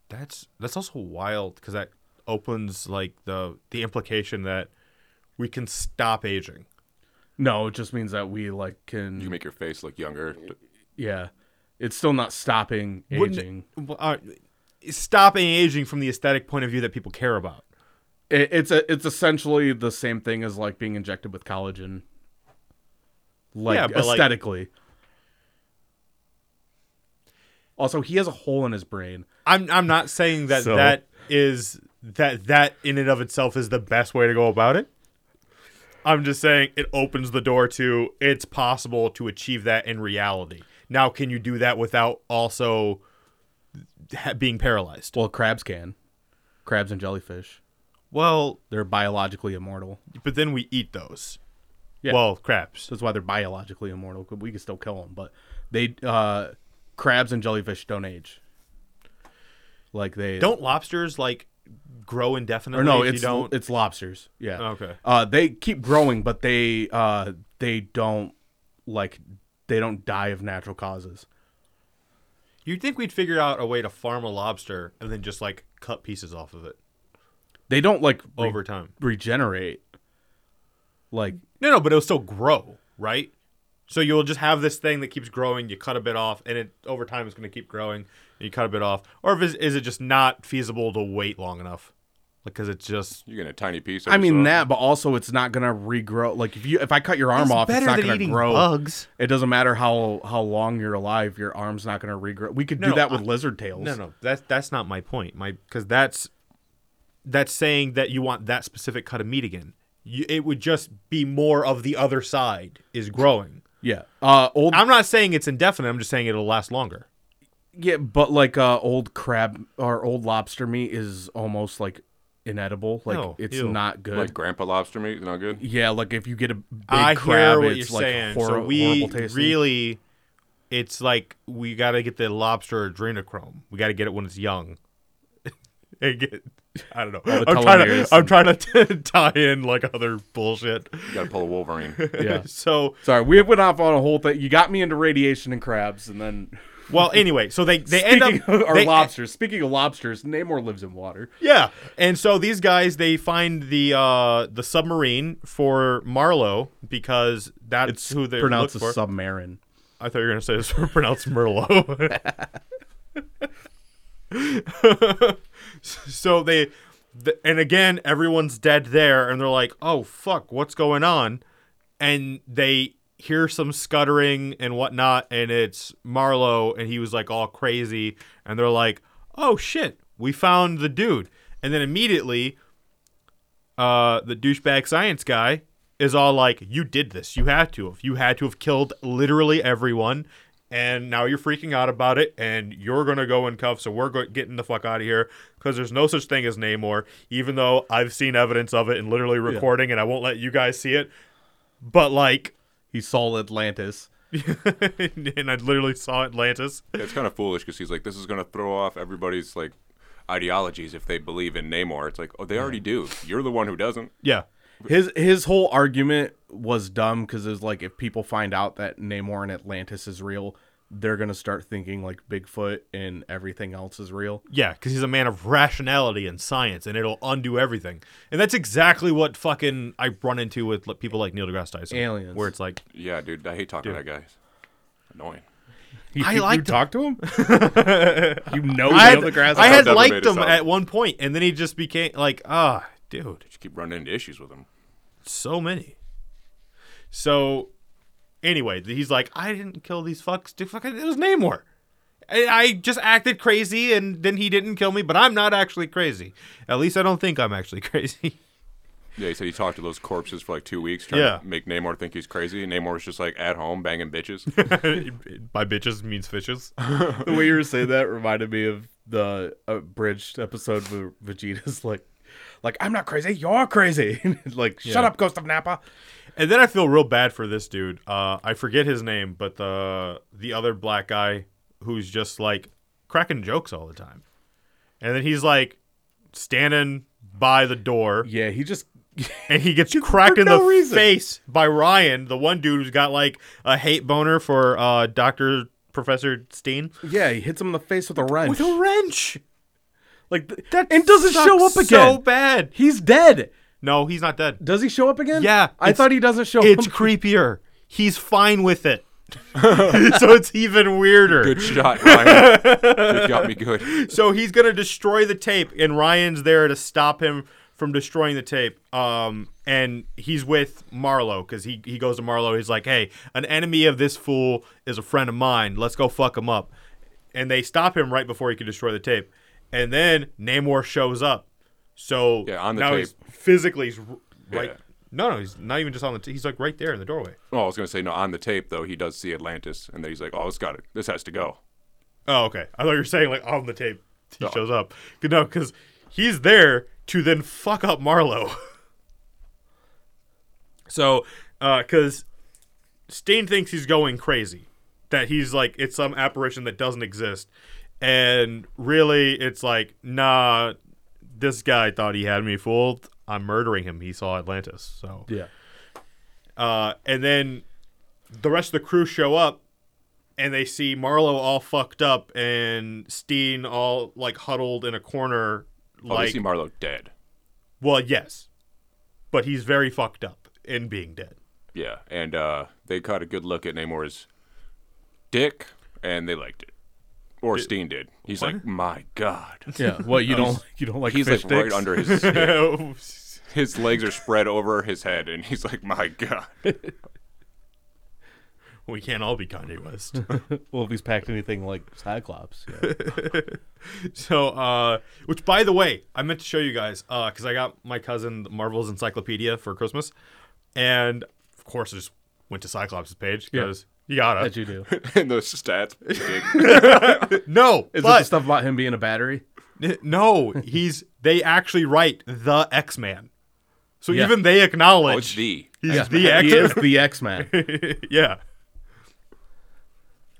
That's that's also wild because that opens like the the implication that we can stop aging. No, it just means that we like can. You can make your face look younger. yeah, it's still not stopping Wouldn't- aging. Well, all right, stopping Uh, aging from the aesthetic point of view that people care about. It, it's a it's essentially the same thing as like being injected with collagen. Like Yeah, but, like- aesthetically. also, he has a hole in his brain. I'm I'm not saying that So- that is that that in and of itself is the best way to go about it. I'm just saying it opens the door to it's possible to achieve that in reality. Now, can you do that without also ha- being paralyzed? Well, crabs can. Crabs and jellyfish. Well, They're biologically immortal. but then we eat those. Yeah. Well, crabs. That's why they're biologically immortal. 'cause We can still kill them, but they uh, crabs and jellyfish don't age. Like they Don't lobsters like grow indefinitely? Or no, if you it's don't. it's lobsters. Yeah. Okay. Uh, they keep growing, but they uh they don't like they don't die of natural causes. You'd think we'd figure out a way to farm a lobster and then just like cut pieces off of it They don't like re- over time. regenerate. Like No, no, but it'll still grow, right? So you'll just have this thing that keeps growing. You cut a bit off, and it over time it's going to keep growing. And you cut a bit off, or if is, is it just not feasible to wait long enough? Because it's just You're getting a tiny piece. Of I mean yourself. that, but also it's not gonna regrow. Like if you if I cut your arm off, it's not gonna grow. bugs. It doesn't matter how how long you're alive, your arm's not gonna regrow. We could No, do no, that with I- lizard tails. No, no, that's that's not my point. My because that's that's saying that you want that specific cut of meat again. You, it would just be more of the other side is growing. Yeah. Uh, old I'm not saying it's indefinite. I'm just saying it'll last longer. Yeah, but like uh, old crab or old lobster meat is almost like inedible. Like No, it's Oh, ew. not good. Like grandpa lobster meat is not good. yeah, like if you get a big I crab, hear what it's you're like saying. hor- so we horrible tasting. really, it's like we got to get the lobster adrenochrome. We got to get it when it's young. And get- I don't know. the I'm trying to. telomeres I'm trying to tie in like other bullshit. You gotta pull a Wolverine. yeah. So Sorry, we went off on a whole thing. You got me into radiation and crabs, and then well, anyway, so they they speaking end up of, or they- lobsters. Speaking of lobsters, Namor lives in water. Yeah, and so these guys they find the uh the submarine for Marlowe because that's who they're Pronounced looked for. submarine. I thought you were gonna say it's pronounced Merlot. so they, th- and again, everyone's dead there, and they're like, "Oh fuck, what's going on?" And they hear some scuttering and whatnot, and it's Marlowe, and he was like all crazy, and they're like, "Oh shit, we found the dude," and then immediately uh, the douchebag science guy is all like, "You did this. You had to have. You had to have killed literally everyone, and now you're freaking out about it, and you're gonna go in cuffs. So we're go- getting the fuck out of here because there's no such thing as Namor. Even though I've seen evidence of it and literally recording, and I won't let you guys see it, but like, He saw Atlantis. and I literally saw Atlantis. It's kind of foolish because he's like, this is going to throw off everybody's like ideologies if they believe in Namor. It's like, oh, they already do. You're the one who doesn't. Yeah, His his whole argument was dumb because it's like if people find out that Namor and Atlantis is real, they're gonna start thinking like Bigfoot and everything else is real. Yeah, because he's a man of rationality and science, and it'll undo everything. And that's exactly what fucking I run into with li- people like Neil deGrasse Tyson. Aliens. Where it's like, Yeah, dude, I hate talking to that guy. It's Annoying. You, I think liked you him. talk to him. you know, I had, Neil deGrasse I had Tyson liked made it him sound. at one point, and then he just became like, ah, dude, Just keep running into issues with him. so many. So, anyway, th- he's like, I didn't kill these fucks. Dude, fucking, it was Namor. I, I just acted crazy, and then he didn't kill me, but I'm not actually crazy. At least I don't think I'm actually crazy. Yeah, he said he talked to those corpses for like two weeks trying Yeah. to make Namor think he's crazy. And Namor's just like at home banging bitches. By bitches means fishes. the way you were saying that reminded me of the abridged episode where Vegeta's like, like I'm not crazy, you're crazy. like, shut up, Ghost of Nappa. And then I feel real bad for this dude. Uh, I forget his name, but the the other black guy who's just like cracking jokes all the time, and then he's like standing by the door, Yeah, he just and he gets cracked in no the reason. face by Ryan, the one dude who's got like a hate boner for uh, Doctor Professor Steen yeah he hits him in the face with a wrench. with a wrench. like th- That and doesn't sucks show up again. So bad. He's dead. No, he's not dead. Does he show up again? Yeah, I it's- thought he doesn't show It's up. creepier. He's fine with it. so it's even weirder. Good shot, Ryan. you got me good. so he's gonna destroy the tape, and Ryan's there to stop him from destroying the tape. Um, and he's with Marlowe because he he goes to Marlowe. He's like, "Hey, an enemy of this fool is a friend of mine. Let's go fuck him up." And they stop him right before he can destroy the tape. And then Namor shows up. So Yeah, on the now tape. he's physically he's r- right. Yeah. No, no, he's not even just on the. T- he's like right there in the doorway. Oh, I was going to say, no, on the tape, though, he does see Atlantis. And then he's like, oh, it's got it. This has to go. Oh, okay. I thought you were saying like on the tape he No. shows up. No, because he's there to then fuck up Marlowe. so, because Stain thinks he's going crazy, that he's like it's some apparition that doesn't exist, and really it's like nah, this guy thought he had me fooled. I'm murdering him. He saw Atlantis, so yeah. uh, and then the rest of the crew show up and they see Marlowe all fucked up and Steen all like huddled in a corner. Oh, Like, they see Marlowe dead. well, yes, but he's very fucked up in being dead. Yeah. And uh, they caught a good look at Namor's dick, and they liked it. Or Steen did. He's like, my God. Yeah. What you don't you don't like He's fish like right sticks? under his That's his legs are spread over his head, and he's like, "My God, we can't all be Kanye West. Well, if he's packed anything like Cyclops. Yeah. so, uh, which by the way, I meant to show you guys because I got my cousin Marvel's Encyclopedia for Christmas, and of course I just went to Cyclops' page because you gotta. That you do. and those stats." no, Is it but the stuff about him being a battery? N- No, he's they actually write the X Man. So Yeah. even they Oh, it's acknowledge the he's the He is X the X Man. Man. yeah.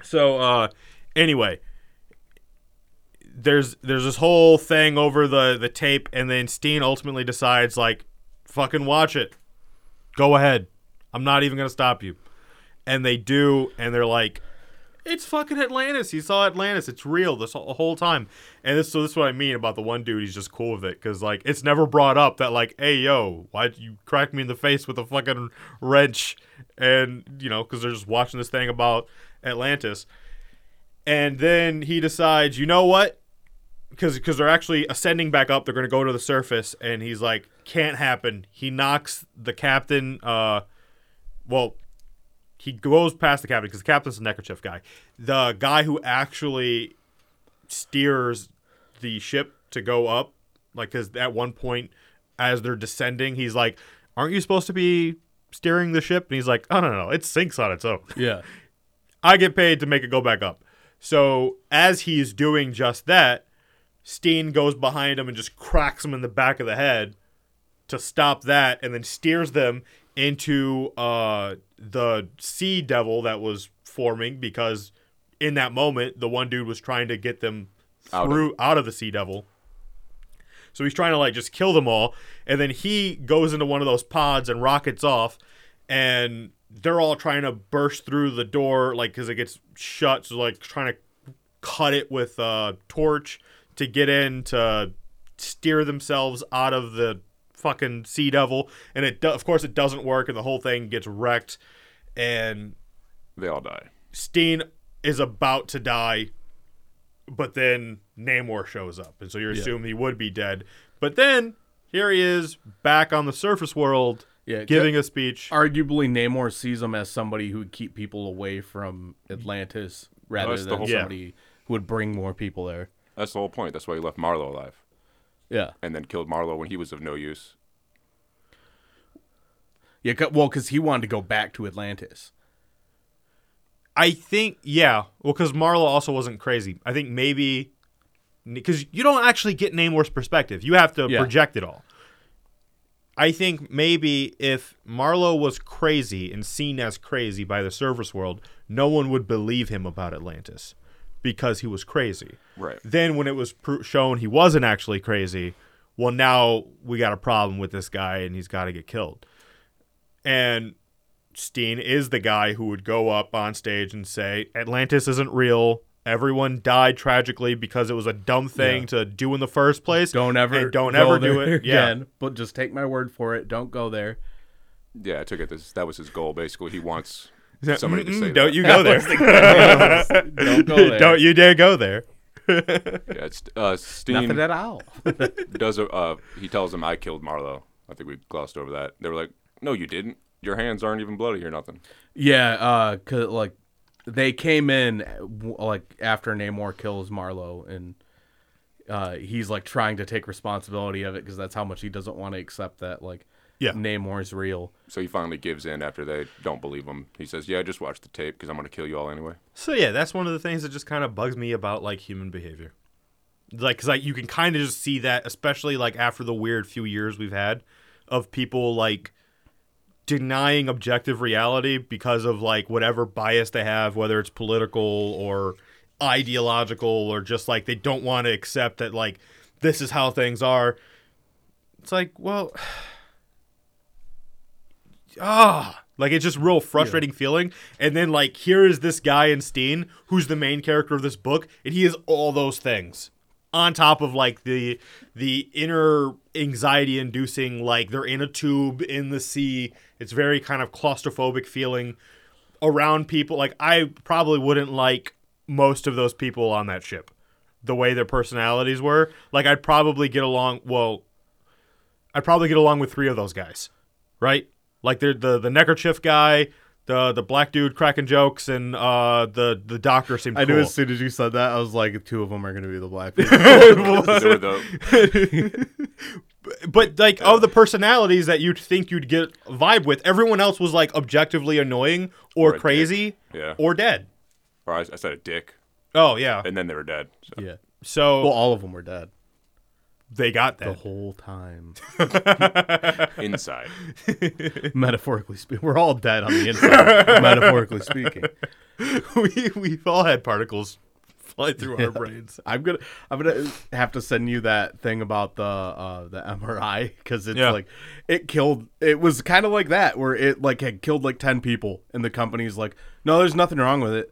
So uh anyway, there's there's this whole thing over the the tape and then Steen ultimately decides like fucking watch it. Go ahead. I'm not even going to stop you. And they do and they're like it's fucking Atlantis. He saw Atlantis. It's real this whole, whole time. And this, so this is what I mean about the one dude. He's just cool with it because like it's never brought up that like, hey yo, why'd you crack me in the face with a fucking wrench? And you know, because they're just watching this thing about Atlantis. And then he decides, you know what? Because because they're actually ascending back up, they're going to go to the surface, and he's like, can't happen. He knocks the captain. Uh, well, he goes past the captain because the captain's a neckerchief guy, the guy who actually steers the ship to go up. Like, because at one point, as they're descending, he's like, "Aren't you supposed to be steering the ship?" And he's like, "Oh no, no, no, it sinks on its own." Yeah. I get paid to make it go back up. So as he's doing just that, Steen goes behind him and just cracks him in the back of the head to stop that, and then steers them into uh, the sea devil that was forming because in that moment the one dude was trying to get them Out of- through out of the sea devil. So he's trying to like just kill them all, and then he goes into one of those pods and rockets off, and they're all trying to burst through the door like because it gets shut, so like trying to cut it with a torch to get in to steer themselves out of the fucking sea devil, and it do- of course it doesn't work, and the whole thing gets wrecked, and They all die. Steen is about to die, but then Namor shows up, and so you're assuming he would be dead. But then here he is back on the surface world, Yeah, giving a speech. Arguably, Namor sees him as somebody who would keep people away from Atlantis rather That's the than whole- Yeah. somebody who would bring more people there. That's the whole point. That's why he left Marlowe alive Yeah. and then killed Marlowe when he was of no use. Yeah. 'cause- Well, because he wanted to go back to Atlantis. I think, yeah, well, because Marla also wasn't crazy. I think maybe because you don't actually get Namor's perspective; you have to Yeah. project it all. I think maybe if Marlowe was crazy and seen as crazy by the surface world, no one would believe him about Atlantis because he was crazy. Right. Then when it was pro- shown he wasn't actually crazy, well now we got a problem with this guy and he's got to get killed. And Steen is the guy who would go up on stage and say, Atlantis isn't real. Everyone died tragically because it was a dumb thing to do in the first place. Don't ever, and don't go ever do there it again. again. But just take my word for it. Don't go there. Yeah, I took it. This, that was his goal, basically. He wants Yeah, somebody to mm-mm, say don't that. you go there. Don't go there. don't you dare go there. Yeah, it's, uh, Steen Nothing at all. does a, uh, he tells him, I killed Marlowe. I think we glossed over that. They were like, no, you didn't. Your hands aren't even bloody or nothing. Yeah, uh, 'cause, like they came in uh, w- like after Namor kills Marlowe, and uh, he's like trying to take responsibility of it because that's how much he doesn't want to accept that like Yeah. Namor is real. So he finally gives in after they don't believe him. He says, yeah, just watch the tape because I'm going to kill you all anyway. So yeah, that's one of the things that just kind of bugs me about like human behavior. Like, cause like you can kind of just see that, especially like after the weird few years we've had of people like denying objective reality because of like whatever bias they have, whether it's political or ideological or just like they don't want to accept that like this is how things are. It's like, well, ah, like it's just real frustrating feeling. And then like here is this guy in Steen who's the main character of this book, and he is all those things on top of like the the inner anxiety inducing like they're in a tube in the sea it's very kind of claustrophobic feeling around people like i probably wouldn't like most of those people on that ship the way their personalities were like i'd probably get along well i'd probably get along with three of those guys right like they're the the neckerchief guy the the black dude cracking jokes and uh the the doctor seemed I cool. knew as soon as you said that, I was like, two of them are gonna be the black. They were the- but like of the personalities that you'd think you'd get a vibe with, everyone else was like objectively annoying or, Or a dick. crazy Yeah. or dead. or I, I said a dick, Oh yeah. and then they were dead. So. yeah, So well, all of them were dead they got the that. whole time. Inside. Metaphorically speaking, we're all dead on the inside. metaphorically speaking, we we've all had particles fly through our brains. I'm gonna I'm gonna have to send you that thing about the uh, the MRI because it's Yeah. like it killed. It was kind of like that where it like had killed like ten people, and the company's like, no, there's nothing wrong with it.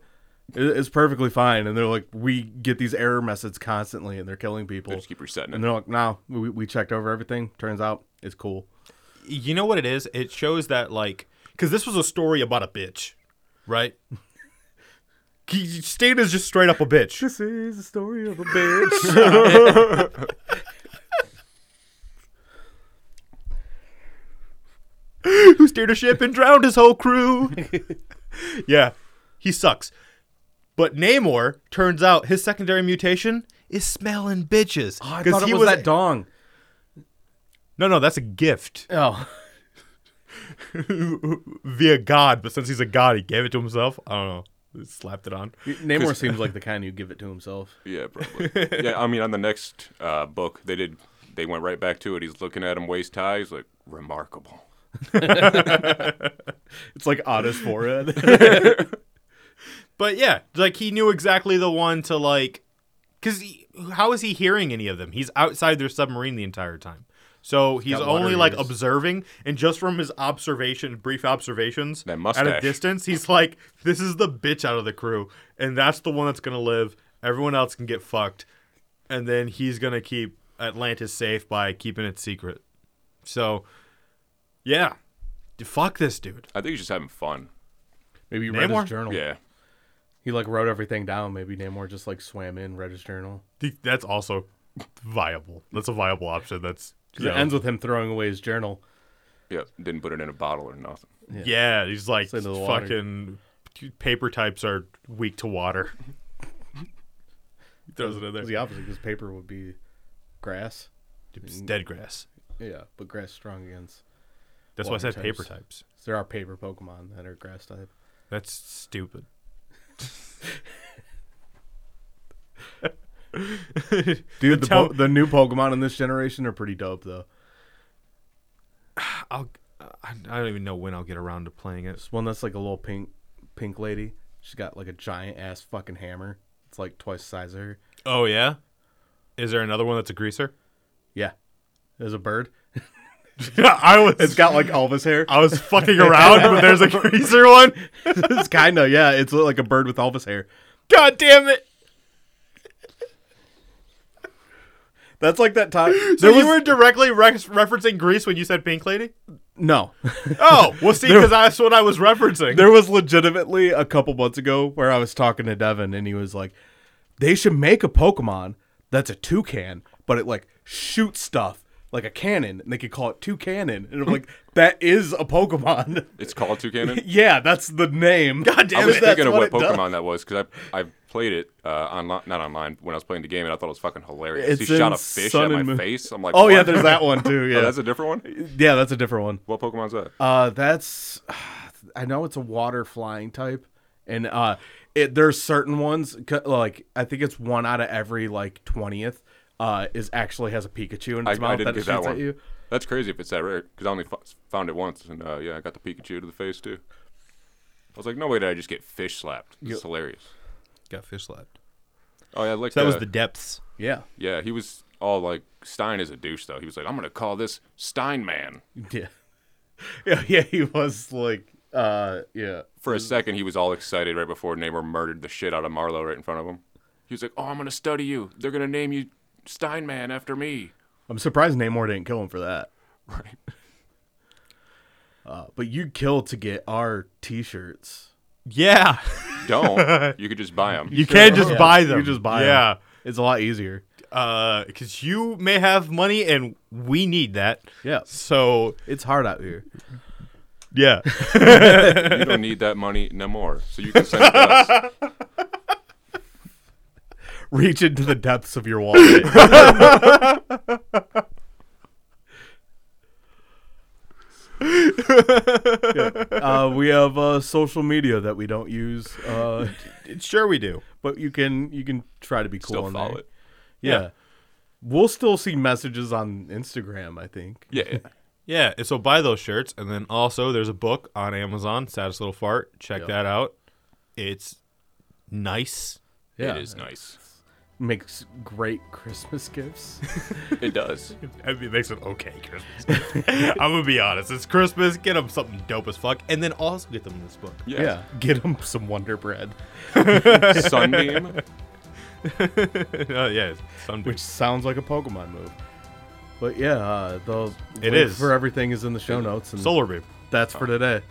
It- It's perfectly fine, and they're like, we get these error messages constantly, and they're killing people. Just keep resetting and it. they're like, no, we, we checked over everything. Turns out it's cool. You know what it is? It shows that like because this was a story about a bitch, right? He- Staina's just straight up a bitch. This is the story of a bitch. Who steered a ship and drowned his whole crew. yeah, he sucks. But Namor turns out his secondary mutation is smelling bitches. I 'Cause thought it he was, that dong. no, no, that's a gift Oh, via God. But since he's a god, he gave it to himself. I don't know. He slapped it on. Namor seems like the kind who give it to himself. Yeah, probably. yeah, I mean, on the next uh, book, they did. They went right back to it. He's looking at him waist high. He's like, remarkable. It's like Otta's forehead. But yeah, like he knew exactly the one to like, because how is he hearing any of them? He's outside their submarine the entire time, so he's got water only like ears. observing. And just from his observation, brief observations That at a mustache. distance, he's like, "This is the bitch out of the crew, and that's the one that's gonna live. Everyone else can get fucked, and then he's gonna keep Atlantis safe by keeping it secret." So, yeah, fuck this dude. I think he's just having fun. Maybe you read Namor? his journal. Yeah. He like wrote everything down. Maybe Namor just like swam in, read his journal. Th- That's also viable. That's a viable option. That's 'Cause you it know, ends with him throwing away his journal. Yeah. Didn't put it in a bottle or nothing. Yeah, he's like It's into the water. fucking paper types are weak to water. he throws it in It's there. the opposite because paper would be grass. It's dead grass. Yeah, but grass is strong against. That's why I Water said paper types. types. There are paper Pokemon that are grass type. That's stupid. Dude, the the, po- the new Pokemon in this generation are pretty dope though. I'll. I I don't even know when I'll get around to playing it. There's one that's like a little pink pink lady. She's got like a giant ass fucking hammer. It's like twice the size of her. Oh yeah, is there another one that's a greaser? Yeah. There's a bird. I was. It's got like Elvis hair. I was fucking around, but there's a greaser one. it's kinda, yeah. It's like a bird with Elvis hair. God damn it! That's like that time. So you were directly re- referencing Greece when you said Pink Lady. no. Oh, well, see, because that's what I was referencing. there was legitimately a couple months ago where I was talking to Devin and he was like, they should make a Pokemon that's a toucan, but it like shoots stuff like a cannon and they could call it toucanon. And I'm like, that is a Pokemon. It's called Toucanon. yeah, that's the name. God I was thinking of what, Pokemon that was because I I played it uh, online, not online, when I was playing the game, and I thought it was fucking hilarious. It's he shot in a fish Sun at my and Moon. face. I'm like, Oh, yeah, what? there's that one too. Yeah. Oh, that's a different one. yeah, that's a different one. What Pokemon's that? Uh, that's I know it's a water flying type, and uh, it there's certain ones c- like I think it's one out of every like twentieth uh is actually has a Pikachu in I, its mouth I didn't that it get shoots that at one. you. That's crazy if it's that rare because I only f- found it once, and uh, yeah, I got the Pikachu to the face too. I was like, no way did I just get fish slapped. It's hilarious. got fish slapped. Oh yeah, like That was uh, the depths. Yeah, Yeah, he was all like Stein is a douche though. He was like, I'm gonna call this Stein Man. yeah, yeah, yeah. He was like, uh, yeah. For Mm. a second, he was all excited right before Namor murdered the shit out of Marlowe right in front of him. He was like, Oh, I'm gonna study you. They're gonna name you Stein Man after me. I'm surprised Namor didn't kill him for that. Right. Uh, but you kill to get our T-shirts. Yeah, Don't. You could just buy him. you can just Yeah, buy them. You just buy Yeah, them. It's a lot easier. Yeah, because you may have money and we need that. Yeah, So it's hard out here. yeah, You don't need that money no more. So you can send it to us. Reach into the depths of your wallet. uh, we have uh, social media that we don't use, uh, sure we do. but you can you can try to be cool Still on follow there. it. Yeah. we'll still see messages on Instagram. I think. Yeah. yeah. Yeah, and so buy those shirts, and then also there's a book on Amazon, Saddest Little Fart. Check that out. It's nice. Yeah, It is nice. makes great Christmas gifts. It does. I mean, it makes it okay Christmas. I'm gonna be honest. It's Christmas. Get them something dope as fuck, and then also get them this book. Yeah, get them some Wonder Bread, yeah. Sunbeam. uh, yeah, Sunbeam. which sounds like a Pokemon move. But yeah, uh, the It link is. for everything is in the show notes and Solar Beam. That's for today.